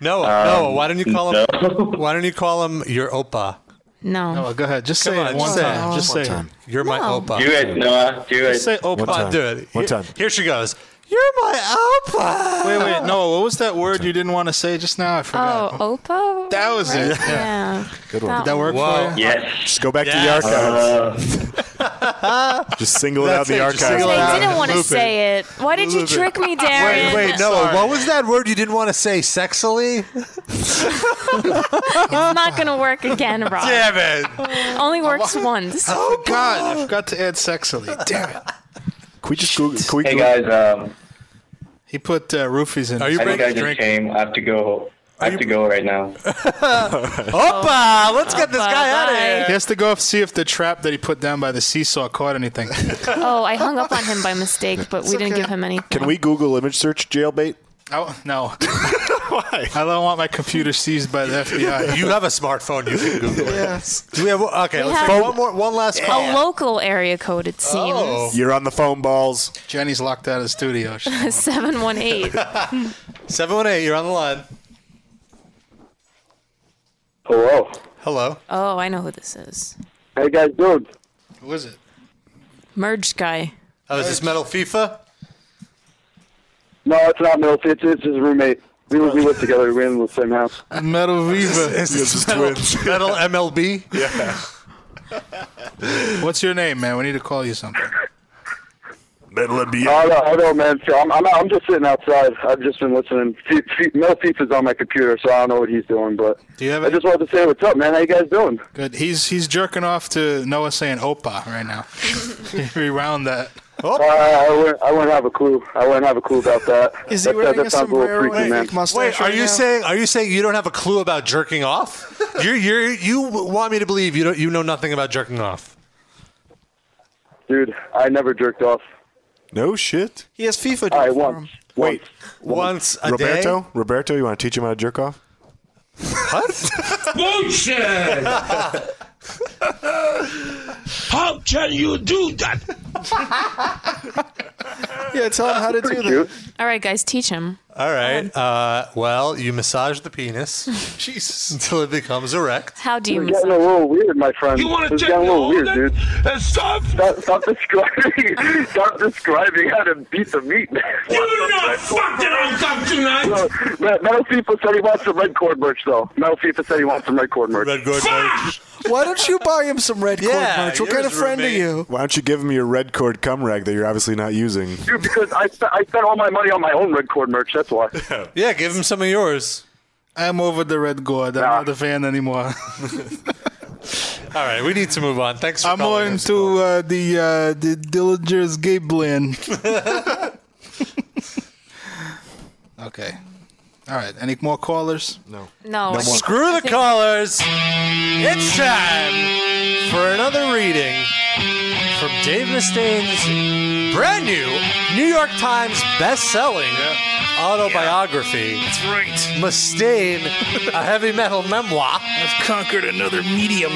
Speaker 3: no,
Speaker 16: um,
Speaker 3: no. Why don't you call him? Why don't you call him your oppa?
Speaker 6: No.
Speaker 5: No, Oh, go ahead. Just say
Speaker 3: Come
Speaker 5: it.
Speaker 3: on,
Speaker 5: One
Speaker 3: say
Speaker 5: time.
Speaker 3: it.
Speaker 5: Just
Speaker 3: One
Speaker 5: say
Speaker 3: time.
Speaker 5: it.
Speaker 3: You're my
Speaker 5: No.
Speaker 3: oppa.
Speaker 5: Do it, Noah. Do it.
Speaker 3: Just Say
Speaker 5: One
Speaker 3: oppa.
Speaker 5: time.
Speaker 3: Do it.
Speaker 5: One
Speaker 3: Here-
Speaker 5: time.
Speaker 3: Here she goes. You're my oppa.
Speaker 5: Wait, wait, no. What was that word you didn't want to say just now? I forgot.
Speaker 6: Oh, Oppo?
Speaker 5: That was it.
Speaker 6: Right, Yeah.
Speaker 2: Good
Speaker 6: That
Speaker 2: one.
Speaker 5: Did that work for you?
Speaker 2: Just go back to the archives.
Speaker 21: Uh,
Speaker 2: just single it out
Speaker 3: That's
Speaker 2: the
Speaker 3: it,
Speaker 2: archives.
Speaker 3: just single it
Speaker 6: I
Speaker 3: out.
Speaker 6: didn't want to
Speaker 3: Loop it.
Speaker 6: say it. Why did you
Speaker 3: Loop it.
Speaker 6: trick me, Darren?
Speaker 3: Wait, wait, no. What was that word you didn't want to say? Sexily?
Speaker 6: it's not going to work again, Rob.
Speaker 3: Damn
Speaker 6: it. Only works once.
Speaker 5: Oh God! I forgot to add sexily. Damn it.
Speaker 2: Can we just Google? Can we
Speaker 21: Hey
Speaker 2: Google-
Speaker 21: guys, um,
Speaker 5: He put uh, roofies in.
Speaker 21: Are you I think I just came. I have to go. I have to go right now.
Speaker 3: Oppa, let's get this guy out of
Speaker 5: He
Speaker 3: here.
Speaker 5: has to go up see if the trap that he put down by the seesaw caught anything.
Speaker 6: oh, I hung up on him by mistake, but we didn't give him anything.
Speaker 2: Can we Google image search jailbait?
Speaker 5: Oh, no. Why? I don't want my computer seized by the FBI.
Speaker 3: You have a smartphone. You can Google it.
Speaker 5: Yes.
Speaker 3: Do we have okay?
Speaker 6: We
Speaker 3: let's
Speaker 6: have
Speaker 3: take one more, one last
Speaker 6: a
Speaker 3: call.
Speaker 6: local area code, it seems.
Speaker 5: Oh.
Speaker 2: You're on the phone balls.
Speaker 5: Jenny's locked out of the studio.
Speaker 6: 718.
Speaker 3: Seven one eight. You're on the line.
Speaker 16: Hello.
Speaker 3: Hello.
Speaker 6: oh, I know who this is.
Speaker 16: How you guys doing?
Speaker 5: Who is it?
Speaker 6: Merged guy.
Speaker 3: Oh, is this Metal FIFA?
Speaker 16: No, it's not Milf. It's, it's his roommate. We, we live together. We're in the same house.
Speaker 5: Metal Viva.
Speaker 3: Is this metal, metal MLB?
Speaker 2: Yeah.
Speaker 5: What's your name, man? We need to call you something.
Speaker 2: Metal MLB.
Speaker 16: Oh, no, I don't, man. So I'm, I'm, I'm just sitting outside. I've just been listening. Fe- Fe- Mel Thief is on my computer, so I don't know what he's doing. But
Speaker 5: Do you have
Speaker 16: I just wanted to say what's up, man. How you guys doing?
Speaker 5: Good. He's he's jerking off to Noah saying "opa" right now. Reround that.
Speaker 16: Uh, I, wouldn't, I wouldn't have a clue. I wouldn't have a clue about that.
Speaker 5: Is he
Speaker 16: that, that,
Speaker 5: wearing
Speaker 16: that
Speaker 5: a
Speaker 16: sounds a little
Speaker 5: sombrero and a
Speaker 16: freaky, man.
Speaker 3: Wait, are you saying are you saying you don't have a clue about jerking off? you you you want me to believe you don't you know nothing about jerking off?
Speaker 16: Dude, I never jerked off.
Speaker 2: No shit.
Speaker 4: He has FIFA
Speaker 16: I once.
Speaker 2: Wait.
Speaker 3: Once a
Speaker 2: Roberto,
Speaker 3: day?
Speaker 2: Roberto, you want to teach him how to jerk off?
Speaker 20: What? Bullshit! How can you do that?
Speaker 4: Yeah, tell him how to do that.
Speaker 6: All right, guys, teach him.
Speaker 3: All
Speaker 5: Um,
Speaker 3: right. Uh, well, you massage the penis. Jesus. Until it becomes erect.
Speaker 6: How do you?
Speaker 16: It's getting a little weird, my friend.
Speaker 6: You wanna
Speaker 16: it's
Speaker 6: take
Speaker 16: getting a little
Speaker 6: the
Speaker 16: weird, dude. Stop. stop! describing. stop describing how to beat the meat, man. You're not fucking on top tonight. No, Ma- Metal FIFA said he wants some red cord merch, though. Metal FIFA said he wants some red cord merch. Red
Speaker 3: cord
Speaker 16: merch.
Speaker 4: Why don't you buy him some red
Speaker 16: Yeah,
Speaker 4: cord merch? What kind of
Speaker 16: yours
Speaker 4: friend
Speaker 16: remain.
Speaker 4: are you?
Speaker 2: Why don't you give him your red cord cum rag that you're obviously not using?
Speaker 16: Dude, because I spent, I spent all my money on my own red cord merch. That's why.
Speaker 3: Yeah, give him some of yours.
Speaker 22: I'm over the red gourd. I'm not a fan anymore.
Speaker 3: All right, we need to move on. Thanks for
Speaker 22: I'm more
Speaker 3: calling.
Speaker 22: into uh, the uh, the Dillinger's Gay Blend. okay. All right. Any more callers?
Speaker 2: No.
Speaker 6: No. I think-
Speaker 3: Screw
Speaker 6: I
Speaker 3: the
Speaker 6: think-
Speaker 3: callers. It's time for another reading from Dave Mustaine's brand new New York Times best-selling autobiography. That's
Speaker 22: right.
Speaker 3: Mustaine, a heavy metal memoir.
Speaker 22: I've conquered another medium.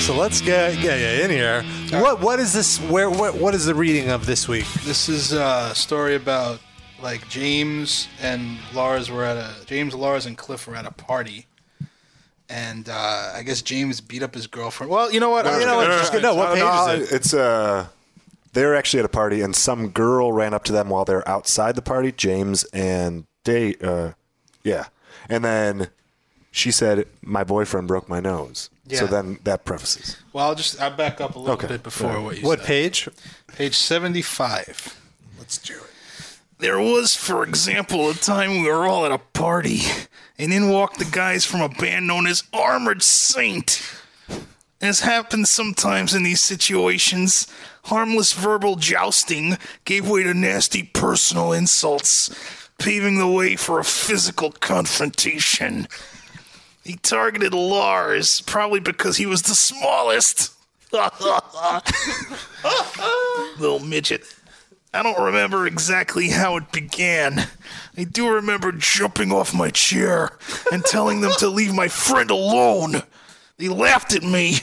Speaker 3: So let's get yeah yeah in here. What what is this? Where what what is the reading of this week?
Speaker 22: This is uh, a story about like James and Lars were at a James, Lars, and Cliff were at a party, and uh, I guess James beat up his girlfriend. Well, you know what?
Speaker 2: No,
Speaker 22: you know what?
Speaker 2: no,
Speaker 22: Just-
Speaker 2: no,
Speaker 22: no,
Speaker 2: no, no,
Speaker 22: no,
Speaker 2: It's uh, they're actually at a party, and some girl ran up to them while they're outside the party. James and they, uh, yeah, and then she said, "My boyfriend broke my nose."
Speaker 22: Yeah.
Speaker 2: So then that prefaces.
Speaker 22: Well, I'll just I'll back up a little
Speaker 2: Okay.
Speaker 22: bit before
Speaker 2: Alright.
Speaker 22: what you
Speaker 2: What
Speaker 22: said.
Speaker 3: page?
Speaker 22: Page 75. Let's do it. There was, for example, a time we were all at a party, and in walked the guys from a band known as Armored Saint. As happens sometimes in these situations, harmless verbal jousting gave way to nasty personal insults, paving the way for a physical confrontation. He targeted Lars, probably because he was the smallest. Little midget. I don't remember exactly how it began. I do remember jumping off my chair and telling them to leave my friend alone. They laughed at me,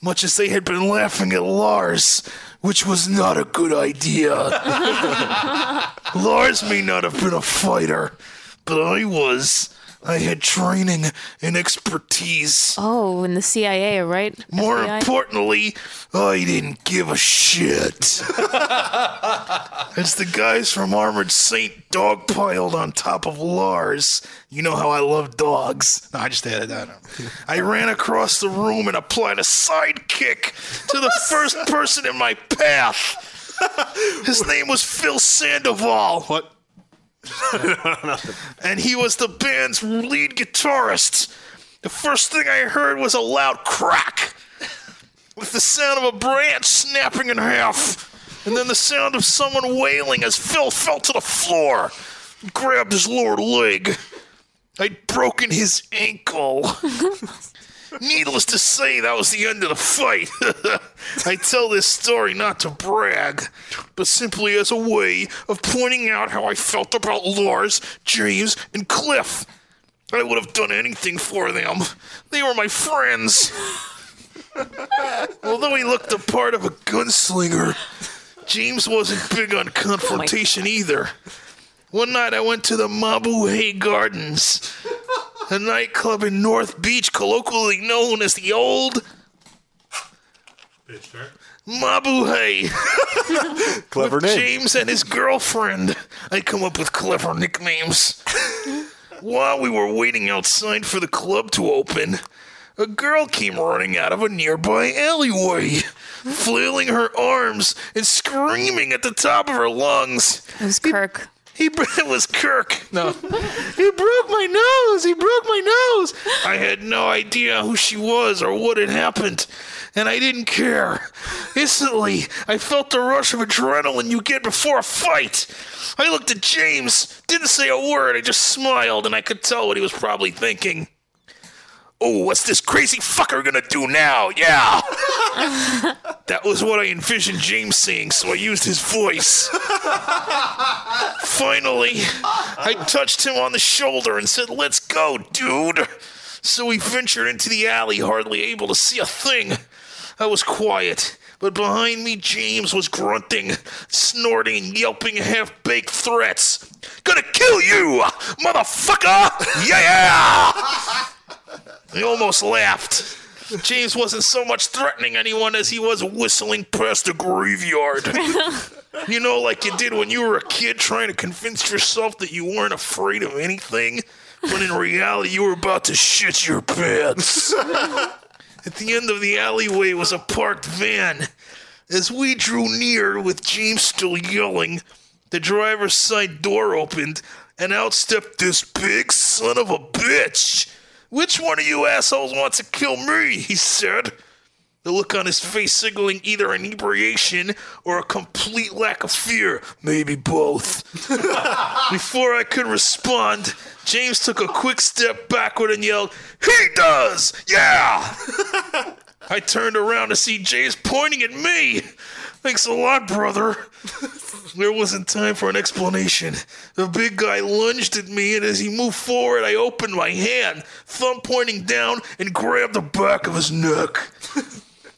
Speaker 22: much as they had been laughing at Lars, which was not a good idea. Lars may not have been a fighter, but I was. I had training and expertise.
Speaker 6: Oh, in the CIA, right?
Speaker 22: More
Speaker 6: FBI?
Speaker 22: importantly, I didn't give a shit. As the guys from Armored Saint dogpiled on top of Lars, you know how I love dogs. No, I just added that up. I ran across the room and applied a sidekick to the first person in my path. His name was Phil Sandoval. What? and he was the band's lead guitarist. The first thing I heard was a loud crack with the sound of a branch snapping in half, and then the sound of someone wailing as Phil fell to the floor and grabbed his lower leg. I'd broken his ankle. Needless to say, that was the end of the fight. I tell this story not to brag, but simply as a way of pointing out how I felt about Lars, James, and Cliff. I would have done anything for them. They were my friends. Although he looked the part of a gunslinger, James wasn't big on confrontation either. One night I went to the Mabuhay Gardens, a nightclub in North Beach colloquially known as the old Mabuhay.
Speaker 2: Clever
Speaker 22: with
Speaker 2: name.
Speaker 22: James and his girlfriend. I come up with clever nicknames. While we were waiting outside for the club to open, a girl came running out of a nearby alleyway, flailing her arms and screaming at the top of her lungs.
Speaker 6: It was Kirk.
Speaker 22: He, br it was Kirk. No. he broke my nose. He broke my nose. I had no idea who she was or what had happened, and I didn't care. Instantly, I felt the rush of adrenaline you get before a fight. I looked at James, didn't say a word, I just smiled, and I could tell what he was probably thinking. Oh, what's this crazy fucker gonna do now? Yeah! that was what I envisioned James saying, so I used his voice. Finally, I touched him on the shoulder and said, Let's go, dude. So we ventured into the alley, hardly able to see a thing. I was quiet, but behind me, James was grunting, snorting, and yelping half baked threats. Gonna kill you, motherfucker! Yeah! I almost laughed. James wasn't so much threatening anyone as he was whistling past the graveyard. you know, like you did when you were a kid trying to convince yourself that you weren't afraid of anything, when in reality you were about to shit your pants. At the end of the alleyway was a parked van. As we drew near, with James still yelling, the driver's side door opened, and out stepped this big son of a bitch. Which one of you assholes wants to kill me? He said. The look on his face signaling either inebriation or a complete lack of fear. Maybe both. Before I could respond, James took a quick step backward and yelled, He does! Yeah! I turned around to see James pointing at me. Thanks a lot, brother. There wasn't time for an explanation. The big guy lunged at me, and as he moved forward, I opened my hand, thumb pointing down, and grabbed the back of his neck.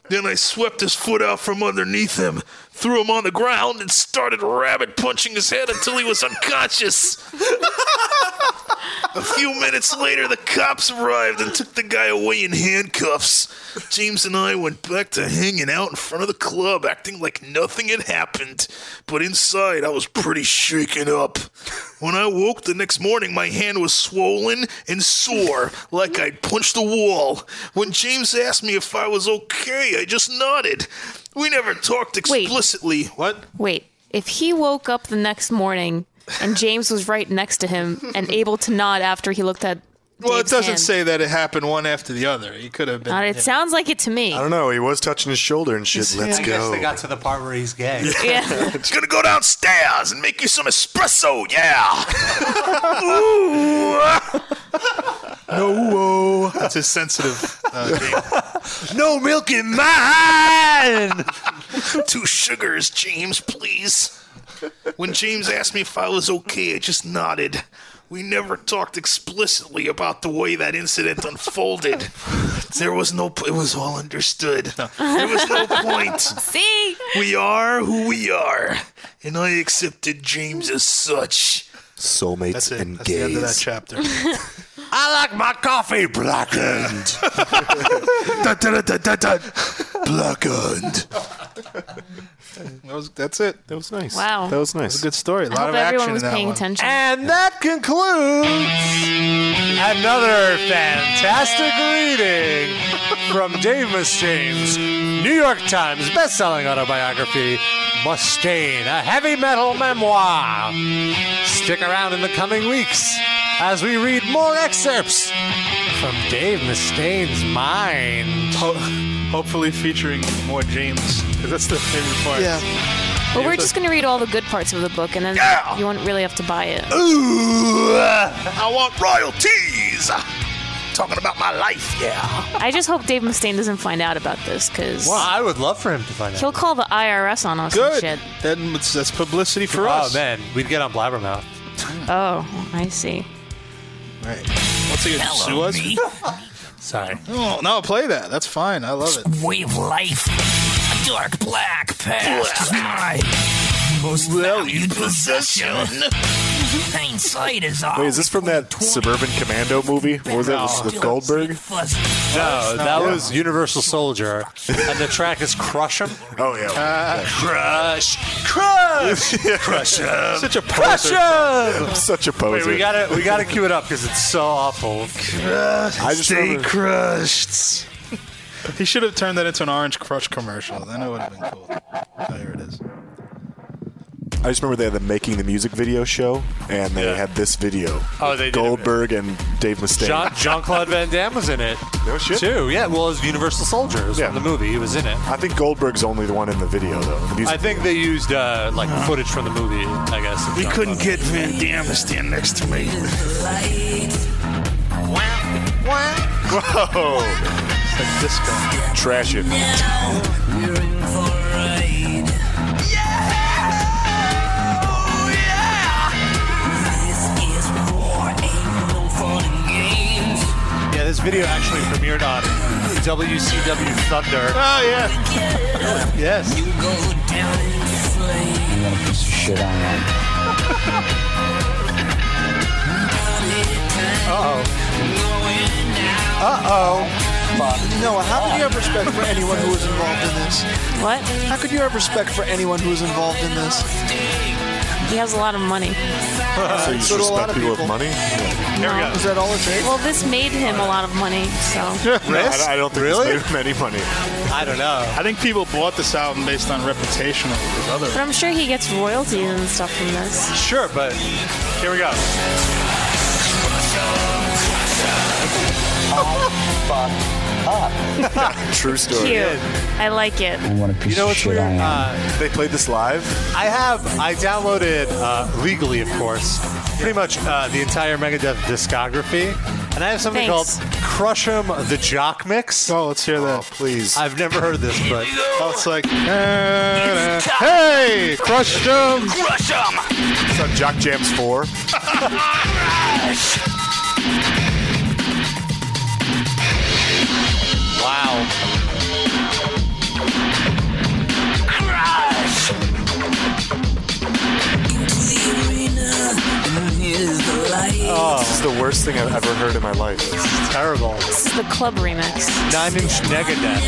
Speaker 22: Then I swept his foot out from underneath him, threw him on the ground, and started rabbit punching his head until he was unconscious. A few minutes later, the cops arrived and took the guy away in handcuffs. James and I went back to hanging out in front of the club, acting like nothing had happened. But inside, I was pretty shaken up. When I woke the next morning, my hand was swollen and sore, like I'd punched a wall. When James asked me if I was okay, I just nodded. We never talked explicitly. What?
Speaker 6: Wait, if he woke up the next morning and James was right next to him and able to nod after he looked at
Speaker 5: Well, it
Speaker 6: Dave's
Speaker 5: doesn't
Speaker 6: hand.
Speaker 5: say that it happened one after the other. It could have been.
Speaker 6: Uh, it sounds like it to me.
Speaker 2: I don't know. He was touching his shoulder and shit.
Speaker 5: Yeah,
Speaker 2: Let's
Speaker 5: I
Speaker 2: go.
Speaker 5: guess they
Speaker 3: got to the part where he's gay.
Speaker 22: It's gonna go downstairs and make you some espresso, yeah. Ooh.
Speaker 5: No, that's a sensitive.
Speaker 3: Uh,
Speaker 22: no milk in mine. Two sugars, James, please. When James asked me if I was okay, I just nodded. We never talked explicitly about the way that incident unfolded. There was no. It was all understood. There was no point.
Speaker 6: See?
Speaker 22: We are who we are, and I accepted James as such.
Speaker 2: Soulmates and
Speaker 22: That's the end of that chapter.
Speaker 15: I like my coffee blackened. Dun, dun, dun, dun, dun.
Speaker 22: Blackened.
Speaker 5: That was, that's it. That was nice.
Speaker 6: Wow. That was
Speaker 5: nice. a good story. A
Speaker 6: Oh. I
Speaker 5: lot
Speaker 6: hope
Speaker 5: of action
Speaker 6: everyone
Speaker 5: in
Speaker 6: was
Speaker 5: that
Speaker 6: paying
Speaker 5: one.
Speaker 6: attention.
Speaker 3: And that concludes another fantastic reading from Dave Mustaine's New York Times best-selling autobiography, Mustaine, a heavy metal memoir. Stick around in the coming weeks as we read more excerpts from Dave Mustaine's mind.
Speaker 5: Hopefully featuring more James, because that's the favorite part.
Speaker 6: Yeah. Well, we're just going to read all the good parts of the book, and then you won't really have to buy it. Ooh,
Speaker 22: I want royalties. Talking about my life, yeah.
Speaker 6: I just hope Dave Mustaine doesn't find out about this, because
Speaker 3: Well, I would love for him to find out.
Speaker 6: he'll call the IRS on us
Speaker 3: Good.
Speaker 6: and shit.
Speaker 5: Then it's, that's publicity for
Speaker 3: oh,
Speaker 5: us.
Speaker 3: man, we'd get on Blabbermouth.
Speaker 6: Oh, I see.
Speaker 5: Right. Once again,
Speaker 6: Hello,
Speaker 5: sue us.
Speaker 6: me.
Speaker 3: Sorry.
Speaker 5: No, no, play that. That's fine. I love it.
Speaker 15: Way of life. A dark black past. My most valued possession. Hindsight is all.
Speaker 2: Wait, is this from that Suburban Commando movie? What was that with- with Goldberg?
Speaker 3: No, Uh, that
Speaker 2: Yeah.
Speaker 3: was Universal Soldier, and the track is Crush 'em.
Speaker 2: Oh yeah,
Speaker 22: Uh,
Speaker 3: Crush, Crush,
Speaker 2: Crush 'em.
Speaker 3: Such a
Speaker 2: Crush
Speaker 3: poser.
Speaker 2: 'em. I'm such a
Speaker 3: Wait,
Speaker 2: poser.
Speaker 3: we gotta we gotta cue it up because it's so awful.
Speaker 2: I just Stay remember-
Speaker 22: crushed.
Speaker 5: he should have turned that into an Orange Crush commercial. Then it would have been cool.
Speaker 2: I just remember they had the Making the Music video show, and they had this video.
Speaker 3: Oh, they did it.
Speaker 2: Goldberg and Dave Mustaine.
Speaker 3: Jean Claude Van Damme was in it.
Speaker 2: No shit.
Speaker 3: Too. Yeah. Well, it was Universal Soldier. It was from the movie. He was in it.
Speaker 2: I think Goldberg's only the one in the video though. The music
Speaker 3: I think they used uh, like footage from the movie. I guess. of
Speaker 22: We
Speaker 3: Jean
Speaker 22: couldn't
Speaker 3: Claude.
Speaker 22: get Van Damme to stand next to me.
Speaker 2: Whoa!
Speaker 5: It's like disco.
Speaker 2: Trash it.
Speaker 3: Yeah, this video actually premiered on WCW Thunder.
Speaker 5: Oh yeah.
Speaker 3: Yes.
Speaker 20: You go down in flames.
Speaker 23: You want a piece of shit I am.
Speaker 20: Uh
Speaker 4: Uh oh. Noah, how could you have respect for anyone who was involved in this?
Speaker 6: What?
Speaker 4: How could you have respect for anyone who was involved in this?
Speaker 6: He has a lot of money.
Speaker 2: so you
Speaker 4: So do a lot
Speaker 2: respect
Speaker 4: of
Speaker 2: people with
Speaker 4: people.
Speaker 2: money? Yeah.
Speaker 6: Here we go.
Speaker 4: Is that all it takes?
Speaker 6: Well, this made him a lot of money, so.
Speaker 2: No, I, I don't think
Speaker 5: Really?
Speaker 2: it's made him any money.
Speaker 5: I don't know. I think people bought this album based on reputation of his
Speaker 6: But
Speaker 5: other.
Speaker 6: I'm sure he gets royalties and stuff from this.
Speaker 5: Sure, but here we go.
Speaker 2: True story.
Speaker 6: Cute. I like it.
Speaker 23: You want a piece
Speaker 3: You know
Speaker 23: of
Speaker 3: what's
Speaker 23: shit
Speaker 3: weird?
Speaker 23: I am.
Speaker 3: Uh,
Speaker 2: they played this live.
Speaker 3: I have. I downloaded uh, legally, of course, pretty much uh, the entire Megadeth discography, and I have something
Speaker 20: Thanks.
Speaker 3: called Crush 'Em the Jock Mix.
Speaker 5: Oh, let's hear that,
Speaker 2: please.
Speaker 3: I've never heard this, but
Speaker 5: Oh, it's like, hey, crushed them.
Speaker 20: Crush 'em!
Speaker 2: So Jock Jams 4.
Speaker 3: wow.
Speaker 20: Crush!
Speaker 2: This is the worst thing I've ever heard in my life. It's
Speaker 3: terrible.
Speaker 6: This is the club remix.
Speaker 3: Nine Inch Megadeth.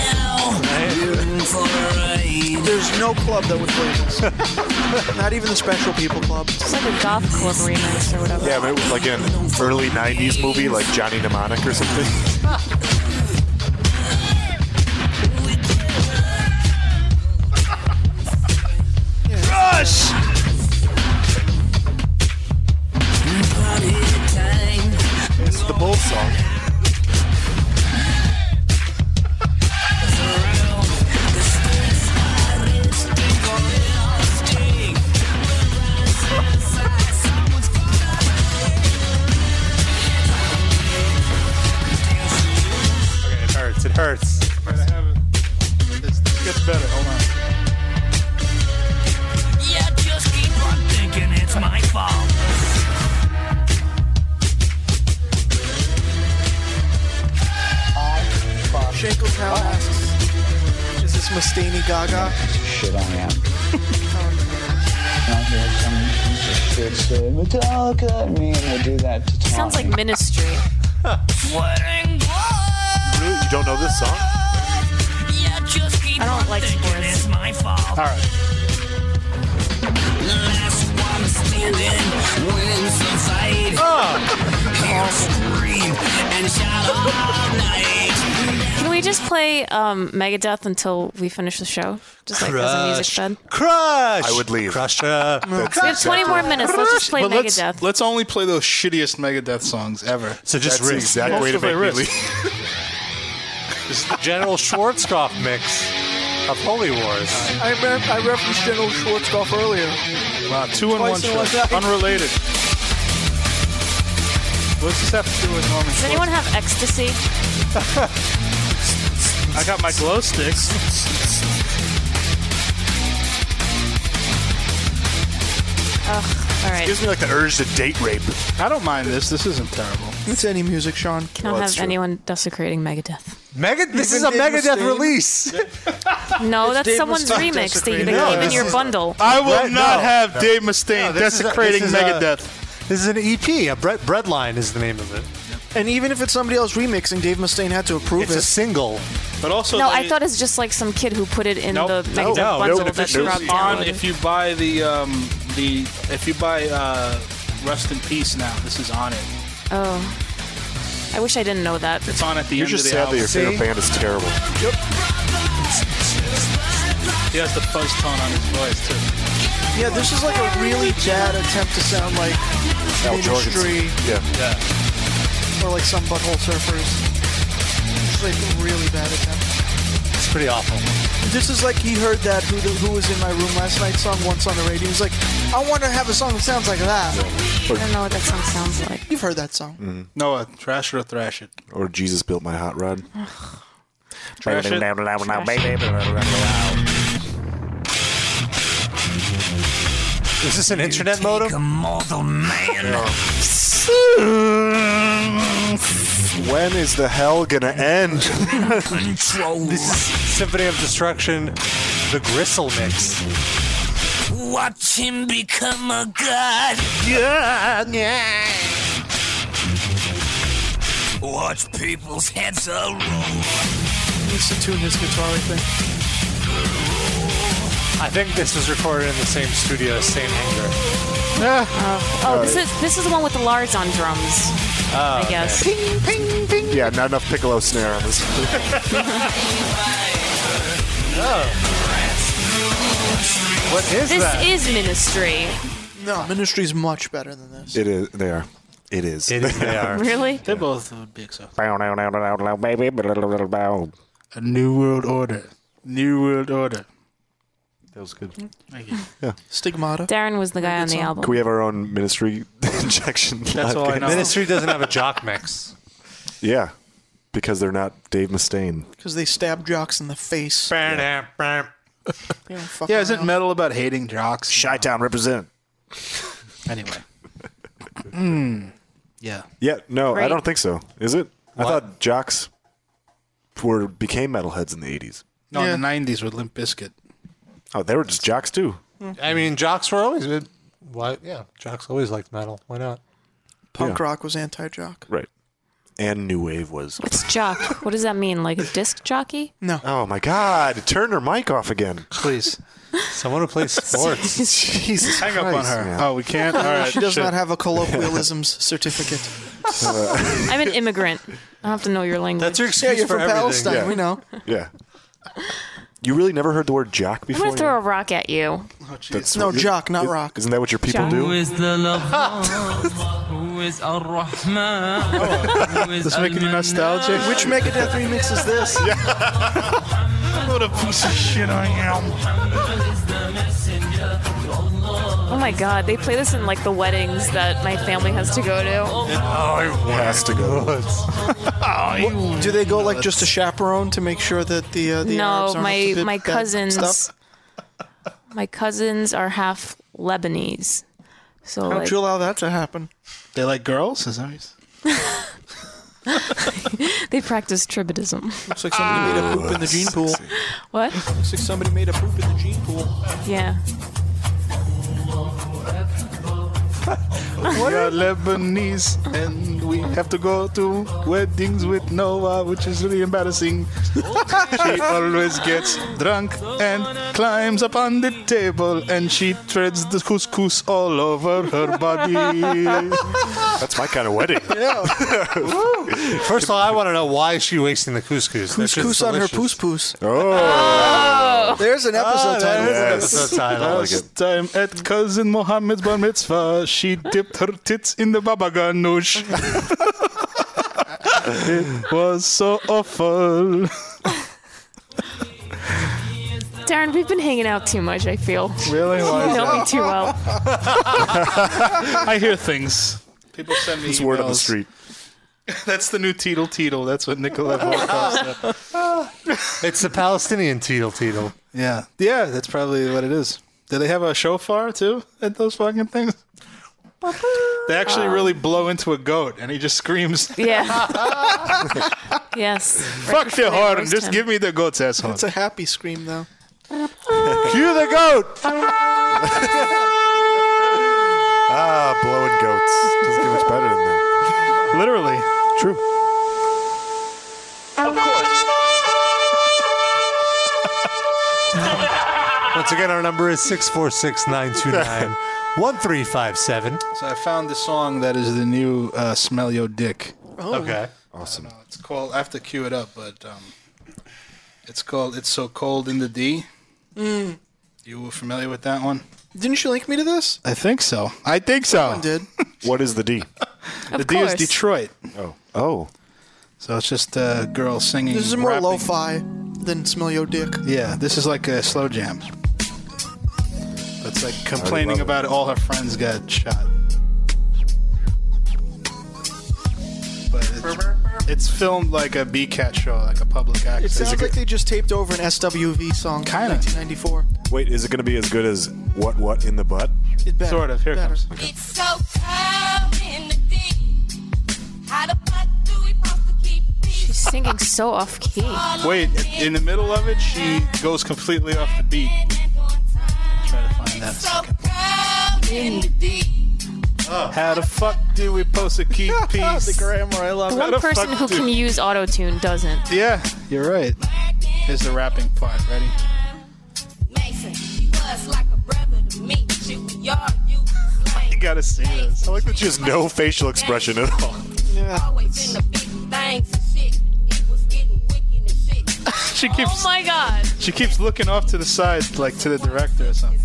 Speaker 4: There's no club that would play this. Not even the special people club.
Speaker 6: It's like a goth club remix or whatever.
Speaker 2: Yeah, but it was like an early 90s movie, like Johnny Mnemonic or something.
Speaker 20: Crush!
Speaker 2: It's the Bull song.
Speaker 3: Okay, it hurts. It hurts.
Speaker 5: Wait, I have it. It's- It gets better. Hold on.
Speaker 20: Yeah, just keep on thinking it's my fault.
Speaker 4: Shankletown asks, is this Mustaine Gaga?
Speaker 23: Shit I am. Out here, some piece of shit saying, Metallica at me, and they do that to Tommy.
Speaker 6: Sounds like Ministry.
Speaker 20: Sweating
Speaker 2: Really? You don't know this song?
Speaker 20: Yeah, just keep I don't on like thinking it's my fault.
Speaker 5: All right.
Speaker 20: Last one standing wins the fight. He'll scream and shout all night.
Speaker 6: Can we just play um, Megadeth until we finish the show? Just like as a music bed.
Speaker 3: Crush.
Speaker 2: I would leave.
Speaker 3: Crush. Uh,
Speaker 6: We have 20 more minutes. Let's just play
Speaker 5: But let's,
Speaker 6: Megadeth.
Speaker 5: let's only play those shittiest Megadeth songs ever.
Speaker 3: So just
Speaker 2: That's the
Speaker 3: riffs.
Speaker 2: exact
Speaker 5: Most
Speaker 2: way to
Speaker 5: of my
Speaker 2: make me
Speaker 5: riffs.
Speaker 2: leave.
Speaker 3: This is the General Schwarzkopf mix of Holy Wars.
Speaker 4: I, re- I referenced General Schwarzkopf earlier.
Speaker 5: Wow, two in one
Speaker 4: Twice in one
Speaker 5: shot.
Speaker 4: night.
Speaker 5: Unrelated. What's this have to do with Norman
Speaker 6: Does anyone have ecstasy?
Speaker 5: Schwartz? I got my glow sticks.
Speaker 6: Ugh. All right.
Speaker 2: Gives me like the urge to date rape.
Speaker 5: I don't mind this. This isn't terrible.
Speaker 4: It's any music, Sean.
Speaker 6: Cannot have anyone desecrating Megadeth.
Speaker 3: Mega. This is a
Speaker 4: Even Dave
Speaker 3: Megadeth
Speaker 4: Mustaine?
Speaker 3: release.
Speaker 6: No, that's
Speaker 4: Dave
Speaker 6: someone's
Speaker 4: Mustaine
Speaker 6: remix that you
Speaker 4: desecrated
Speaker 6: they
Speaker 5: No,
Speaker 6: gave in
Speaker 5: this
Speaker 6: your
Speaker 5: is-
Speaker 6: bundle.
Speaker 5: I will
Speaker 3: Brett,
Speaker 5: not
Speaker 3: no,
Speaker 5: have
Speaker 3: no.
Speaker 5: Dave Mustaine
Speaker 3: No, this is a-
Speaker 5: desecrating
Speaker 3: this is a-
Speaker 5: Megadeth.
Speaker 3: This is an EP. A bread breadline is the name of it.
Speaker 4: And even if it's somebody else remixing, Dave Mustaine had to approve
Speaker 3: It's a
Speaker 4: it.
Speaker 3: single.
Speaker 24: But also,
Speaker 6: no,
Speaker 24: they,
Speaker 6: I thought it's just like some kid who put it in
Speaker 24: Nope.
Speaker 6: the Megadeth
Speaker 3: no,
Speaker 6: bundle
Speaker 3: nope.
Speaker 6: that
Speaker 24: It
Speaker 6: Rob
Speaker 24: was on
Speaker 6: downloaded.
Speaker 24: if you buy the um the if you buy uh Rest in Peace now. This is on it.
Speaker 6: Oh. I wish I didn't know that.
Speaker 24: It's on at the
Speaker 2: You're
Speaker 24: end
Speaker 2: just
Speaker 24: of the
Speaker 2: sad that
Speaker 24: album.
Speaker 2: your favorite band is terrible.
Speaker 24: He has the fuzz tone on his voice too.
Speaker 4: Yeah, this is like a really bad attempt to sound like
Speaker 2: Al
Speaker 4: Ministry
Speaker 2: Jorgensen. Yeah.
Speaker 24: Yeah.
Speaker 4: or like some butthole surfers. It's like a really bad attempt.
Speaker 3: It's pretty awful.
Speaker 4: This is like he heard that who, the, who was in my room last night song once on the radio. He's like, I want to have a song that sounds like that.
Speaker 6: I don't know what that song sounds like.
Speaker 4: You've heard that song.
Speaker 5: Noah, trash it or thrash it.
Speaker 2: Mm-hmm. Or Jesus Built My Hot Rod.
Speaker 5: Trash it.
Speaker 3: Is this an internet modem?
Speaker 20: Mortal man.
Speaker 2: When is the hell gonna end?
Speaker 3: This is Symphony of Destruction, the Gristle Mix.
Speaker 20: Watch him become a god. God. Yeah. Watch people's heads roll.
Speaker 4: needs to tune his guitar, I think.
Speaker 3: I think this was recorded in the same studio, same hangar.
Speaker 6: Oh, this is this is the one with the Lars on drums.
Speaker 2: Oh,
Speaker 6: I guess. Ping, ping, ping.
Speaker 2: Yeah, not enough piccolo snare on this.
Speaker 3: Oh. What is
Speaker 6: this
Speaker 2: that?
Speaker 6: is ministry.
Speaker 4: No, Ministry's much better than this.
Speaker 2: It is. They are. It is.
Speaker 3: It is. They are.
Speaker 6: Really?
Speaker 5: They both would be excited.
Speaker 2: Baby.
Speaker 5: A new world order. New world order.
Speaker 2: That was good.
Speaker 5: Thank you.
Speaker 2: Yeah.
Speaker 4: Stigmata.
Speaker 6: Darren was the guy on the album.
Speaker 2: Can we have our own ministry injection?
Speaker 3: That's all I know. Ministry doesn't have a jock mix.
Speaker 2: Yeah, because they're not Dave Mustaine.
Speaker 4: Because they stab jocks in the face.
Speaker 3: Yeah,
Speaker 5: yeah, isn't metal about hating jocks? Shy
Speaker 2: Town represent.
Speaker 5: Anyway. Hmm. Yeah.
Speaker 2: Yeah. No, I
Speaker 5: Great.
Speaker 2: don't think so. Is it? I thought jocks were became metalheads in the eighties.
Speaker 5: No, in the 90s with Limp Bizkit.
Speaker 2: Oh, they were just jocks too.
Speaker 3: I mean, jocks were always. Why? Yeah, jocks always liked metal. Why not?
Speaker 4: Punk
Speaker 2: Yeah.
Speaker 4: rock was anti-jock.
Speaker 2: Right. And new wave was.
Speaker 6: What's jock? What does that mean? Like a disc jockey?
Speaker 4: No.
Speaker 2: Oh my God! Turn her mic off again,
Speaker 5: please.
Speaker 3: Someone who plays sports.
Speaker 2: Jesus
Speaker 5: Hang up on
Speaker 2: Christ,
Speaker 5: her.
Speaker 2: man.
Speaker 5: Oh, we can't? All right.
Speaker 4: she does
Speaker 5: shit.
Speaker 4: not have a colloquialisms certificate.
Speaker 6: I'm an immigrant. I don't have to know your language. That's
Speaker 3: your
Speaker 4: yeah, you're from Palestine.
Speaker 2: Yeah.
Speaker 4: We know.
Speaker 2: Yeah. You really never heard the word jock
Speaker 6: I'm
Speaker 2: before?
Speaker 6: gonna throw a rock at you.
Speaker 2: That's
Speaker 4: No,
Speaker 2: what-
Speaker 4: jock, not
Speaker 2: i-
Speaker 4: rock.
Speaker 2: Isn't that what your people
Speaker 6: Jock.
Speaker 2: do?
Speaker 6: Who
Speaker 2: is
Speaker 20: The Who is Ar-Rahman? Who is
Speaker 5: This making you nostalgic?
Speaker 4: Which Megadeth remix is this?
Speaker 5: What a piece of shit I am.
Speaker 6: Oh my god, they play this in like the weddings that my family has to go to.
Speaker 2: has to go.
Speaker 5: Oh,
Speaker 4: What- do they go like just a chaperone to make sure that the uh, the
Speaker 6: No,
Speaker 4: Arabs aren't up
Speaker 6: my
Speaker 4: to bid-
Speaker 6: my
Speaker 4: that
Speaker 6: cousins
Speaker 4: stuff?
Speaker 6: my cousins are half Lebanese. So
Speaker 4: How'd
Speaker 6: like,
Speaker 4: you allow that to happen?
Speaker 5: They like girls? Is that what you said?
Speaker 6: they practice tribadism.
Speaker 4: Looks like somebody made a poop in the gene pool.
Speaker 6: What?
Speaker 4: Looks like somebody made a poop in the gene pool.
Speaker 6: Yeah.
Speaker 5: We are Lebanese and we have to go to weddings with Noah, which is really embarrassing. she always gets drunk and climbs up on the table and she treads the couscous all over her body.
Speaker 2: That's my kind of wedding.
Speaker 3: First of all, I want to know why is she wasting the couscous? That shit's
Speaker 4: Couscous on her
Speaker 3: delicious.
Speaker 4: poos poos.
Speaker 2: Oh.
Speaker 4: There's an episode
Speaker 5: Ah,
Speaker 4: title.
Speaker 5: there is
Speaker 2: Yes.
Speaker 5: an
Speaker 2: Episode title. I like
Speaker 5: Last time at cousin Mohammed's bar mitzvah, she dipped her tits in the baba ganoush. it was so awful.
Speaker 6: Darren, we've been hanging out too much, I feel.
Speaker 5: Really? Why
Speaker 6: You
Speaker 5: is
Speaker 6: know
Speaker 5: that?
Speaker 6: me too well.
Speaker 5: I hear things. People send me
Speaker 2: It's word on the
Speaker 5: emails.
Speaker 2: street.
Speaker 5: That's the new Teetle Teetle. That's what Nicola Volkoff said.
Speaker 3: It's the Palestinian teetle teetle.
Speaker 5: Yeah. Yeah, that's probably what it is. Do they have a shofar too at those fucking things? They actually really blow into a goat and he just screams,
Speaker 6: Yeah. yes.
Speaker 5: Fuck the horn, just give me the goat's asshole.
Speaker 4: It's a happy scream though.
Speaker 5: Cue the goat!
Speaker 2: Ah, blowing goats. Doesn't get much better than that.
Speaker 5: Literally.
Speaker 2: True.
Speaker 3: Once again, our number is 646 929 1357.
Speaker 5: So I found the song that is the new uh, Smell Yo Dick.
Speaker 3: Okay.
Speaker 2: Awesome.
Speaker 5: It's called, I have to cue it up, but um, it's called It's So Cold in the D.
Speaker 4: Mm.
Speaker 5: You were familiar with that one?
Speaker 4: Didn't you link me to this?
Speaker 5: I think so. I think so.
Speaker 4: One did.
Speaker 2: What is the D?
Speaker 5: The D is Detroit.
Speaker 2: Oh. Oh.
Speaker 5: So it's just a girl singing.
Speaker 4: This is more
Speaker 5: rapping.
Speaker 4: lo-fi than Smell Yo Dick.
Speaker 5: Yeah, this is like a slow jam. It's like
Speaker 2: love
Speaker 5: complaining
Speaker 2: it.
Speaker 5: about all her friends got shot. But it's, it's filmed like a B-Cat show, like a public
Speaker 4: It
Speaker 5: access.
Speaker 4: sounds like they just taped over an SWV song from
Speaker 5: Kinda.
Speaker 4: 1994.
Speaker 2: Wait, is it going to be as good as What What in the Butt?
Speaker 4: It better,
Speaker 5: Sort of. Here it
Speaker 4: better.
Speaker 5: comes.
Speaker 20: It's so cold in the deep.
Speaker 6: singing so off key.
Speaker 5: Wait, in the middle of it, she goes completely off the beat. Try to find that. How the fuck do we post a key piece? the
Speaker 4: grammar, I love
Speaker 6: The one person who can use auto tune doesn't.
Speaker 5: Yeah, you're right. Here's the rapping part. Ready?
Speaker 20: Mason, she was like a brother to me. She was your you
Speaker 2: You gotta see this. I like that she has no facial expression at all.
Speaker 20: always in the big things and shit. It was getting wicked and shit.
Speaker 5: She
Speaker 6: Oh
Speaker 5: keeps.
Speaker 6: my god.
Speaker 5: She keeps looking off to the side, like to the director or something.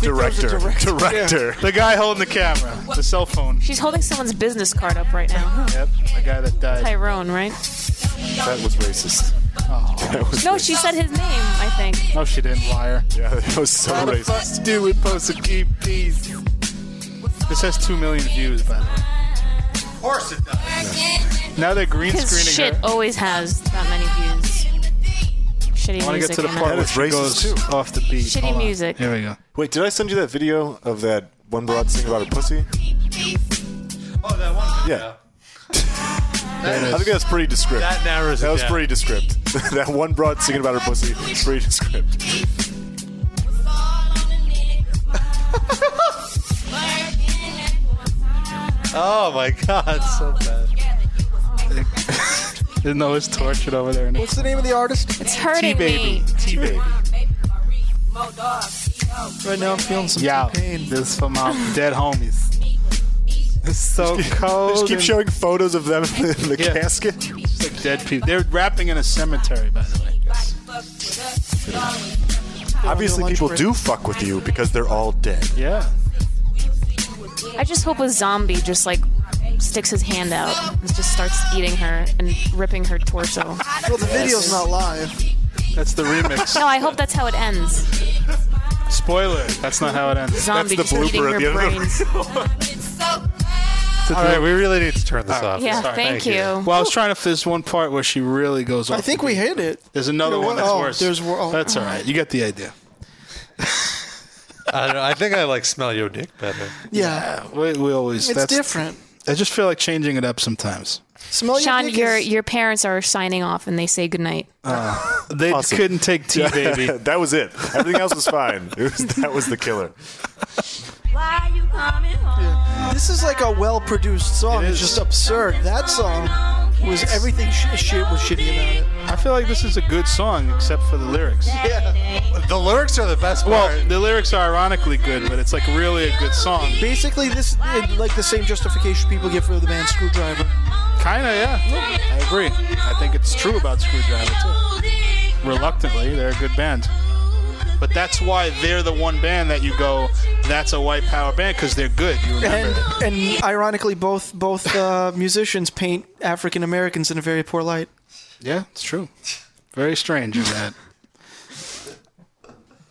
Speaker 2: Director. director. Director.
Speaker 5: Yeah. The guy holding the camera, the cell phone.
Speaker 6: She's holding someone's business card up right now.
Speaker 5: Yep, the guy that died.
Speaker 6: Tyrone, right?
Speaker 2: That was racist.
Speaker 5: Oh,
Speaker 2: That was
Speaker 6: No, she said his name, I think.
Speaker 5: No, she didn't liar.
Speaker 2: Yeah, that was so
Speaker 5: How the
Speaker 2: racist.
Speaker 5: fuck do we post a key piece? This has two million views, by the way.
Speaker 20: Of course it
Speaker 5: Now they're green
Speaker 6: His shit
Speaker 5: screening her.
Speaker 6: always has that many views. Shitty
Speaker 5: I want to
Speaker 6: music.
Speaker 5: get to the
Speaker 6: in it.
Speaker 5: part where she goes off the beat.
Speaker 6: Shitty
Speaker 5: Hold on.
Speaker 6: music.
Speaker 5: Here we go.
Speaker 2: Wait, did I send you that video of that one broad singing about her pussy?
Speaker 24: Oh, that one.
Speaker 2: Yeah.
Speaker 24: That
Speaker 2: I
Speaker 24: is-
Speaker 2: think that's pretty descriptive.
Speaker 24: that narrows it
Speaker 2: That was
Speaker 24: down.
Speaker 2: pretty descriptive. that one broad singing about her pussy, pretty descriptive.
Speaker 5: Oh my god, so bad. Didn't know it's tortured over there.
Speaker 4: What's the name of the artist?
Speaker 6: It's
Speaker 5: T baby, T baby.
Speaker 4: Right now, I'm feeling some
Speaker 5: Yeah,
Speaker 4: pain.
Speaker 5: this is for my dead homies. It's so cold.
Speaker 2: Just keep
Speaker 5: and-
Speaker 2: showing photos of them in the
Speaker 5: Yeah.
Speaker 2: casket.
Speaker 5: It's like dead people. They're rapping in a cemetery, by the way.
Speaker 2: Obviously, people do fuck with you because they're all dead.
Speaker 5: Yeah.
Speaker 6: I just hope a zombie just like sticks his hand out and just starts eating her and ripping her torso.
Speaker 4: Well, the video's not live.
Speaker 5: That's the remix.
Speaker 6: No, I hope that's how it ends.
Speaker 5: Spoiler. That's not how it ends.
Speaker 6: Zombie
Speaker 5: That's
Speaker 6: just
Speaker 5: the
Speaker 6: eating
Speaker 5: blooper
Speaker 6: her
Speaker 5: at the end. of
Speaker 6: brains.
Speaker 5: the-
Speaker 3: All right, we really need to turn this off.
Speaker 6: Yeah, thank you.
Speaker 5: Oh. Well, I was trying to. f- There's one part where she really goes. Off
Speaker 4: I think
Speaker 5: the
Speaker 4: we
Speaker 5: beat.
Speaker 4: hit it.
Speaker 5: There's another
Speaker 4: You know
Speaker 5: one
Speaker 4: what?
Speaker 5: that's
Speaker 4: Oh,
Speaker 5: worse.
Speaker 4: there's wor- oh.
Speaker 5: That's all right. You get the idea.
Speaker 3: I don't know. I think I like smell your dick better.
Speaker 4: Yeah.
Speaker 5: We, we always.
Speaker 4: It's
Speaker 5: that's,
Speaker 4: different.
Speaker 5: I just feel like changing it up sometimes.
Speaker 4: Smell your
Speaker 6: Sean,
Speaker 4: dick
Speaker 6: your
Speaker 4: is-
Speaker 6: your parents are signing off and they say goodnight.
Speaker 5: Uh, they
Speaker 2: Awesome.
Speaker 5: couldn't take T baby.
Speaker 2: that was it. Everything else was fine. It was, that was the killer.
Speaker 4: This is like a well-produced song. It's just absurd. That song was everything. Sh- shit was shitty about it.
Speaker 5: I feel like this is a good song except for the lyrics.
Speaker 4: Yeah.
Speaker 3: The lyrics are the best
Speaker 5: Well, the lyrics are ironically good, but it's like really a good song.
Speaker 4: Basically, this it, like the same justification people give for the band Screwdriver.
Speaker 5: Kinda, yeah. I agree. I think it's true about Screwdriver too. Reluctantly, they're a good band. But that's why they're the one band that you go, that's a white power band because they're good. You remember?
Speaker 4: And and ironically, both both uh, musicians paint African Americans in a very poor light.
Speaker 5: Yeah, it's true. Very strange in that.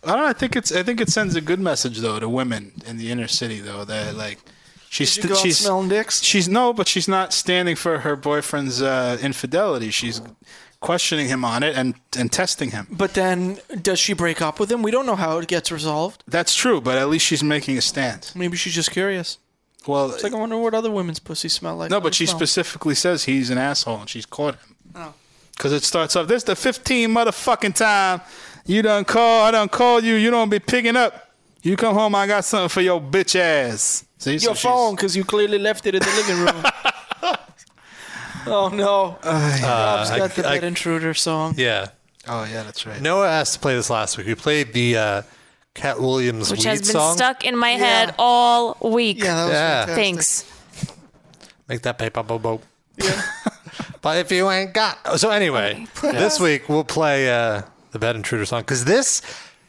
Speaker 5: I don't. know, I think it's. I think it sends a good message though to women in the inner city though that like she's
Speaker 4: Did you go out
Speaker 5: she's
Speaker 4: smelling dicks?
Speaker 5: she's no, but she's not standing for her boyfriend's uh, infidelity. She's questioning him on it and and testing him.
Speaker 4: But then, does she break up with him? We don't know how it gets resolved.
Speaker 5: That's true, but at least she's making a stand.
Speaker 4: Maybe she's just curious.
Speaker 5: Well,
Speaker 4: It's like I wonder what other women's pussy smell like. Oh,
Speaker 5: no, but she
Speaker 4: Smell.
Speaker 5: specifically says he's an asshole and she's caught him.
Speaker 4: Oh.
Speaker 5: Cause it starts off. This the 15 motherfucking time. You done call. I done called you. You don't be picking up. You come home. I got something for your bitch ass. See, so
Speaker 4: Your
Speaker 5: she's-
Speaker 4: phone, because you clearly left it in the living room. oh no! Rob's got
Speaker 3: I-
Speaker 4: the
Speaker 3: Uh, I-
Speaker 4: bed intruder song.
Speaker 3: Yeah.
Speaker 5: Oh yeah, that's right.
Speaker 3: Noah asked to play this last week. We played the uh, Cat Williams
Speaker 6: Which
Speaker 3: weed
Speaker 6: has been
Speaker 3: song.
Speaker 6: stuck in my head all week.
Speaker 4: Yeah, that was
Speaker 3: Yeah.
Speaker 4: fantastic.
Speaker 6: Thanks.
Speaker 3: Make that paper bobo. but if you ain't got so anyway, this week we'll play uh, the Bad Intruder song because this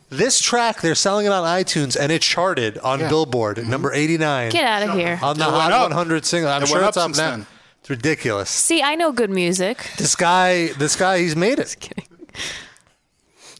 Speaker 3: this track they're selling it on iTunes and it charted on Billboard at number eighty nine.
Speaker 6: Get out of here.
Speaker 3: On the
Speaker 5: Mm-hmm. It went
Speaker 3: Hot
Speaker 5: up.
Speaker 3: 100 single, I'm
Speaker 5: It
Speaker 3: sure
Speaker 5: went
Speaker 3: it's
Speaker 5: up
Speaker 3: up
Speaker 5: since
Speaker 3: now.
Speaker 5: then.
Speaker 3: It's ridiculous.
Speaker 6: See, I know good music.
Speaker 3: This guy, this guy, he's made it.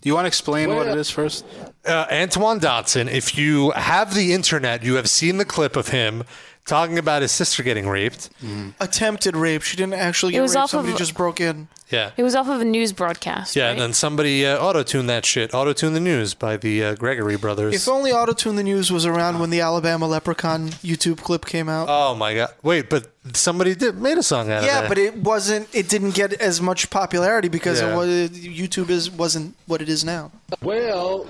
Speaker 5: Do you want to explain what it is first?
Speaker 3: uh, Antoine Dotson, if you have the internet, you have seen the clip of him talking about his sister getting raped.
Speaker 4: Mm-hmm. Attempted rape. She didn't
Speaker 6: It
Speaker 4: actually get
Speaker 6: was
Speaker 4: raped.
Speaker 6: off of-
Speaker 4: Somebody just broke in.
Speaker 3: Yeah.
Speaker 6: It was off of a news broadcast.
Speaker 3: Yeah, and then somebody uh, auto tuned that shit. Auto tune the news by the uh, Gregory brothers.
Speaker 4: If only Autotune the News was around when the Alabama Leprechaun YouTube clip came out.
Speaker 3: oh my god! Wait, but somebody did made a song out
Speaker 4: yeah,
Speaker 3: of that.
Speaker 4: but it wasn't. It didn't get as much popularity because
Speaker 3: Yeah.
Speaker 4: it was, YouTube is wasn't what it is now.
Speaker 15: Well,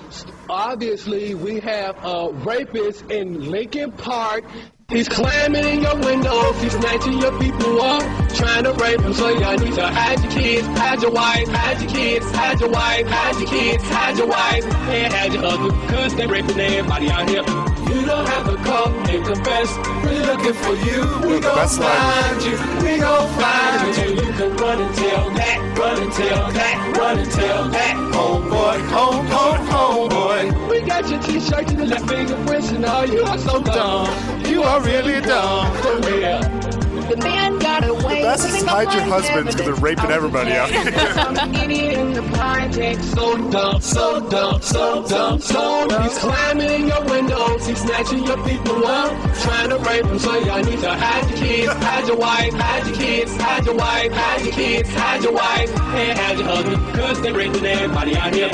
Speaker 15: obviously, we have a rapist in Lincoln Park. He's climbing in your windows. He's snatching your people up, trying to rape them. So y'all need to hide your kids, hide your wife, hide your kids, hide your wife, hide your kids, hide your wife, and hide your husband, cause they raping everybody out here. You don't have to come and confess. We're looking for you. We gon'
Speaker 20: That's like-
Speaker 15: find you. We gon' find you. You can run and tell that, run and tell that, run and tell that. Homeboy, home, home, homeboy. We got your t-shirt and the left fingerprints and all. You are so dumb. You are really dumb. For real. The man got away.
Speaker 2: That's just hide your husbands because they're raping everybody out here.
Speaker 15: Some idiot in the project. So dumb, so dumb, so dumb, so dumb. He's climbing in your windows. He's snatching your people up. Trying to rape them. So y'all need to hide your kids, hide your wife, hide your kids, hide your wife, hide your kids, hide your wife, and hide your husband. Cause they're raping everybody out here.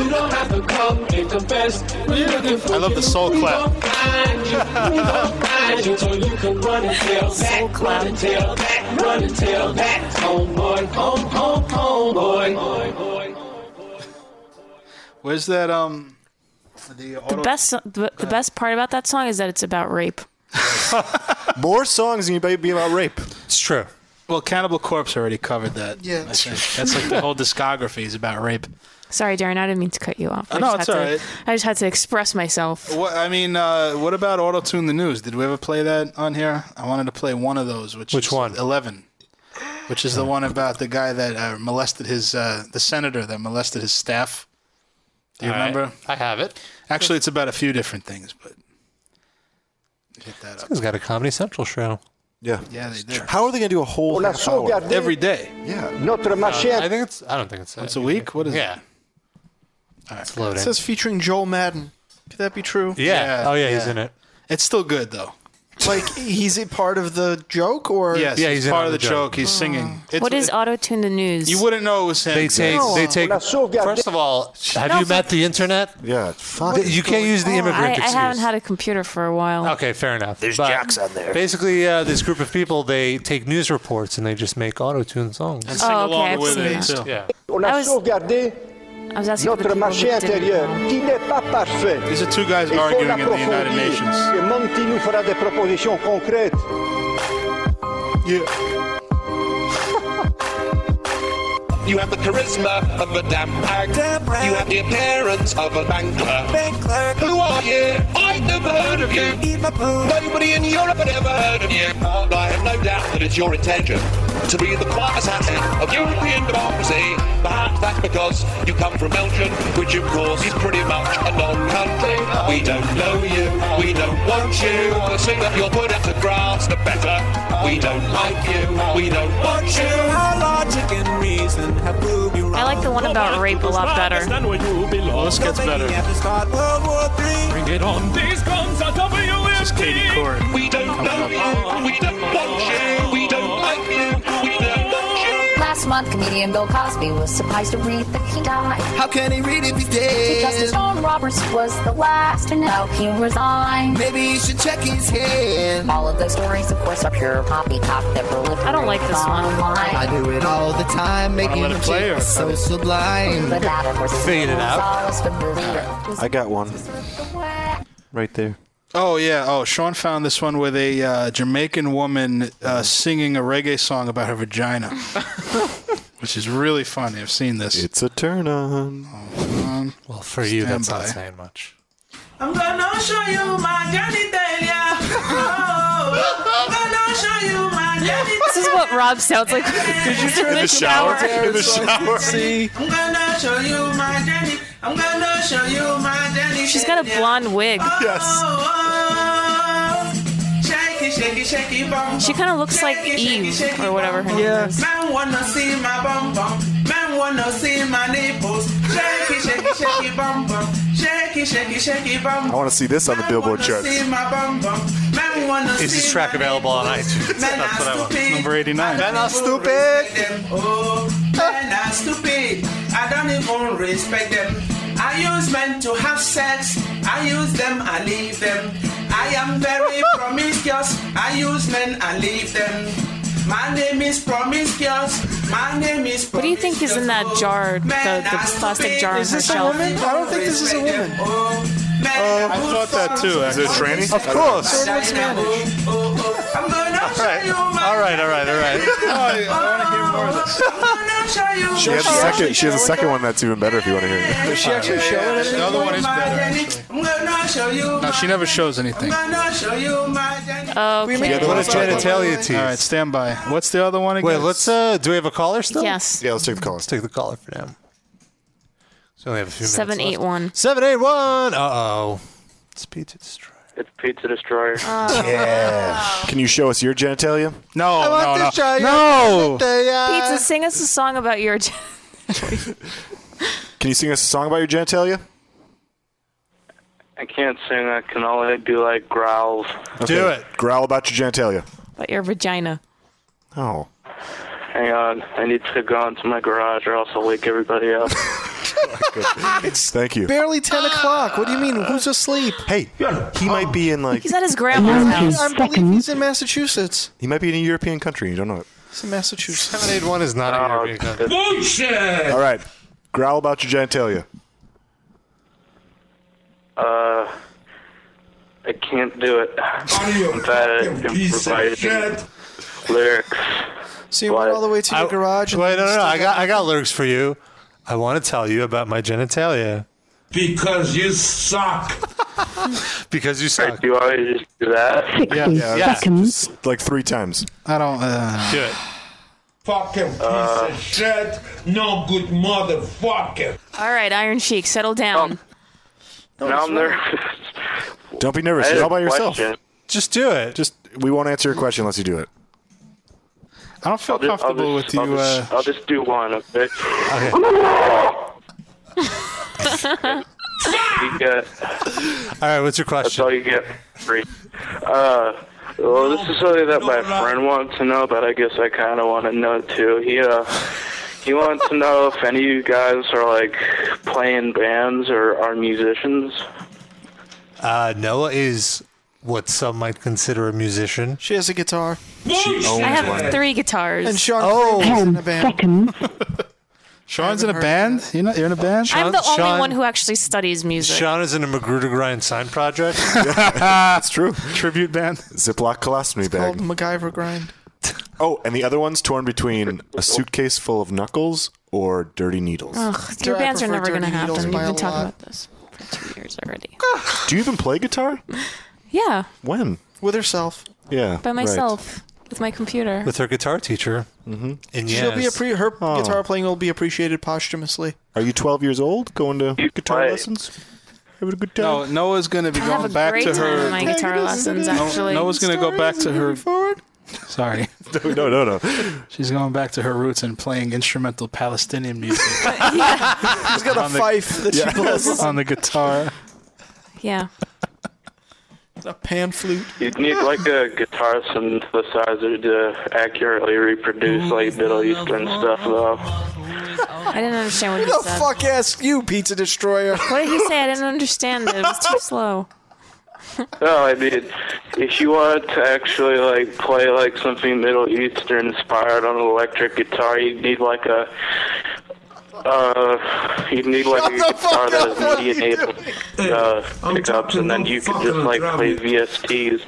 Speaker 15: You don't have to come and confess. We're looking for I love the soul clap. Find you. We gon' find you. So you can run and tell that, run and tell that, run and tell that. Homeboy, home, home, homeboy.
Speaker 5: Where's that? Um, the,
Speaker 6: The
Speaker 5: auto-
Speaker 6: best, the, the best part about that song is that it's about rape.
Speaker 5: More songs than you may be about rape. It's true. Well, Cannibal Corpse already covered that.
Speaker 6: Yeah.
Speaker 5: I think. that's like the whole discography is about rape.
Speaker 6: Sorry, Darren, I didn't mean to cut you off. I
Speaker 5: No,
Speaker 6: just
Speaker 5: it's
Speaker 6: had
Speaker 5: all
Speaker 6: to-
Speaker 5: right.
Speaker 6: I just had to express myself.
Speaker 5: What I mean, uh, what about Auto Tune the News? Did we ever play that on here? I wanted to play one of those. Which which one? Eleven. Which is the one about the guy that uh, molested his uh, the senator that molested his staff. Do you
Speaker 3: All right.
Speaker 5: remember?
Speaker 3: I have it.
Speaker 5: Actually, it's about a few different things, but
Speaker 3: He's got a Comedy Central show.
Speaker 2: Yeah.
Speaker 5: yeah, they do.
Speaker 2: How are they going to do a whole half hour?
Speaker 5: every day.
Speaker 2: Yeah.
Speaker 5: Notre
Speaker 3: Uh, I think it's. I don't think it's.
Speaker 5: Once a week. What is it?
Speaker 3: Yeah. It's
Speaker 4: It
Speaker 3: loading.
Speaker 4: says featuring Joel Madden. Could that be true?
Speaker 3: Yeah. Oh yeah, he's in it.
Speaker 5: It's still good though.
Speaker 4: Like he's a part of the joke, or Oh.
Speaker 5: Yes, Yeah, he's he's in part on of the the joke. joke. He's singing.
Speaker 6: what is auto tune the news?
Speaker 5: You wouldn't know it was him.
Speaker 3: They take. They take. First of all, have you met the internet?
Speaker 2: Yeah.
Speaker 3: Uh, You can't use the immigrant
Speaker 6: Oh, I, I
Speaker 3: excuse.
Speaker 6: haven't had a computer for a while.
Speaker 3: Okay, fair enough. There's
Speaker 6: jocks on there.
Speaker 3: Basically, uh, this group of people they take news reports and they just make auto tune songs.
Speaker 6: And sing Oh, okay, along I've with seen it, that. too.
Speaker 3: Yeah.
Speaker 25: On a sauvegardé notre marché intérieur, qui n'est pas parfait.
Speaker 5: These are two guys
Speaker 25: Il faut
Speaker 5: arguing in the
Speaker 25: l'approfondir.
Speaker 5: United Nations.
Speaker 25: Le monde qui nous fera des propositions concrètes.
Speaker 15: You have the charisma of a damn hag. You have the appearance of a bank clerk. Who are you? I've never heard of you. Nobody in Europe had ever heard of you. And I have no doubt that it's your intention to be the class asset of European democracy. Perhaps that's because you come from Belgium, which of course is pretty much a non-country. We don't know you. We don't want you. The sooner you're put out to grass, the better. We don't like you. We don't want you. Our logic and reason have proved you
Speaker 6: I like the one about rape a lot better.
Speaker 5: Well, this gets better.
Speaker 15: Get on. These guns are WMD. We don't know you. We don't want you. We don't like you. We don't want you.
Speaker 26: Last month, comedian Bill Cosby was surprised to read that he died. How can he read if he's dead? Justice John Roberts was the last to know he resigned. Maybe he should check his head. All of those stories, of course, are pure poppycock that proliferate I don't like this one. Online.
Speaker 27: I do it all the time, making let it them play, feel or- so sublime.
Speaker 26: The data for
Speaker 2: Fade it out.
Speaker 26: solace for believers.
Speaker 2: I got one. Right there.
Speaker 5: Oh yeah. Oh, Sean found this one with a uh, Jamaican woman uh, singing a reggae song about her vagina, which is really funny. I've seen this. It's
Speaker 2: a turn on.
Speaker 5: well, for
Speaker 3: you, that's not saying much.
Speaker 20: I'm gonna show you my genitalia. Oh, I'm gonna show you my genitalia.
Speaker 6: This is what Rob sounds like. Did
Speaker 20: you turn the shower? In the shower?
Speaker 6: See?
Speaker 20: I'm gonna show you my daddy. I'm gonna show you my Oh, daddy.
Speaker 6: She's got a blonde wig.
Speaker 20: Yes. Shaky, shaky, shaky bum.
Speaker 6: She kind of looks like Eve or whatever her name is.
Speaker 20: Man wanna see my bum bum. Man wanna see my nipples. Shaky, shaky, shaky bum bum. Shaky, shaky, shaky bum.
Speaker 2: I want to see this on the Billboard chart.
Speaker 20: See my bum bum. Man wanna
Speaker 3: Is
Speaker 20: see
Speaker 3: this track available on iTunes?
Speaker 20: Man,
Speaker 3: That's what I want.
Speaker 20: stupid.
Speaker 3: Number 89.
Speaker 20: Man, I'm stupid. Oh, men are stupid. I don't even respect them. I use men to have sex. I use them, I leave them. I am very promiscuous. I use men, I leave them. My name is promiscuous. My name is promiscuous.
Speaker 6: What do you think is in that jar, the, the plastic jar on
Speaker 4: Is
Speaker 6: the
Speaker 4: this a
Speaker 6: shelf?
Speaker 4: woman? I don't think this is a woman.
Speaker 20: "Oh, I
Speaker 5: thought that too.
Speaker 20: Is it a
Speaker 5: actually.
Speaker 20: tranny?
Speaker 5: Of course.
Speaker 4: It looks Spanish.
Speaker 20: I'm gonna show you my
Speaker 5: All right, all right, all right.
Speaker 2: She has a second. She has a second one that's even better if you want to hear it.
Speaker 5: Does she actually show it? The other one is better. Actually.
Speaker 20: I'm gonna show you.
Speaker 5: No, she never shows anything.
Speaker 20: I'm gonna show you my genital.
Speaker 5: Yeah,
Speaker 20: What
Speaker 5: what
Speaker 20: a
Speaker 5: is genitalia
Speaker 20: genitalia
Speaker 5: tease? All right, stand by. What's the other one again?
Speaker 3: Wait, let's. Uh, do we have a caller still?
Speaker 6: Yes.
Speaker 2: Yeah, let's take the caller. Let's
Speaker 3: take the caller for now. So we have a few
Speaker 6: Seven,
Speaker 3: minutes.
Speaker 6: eight, one.
Speaker 3: Seven eight one. Uh oh. It's pizza destroyer.
Speaker 21: It's Pizza Destroyer.
Speaker 5: Oh.
Speaker 2: Yeah. Can you show us your genitalia?
Speaker 5: No,
Speaker 6: Oh. I want no,
Speaker 2: no.
Speaker 6: to show you
Speaker 2: no.
Speaker 6: Pizza, sing us a song about your.
Speaker 2: Can you sing us a song about your genitalia?
Speaker 21: I can't sing. I can only do like growls.
Speaker 2: Do it. Growl about your genitalia.
Speaker 6: about your vagina.
Speaker 2: Oh.
Speaker 21: Hang on. I need to go into my garage or else I'll wake everybody up.
Speaker 2: Thank you.
Speaker 4: Barely 10 o'clock. What do you mean? Who's asleep?
Speaker 2: Hey, he might be in like.
Speaker 4: He's at his
Speaker 6: grandma's house.
Speaker 4: I believe he's in Massachusetts.
Speaker 2: He might be in a European country. You don't know it.
Speaker 4: He's in Massachusetts.
Speaker 3: 781 is not a European country.
Speaker 2: Bullshit. All right. Growl about your genitalia.
Speaker 21: Uh, I can't do it. I'm bad at improvising lyrics.
Speaker 4: So you went all the way to your garage. And
Speaker 3: Wait, no, no, no.
Speaker 4: still
Speaker 3: I got, I got lyrics for you. I want to tell you about my genitalia
Speaker 15: Because you suck.
Speaker 3: because you
Speaker 21: suck. Do you always just do that?
Speaker 5: Yeah, yeah, yeah.
Speaker 2: seconds. Like three times.
Speaker 5: I don't. Uh,
Speaker 3: do it.
Speaker 15: Fucking piece
Speaker 21: Uh,
Speaker 15: of shit. No good motherfucker.
Speaker 6: All right, Iron Sheik, settle down.
Speaker 21: now I'm nervous.
Speaker 2: Don't be nervous.
Speaker 21: I
Speaker 2: You're
Speaker 21: had
Speaker 2: all by
Speaker 21: a
Speaker 2: yourself.
Speaker 21: question.
Speaker 3: Just do it.
Speaker 2: Just we won't answer your question unless you do it.
Speaker 5: I don't feel
Speaker 21: I'll just,
Speaker 5: comfortable
Speaker 21: I'll
Speaker 5: with
Speaker 21: just,
Speaker 5: you.
Speaker 21: I'll just,
Speaker 5: uh,
Speaker 21: I'll just do one, okay? you get,
Speaker 3: All right, what's your
Speaker 21: that's
Speaker 3: question?
Speaker 21: all you get free. Uh, well, this is something that my friend wants to know, but I guess I kind of want to know too. He uh, he wants to know if any of you guys are like playing bands or are musicians.
Speaker 3: Uh, Noah is what some might consider a musician.
Speaker 4: She has a guitar.
Speaker 6: I have
Speaker 3: Oh.
Speaker 6: three guitars.
Speaker 4: And Sean oh, in a band.
Speaker 5: Sean's in a band. You're not. You're in a band.
Speaker 6: I'm the only one who actually studies music.
Speaker 3: Sean is in a Magruder Grind sign project.
Speaker 2: That's true.
Speaker 5: Tribute band.
Speaker 2: Ziploc colostomy
Speaker 4: Called
Speaker 2: bag.
Speaker 4: MacGyver Grind.
Speaker 2: Oh, and the other one's torn between a suitcase full of knuckles or dirty needles.
Speaker 6: Ugh, your
Speaker 4: I
Speaker 6: bands are
Speaker 4: prefer
Speaker 6: never going to
Speaker 4: Dirty
Speaker 6: happen.
Speaker 4: Needles
Speaker 6: You've
Speaker 4: by
Speaker 6: been
Speaker 4: a
Speaker 6: talking
Speaker 4: lot.
Speaker 6: about this for two years already.
Speaker 2: Do you even play guitar?
Speaker 6: Yeah,
Speaker 2: When?
Speaker 4: With herself.
Speaker 2: Yeah.
Speaker 6: by myself with my computer.
Speaker 3: With her guitar teacher. Mm-hmm. And yes,
Speaker 4: She'll be appre- her
Speaker 2: Oh.
Speaker 4: guitar playing will be appreciated posthumously.
Speaker 2: Are you 12 years old going to guitar
Speaker 4: play.
Speaker 2: lessons? Having a good time.
Speaker 5: No, Noah's gonna be
Speaker 6: I have
Speaker 5: going
Speaker 6: a
Speaker 5: back
Speaker 6: great
Speaker 5: to
Speaker 6: time
Speaker 5: her.
Speaker 6: in my guitar lessons,
Speaker 5: No-
Speaker 6: actually.
Speaker 5: Noah's gonna go back to her. Sorry.
Speaker 2: no, no, no,
Speaker 5: She's going back to her roots and playing instrumental Palestinian music.
Speaker 4: He's got a
Speaker 5: On the-
Speaker 4: fife that
Speaker 5: Yeah.
Speaker 4: she plays.
Speaker 5: on the guitar.
Speaker 6: Yeah.
Speaker 4: a pan flute.
Speaker 21: You'd need like a guitar synthesizer to accurately reproduce like Middle Eastern stuff, though.
Speaker 6: I didn't understand what
Speaker 4: Who
Speaker 6: he
Speaker 4: the
Speaker 6: said.
Speaker 4: fuck asked you, Pizza Destroyer?
Speaker 6: What did he say? I didn't understand it. It was too slow.
Speaker 21: No, I mean, if you wanted to actually like play like something Middle Eastern inspired on an electric guitar, you'd need like a uh, you'd need like a
Speaker 28: Shut the fuck
Speaker 21: guitar that
Speaker 28: up,
Speaker 21: is
Speaker 28: what are you
Speaker 21: media enabled uh, pickups, and then you could just like play VSTs.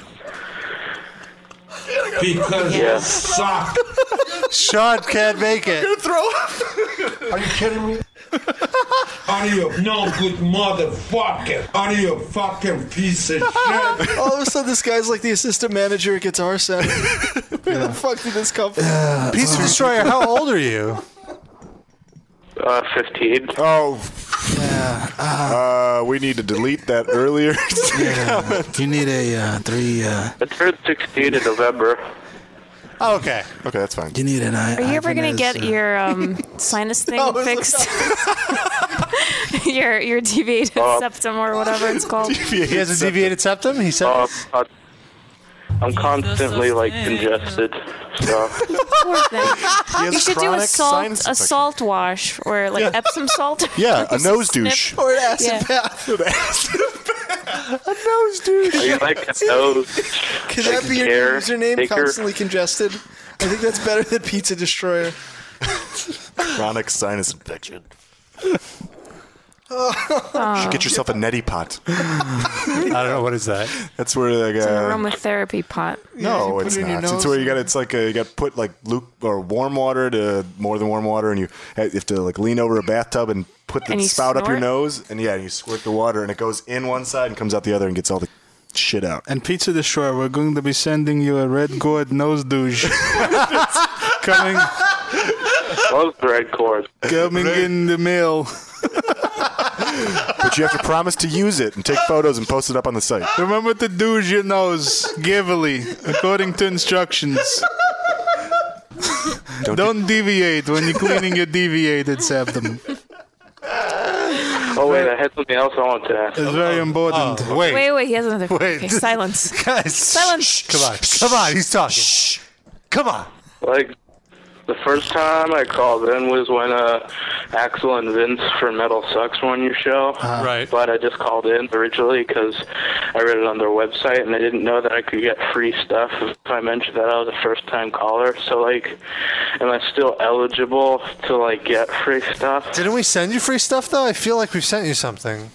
Speaker 15: Because
Speaker 21: Yeah.
Speaker 15: you suck.
Speaker 3: Sean can't make it.
Speaker 15: gonna throw up. Are you kidding me? Are you no good motherfucker? Are you fucking piece of shit?
Speaker 4: All of a sudden, this guy's like the assistant manager at Guitar Center. Where the fuck did this come from?
Speaker 3: Pizza Destroyer, how old are you?
Speaker 21: Uh, fifteen.
Speaker 2: Oh. Uh, we need to delete that earlier.
Speaker 5: you need a uh, three. Uh,
Speaker 21: It turns sixteen in November.
Speaker 3: Okay.
Speaker 2: Okay, that's fine.
Speaker 5: You need an eye.
Speaker 6: Are you ever gonna get your um, sinus thing fixed? your your
Speaker 2: Uh,
Speaker 6: deviated septum or whatever it's called.
Speaker 3: He has a deviated septum. He said,
Speaker 21: uh, I'm constantly like congested. So.
Speaker 6: you should do a
Speaker 21: chronic
Speaker 6: salt
Speaker 21: sinus
Speaker 6: a
Speaker 21: infection.
Speaker 6: salt wash or like Epsom salt.
Speaker 2: Yeah, a
Speaker 6: Just
Speaker 2: nose
Speaker 6: snip.
Speaker 2: douche. Or
Speaker 4: an acid
Speaker 2: bath.
Speaker 4: A nose douche.
Speaker 21: Are you like a nose?
Speaker 4: Could
Speaker 21: Like
Speaker 4: that be your
Speaker 21: care
Speaker 4: username?
Speaker 21: taker?
Speaker 4: Constantly congested. I think that's better than Pizza Destroyer.
Speaker 2: Chronic sinus infection. You should
Speaker 6: Oh.
Speaker 2: get yourself a neti pot.
Speaker 3: Um, I don't know what is that.
Speaker 2: That's where like
Speaker 6: It's an
Speaker 2: uh,
Speaker 6: aromatherapy pot.
Speaker 2: No, it's not. it's where you got it's like uh you got to put like luke or warm water to more than warm water, and you ha- you have to like lean over a bathtub and put the
Speaker 6: And you
Speaker 2: spout up your
Speaker 6: snort?
Speaker 2: nose, and yeah, and you squirt the water, and it goes in one side and comes out the other and gets all the shit out.
Speaker 5: And Pizza Destroyer, we're going to be sending you a red gourd nose douche. coming
Speaker 21: Loves the red cord.
Speaker 5: coming in the mail.
Speaker 2: but you have to promise to use it and take photos and post it up on the site.
Speaker 5: Remember to douche your nose givily, according to instructions. Don't, deviate when you're cleaning your deviated septum.
Speaker 21: Oh wait, I had something else I wanted to ask.
Speaker 5: It's very important.
Speaker 6: Wait, wait, he has another. Okay, silence.
Speaker 3: Guys,
Speaker 6: silence.
Speaker 3: Come on, come on, he's talking. Come on.
Speaker 21: Like the first time I called in was when uh, Axel and Vince from Metal Sucks were on your show.
Speaker 3: Ah. right.
Speaker 21: But I just called in originally because I read it on their website and I didn't know that I could get free stuff if I mentioned that I was a first time caller. So like, am I still eligible to like get free stuff?
Speaker 3: Didn't we send you free stuff though? I feel like we've sent you something.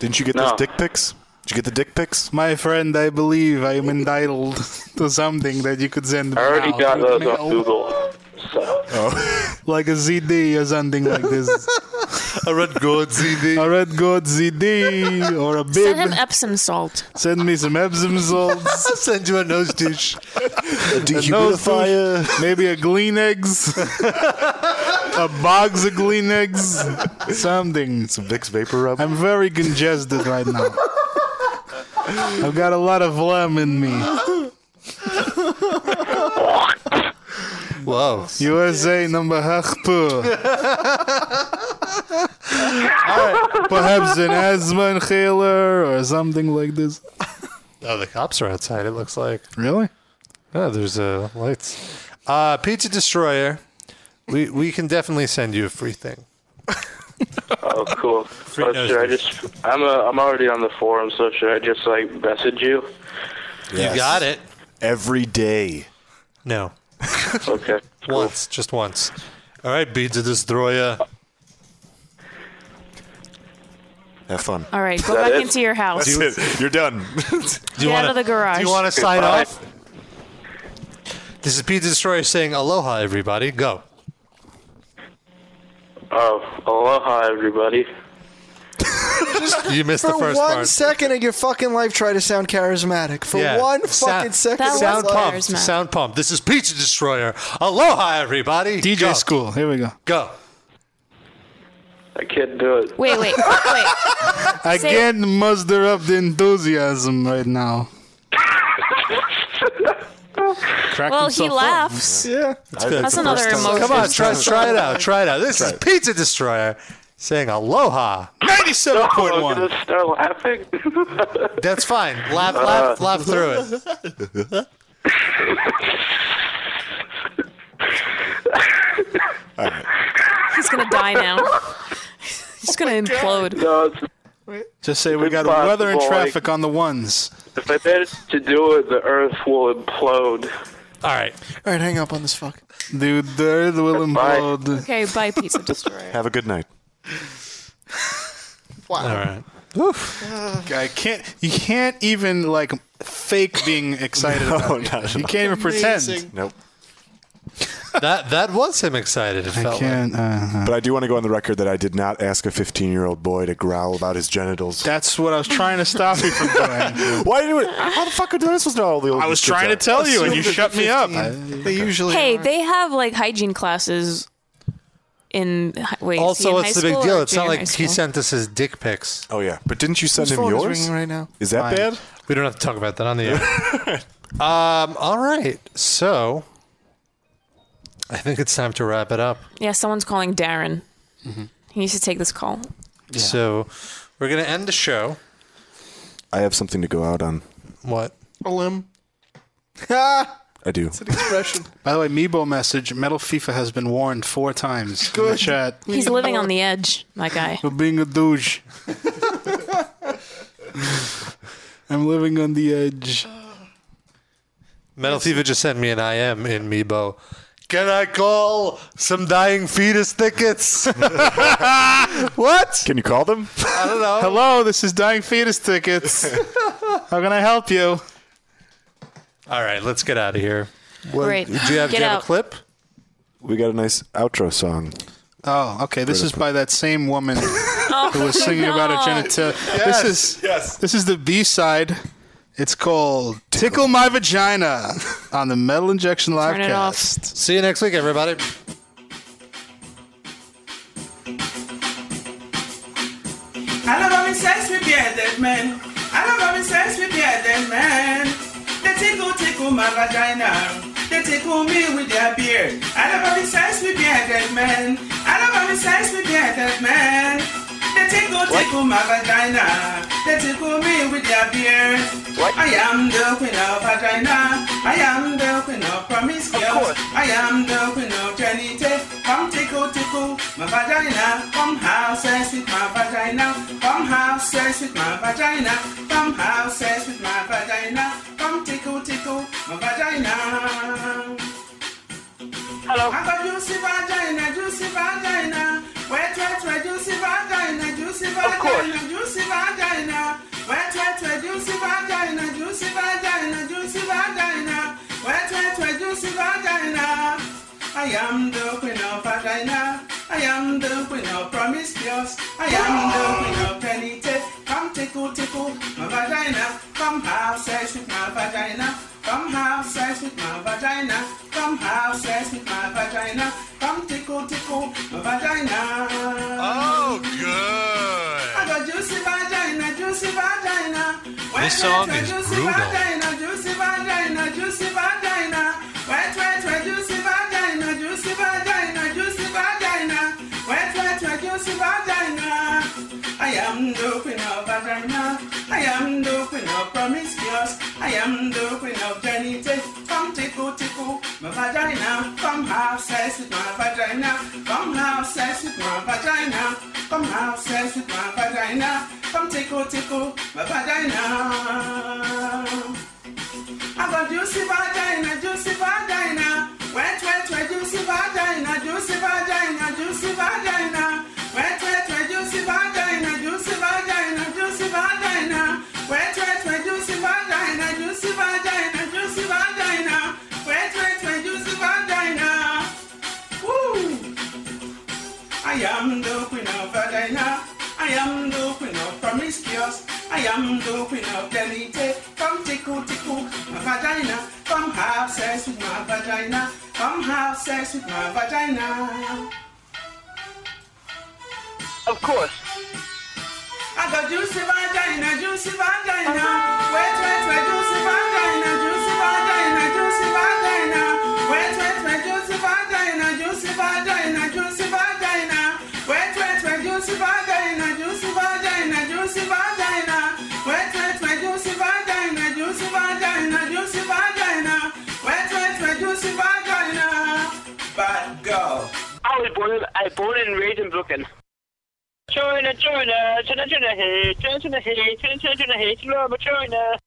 Speaker 2: Didn't you get
Speaker 21: No.
Speaker 2: those dick pics? Did you get the dick pics?
Speaker 5: My friend, I believe I am entitled to something that you could send me.
Speaker 21: I already
Speaker 5: now
Speaker 21: got
Speaker 5: through
Speaker 21: those on
Speaker 5: mail.
Speaker 21: Google. So
Speaker 5: Like a ZD or something like this.
Speaker 3: Oh. a red gourd ZD.
Speaker 5: A red gourd ZD or a bib.
Speaker 6: Send him Epsom salt.
Speaker 5: Send me some Epsom salts.
Speaker 3: Send you a nose douche.
Speaker 5: A dehumidifier. maybe a Gleenex. a box of Gleenex. Something.
Speaker 2: Some Vicks Vapor Rub.
Speaker 5: I'm very congested right now. I've got a lot of phlegm in me.
Speaker 3: Whoa.
Speaker 5: USA number Hachpur. Perhaps an asthma inhaler or something like this.
Speaker 3: Oh, the cops are outside. It looks like.
Speaker 5: Really?
Speaker 3: Yeah, there's uh, lights. Uh, Pizza Destroyer. We we can definitely send you a free thing.
Speaker 21: oh cool. So should I just? I'm a, I'm already on the forum. So should I just like message you?
Speaker 3: You got it.
Speaker 2: Every day.
Speaker 3: No.
Speaker 21: okay.
Speaker 3: Once, just once. All right, Pizza Destroyer.
Speaker 2: Have fun.
Speaker 6: All right, go back into your house.
Speaker 2: That's it. You're done.
Speaker 3: Do you
Speaker 6: Get out
Speaker 3: wanna-
Speaker 6: of the garage.
Speaker 3: Do you want to sign off? This is Pizza Destroyer saying aloha, everybody. Go.
Speaker 21: Oh, aloha everybody.
Speaker 3: You missed the
Speaker 4: For
Speaker 3: first
Speaker 4: one
Speaker 3: part.
Speaker 4: second of your fucking life, try to sound charismatic. For
Speaker 3: Yeah.
Speaker 4: one
Speaker 3: Sou-
Speaker 4: fucking second, of
Speaker 3: sound
Speaker 4: your
Speaker 3: pump.
Speaker 4: life.
Speaker 3: Sound pump. This is Pizza Destroyer. Aloha, everybody. DJ
Speaker 5: school. Here we go.
Speaker 3: Go.
Speaker 21: I can't do it.
Speaker 6: Wait, wait, wait.
Speaker 5: I
Speaker 6: Say-
Speaker 5: can't muster up the enthusiasm right now. Cracked
Speaker 6: well, he
Speaker 5: himself up.
Speaker 6: laughs.
Speaker 5: Yeah.
Speaker 6: That's, another emotion.
Speaker 3: Come on, try, try it out. Try it out. This is Pizza Destroyer saying aloha. 97.1.
Speaker 21: I'm gonna start Oh, laughing. Uh,
Speaker 3: That's fine. Laugh, laugh, laugh through it.
Speaker 6: He's gonna die now. He's
Speaker 2: Oh
Speaker 6: gonna implode.
Speaker 5: Just say we
Speaker 21: It's
Speaker 5: got weather and
Speaker 21: possible, like-
Speaker 5: traffic on the ones.
Speaker 21: If I manage to do it, the Earth will implode.
Speaker 3: All right.
Speaker 4: All right, hang up on this fuck.
Speaker 5: Dude, the earth will implode.
Speaker 6: Okay, bye, Pizza Destroyer.
Speaker 2: Have a good night.
Speaker 5: All right. I can't. You can't even like fake being excited
Speaker 2: No,
Speaker 5: about it.
Speaker 2: not at
Speaker 5: You
Speaker 2: all.
Speaker 5: can't even pretend.
Speaker 2: Amazing. Nope.
Speaker 3: That that was him excited. It felt
Speaker 5: can't.
Speaker 4: uh-huh.
Speaker 2: But I do want to go on the record that I did not ask a 15 year old boy to growl about his genitals.
Speaker 5: That's what I was trying to stop you from doing.
Speaker 2: Why did it? How the fuck could this was not all the old?
Speaker 5: I was trying to tell you, and you shut me up.
Speaker 4: Uh, They usually.
Speaker 6: Hey, they have like hygiene classes in hi- wait. is he
Speaker 3: Also,
Speaker 6: in
Speaker 3: what's
Speaker 6: high
Speaker 3: the big
Speaker 6: school
Speaker 3: deal?
Speaker 6: or
Speaker 3: It's not
Speaker 6: junior
Speaker 3: like
Speaker 6: high
Speaker 3: he
Speaker 6: school?
Speaker 3: sent us his dick pics.
Speaker 2: Oh yeah, but didn't you send
Speaker 4: Whose
Speaker 2: him
Speaker 4: phone is
Speaker 2: yours?
Speaker 4: ringing right now?
Speaker 2: Is that
Speaker 3: Mine.
Speaker 2: bad?
Speaker 3: We don't have to talk about that on the air. um, all right. So, I think it's time to wrap it up.
Speaker 6: Yeah, someone's calling Darren.
Speaker 2: Mm-hmm.
Speaker 6: He needs to take this call.
Speaker 3: So, we're going to end the show.
Speaker 2: I have something to go out on.
Speaker 3: What?
Speaker 4: A limb.
Speaker 2: I do.
Speaker 5: It's an expression. By the way, Meebo message: Metal FIFA has been warned four times in the
Speaker 6: Good.
Speaker 5: chat.
Speaker 6: He's living on the edge, my guy.
Speaker 5: For being a douche. I'm living on the edge.
Speaker 3: Metal Fever just sent me an IM in Meebo. Can I call some dying fetus tickets?
Speaker 5: what?
Speaker 2: Can you call them?
Speaker 5: I don't know. Hello, this is Dying Fetus Tickets. How can I help you?
Speaker 3: All right, let's get out of here.
Speaker 2: What-
Speaker 5: Great.
Speaker 2: do you have- do Get you have a out.
Speaker 5: clip?
Speaker 2: We got a nice outro song.
Speaker 5: Oh, okay. This
Speaker 2: Right
Speaker 5: is by that same woman who
Speaker 3: Oh,
Speaker 5: was singing about her
Speaker 2: no.
Speaker 5: genital.
Speaker 2: Yes,
Speaker 5: this is This is the B side. It's called "Tickle My Vagina" on the Metal Injection Live
Speaker 3: it off.
Speaker 5: Cast.
Speaker 3: See you next week, everybody.
Speaker 20: I love having sex with bearded men. I love having sex with bearded men. They tickle, tickle my vagina. They tickle me with their beard. I love having sex with bearded men. I love having sex with bearded men. They tickle, tickle my vagina. They tickle me with their beard. I am the queen of vagina. I am the queen of promiscuous. I am the queen of genital. Come tickle, tickle my vagina. Come have sex with my vagina. Come have sex with my vagina. Come have sex with my vagina. Come tickle, tickle my vagina. Hello. I got juicy vagina, juicy vagina. Wet, wet, wet, juicy vagina, juicy vagina, juicy vagina. Wet, wet, wet, juicy vagina, juicy vagina, juicy vagina. Wet, wet, wet, juicy vagina. I am the queen of vagina. I am the queen of promiscuous. I am the queen of penetrate. Come tickle, tickle my vagina. Come have sex with my vagina. Come have sex with my vagina. Come have sex with my vagina. Come tickle, tickle my vagina. Oh, good. I got juicy vagina, juicy vagina. Wet,
Speaker 3: This
Speaker 20: wet,
Speaker 3: song
Speaker 20: wet,
Speaker 3: is
Speaker 20: juicy
Speaker 3: brutal.
Speaker 20: Vagina, juicy vagina, juicy vagina. Wet, wet, wet, juicy vagina, juicy vagina, juicy vagina. Wet, wet, wet, juicy vagina. I am the queen of vagina. I am the queen of promiscuous. I am the queen of genital. Come tickle, tickle my vagina. Come have sex with my vagina. Come have sex with my vagina. Come have sex with my vagina. Come tickle, tickle my vagina. I got juicy vagina, juicy vagina. Wet, wet, wet, juicy vagina, juicy vagina, juicy vagina. Wet, wet, wet, juicy vagina, juicy vagina, juicy vagina. Wet, wet, wet, juicy vagina, juicy vagina, juicy vagina. Wet, wet, wet, juicy vagina. Woo! I am the queen of vagina. I am the queen of promiscuous. I am the queen of delete. Come tickle, tickle my vagina. Come have sex with my vagina. Come have sex with my vagina. Of course. I got juicy vagina, juicy vagina. Wait, wait, wait, juicy vagina, juicy vagina, juicy vagina. Wait, wait, wait, juicy vagina, juicy vagina, juicy vagina. Wait, wait, wait, juicy vagina, juicy vagina, juicy vagina. Wait, wait, wait, juicy vagina, juicy vagina, juicy vagina. Wait, wait, wait, juicy vagina. Bad girl.
Speaker 16: I was born, I born and raised in Brooklyn. China, China, China, China, hey, China, China, hey, China, China, China, hey, China, China.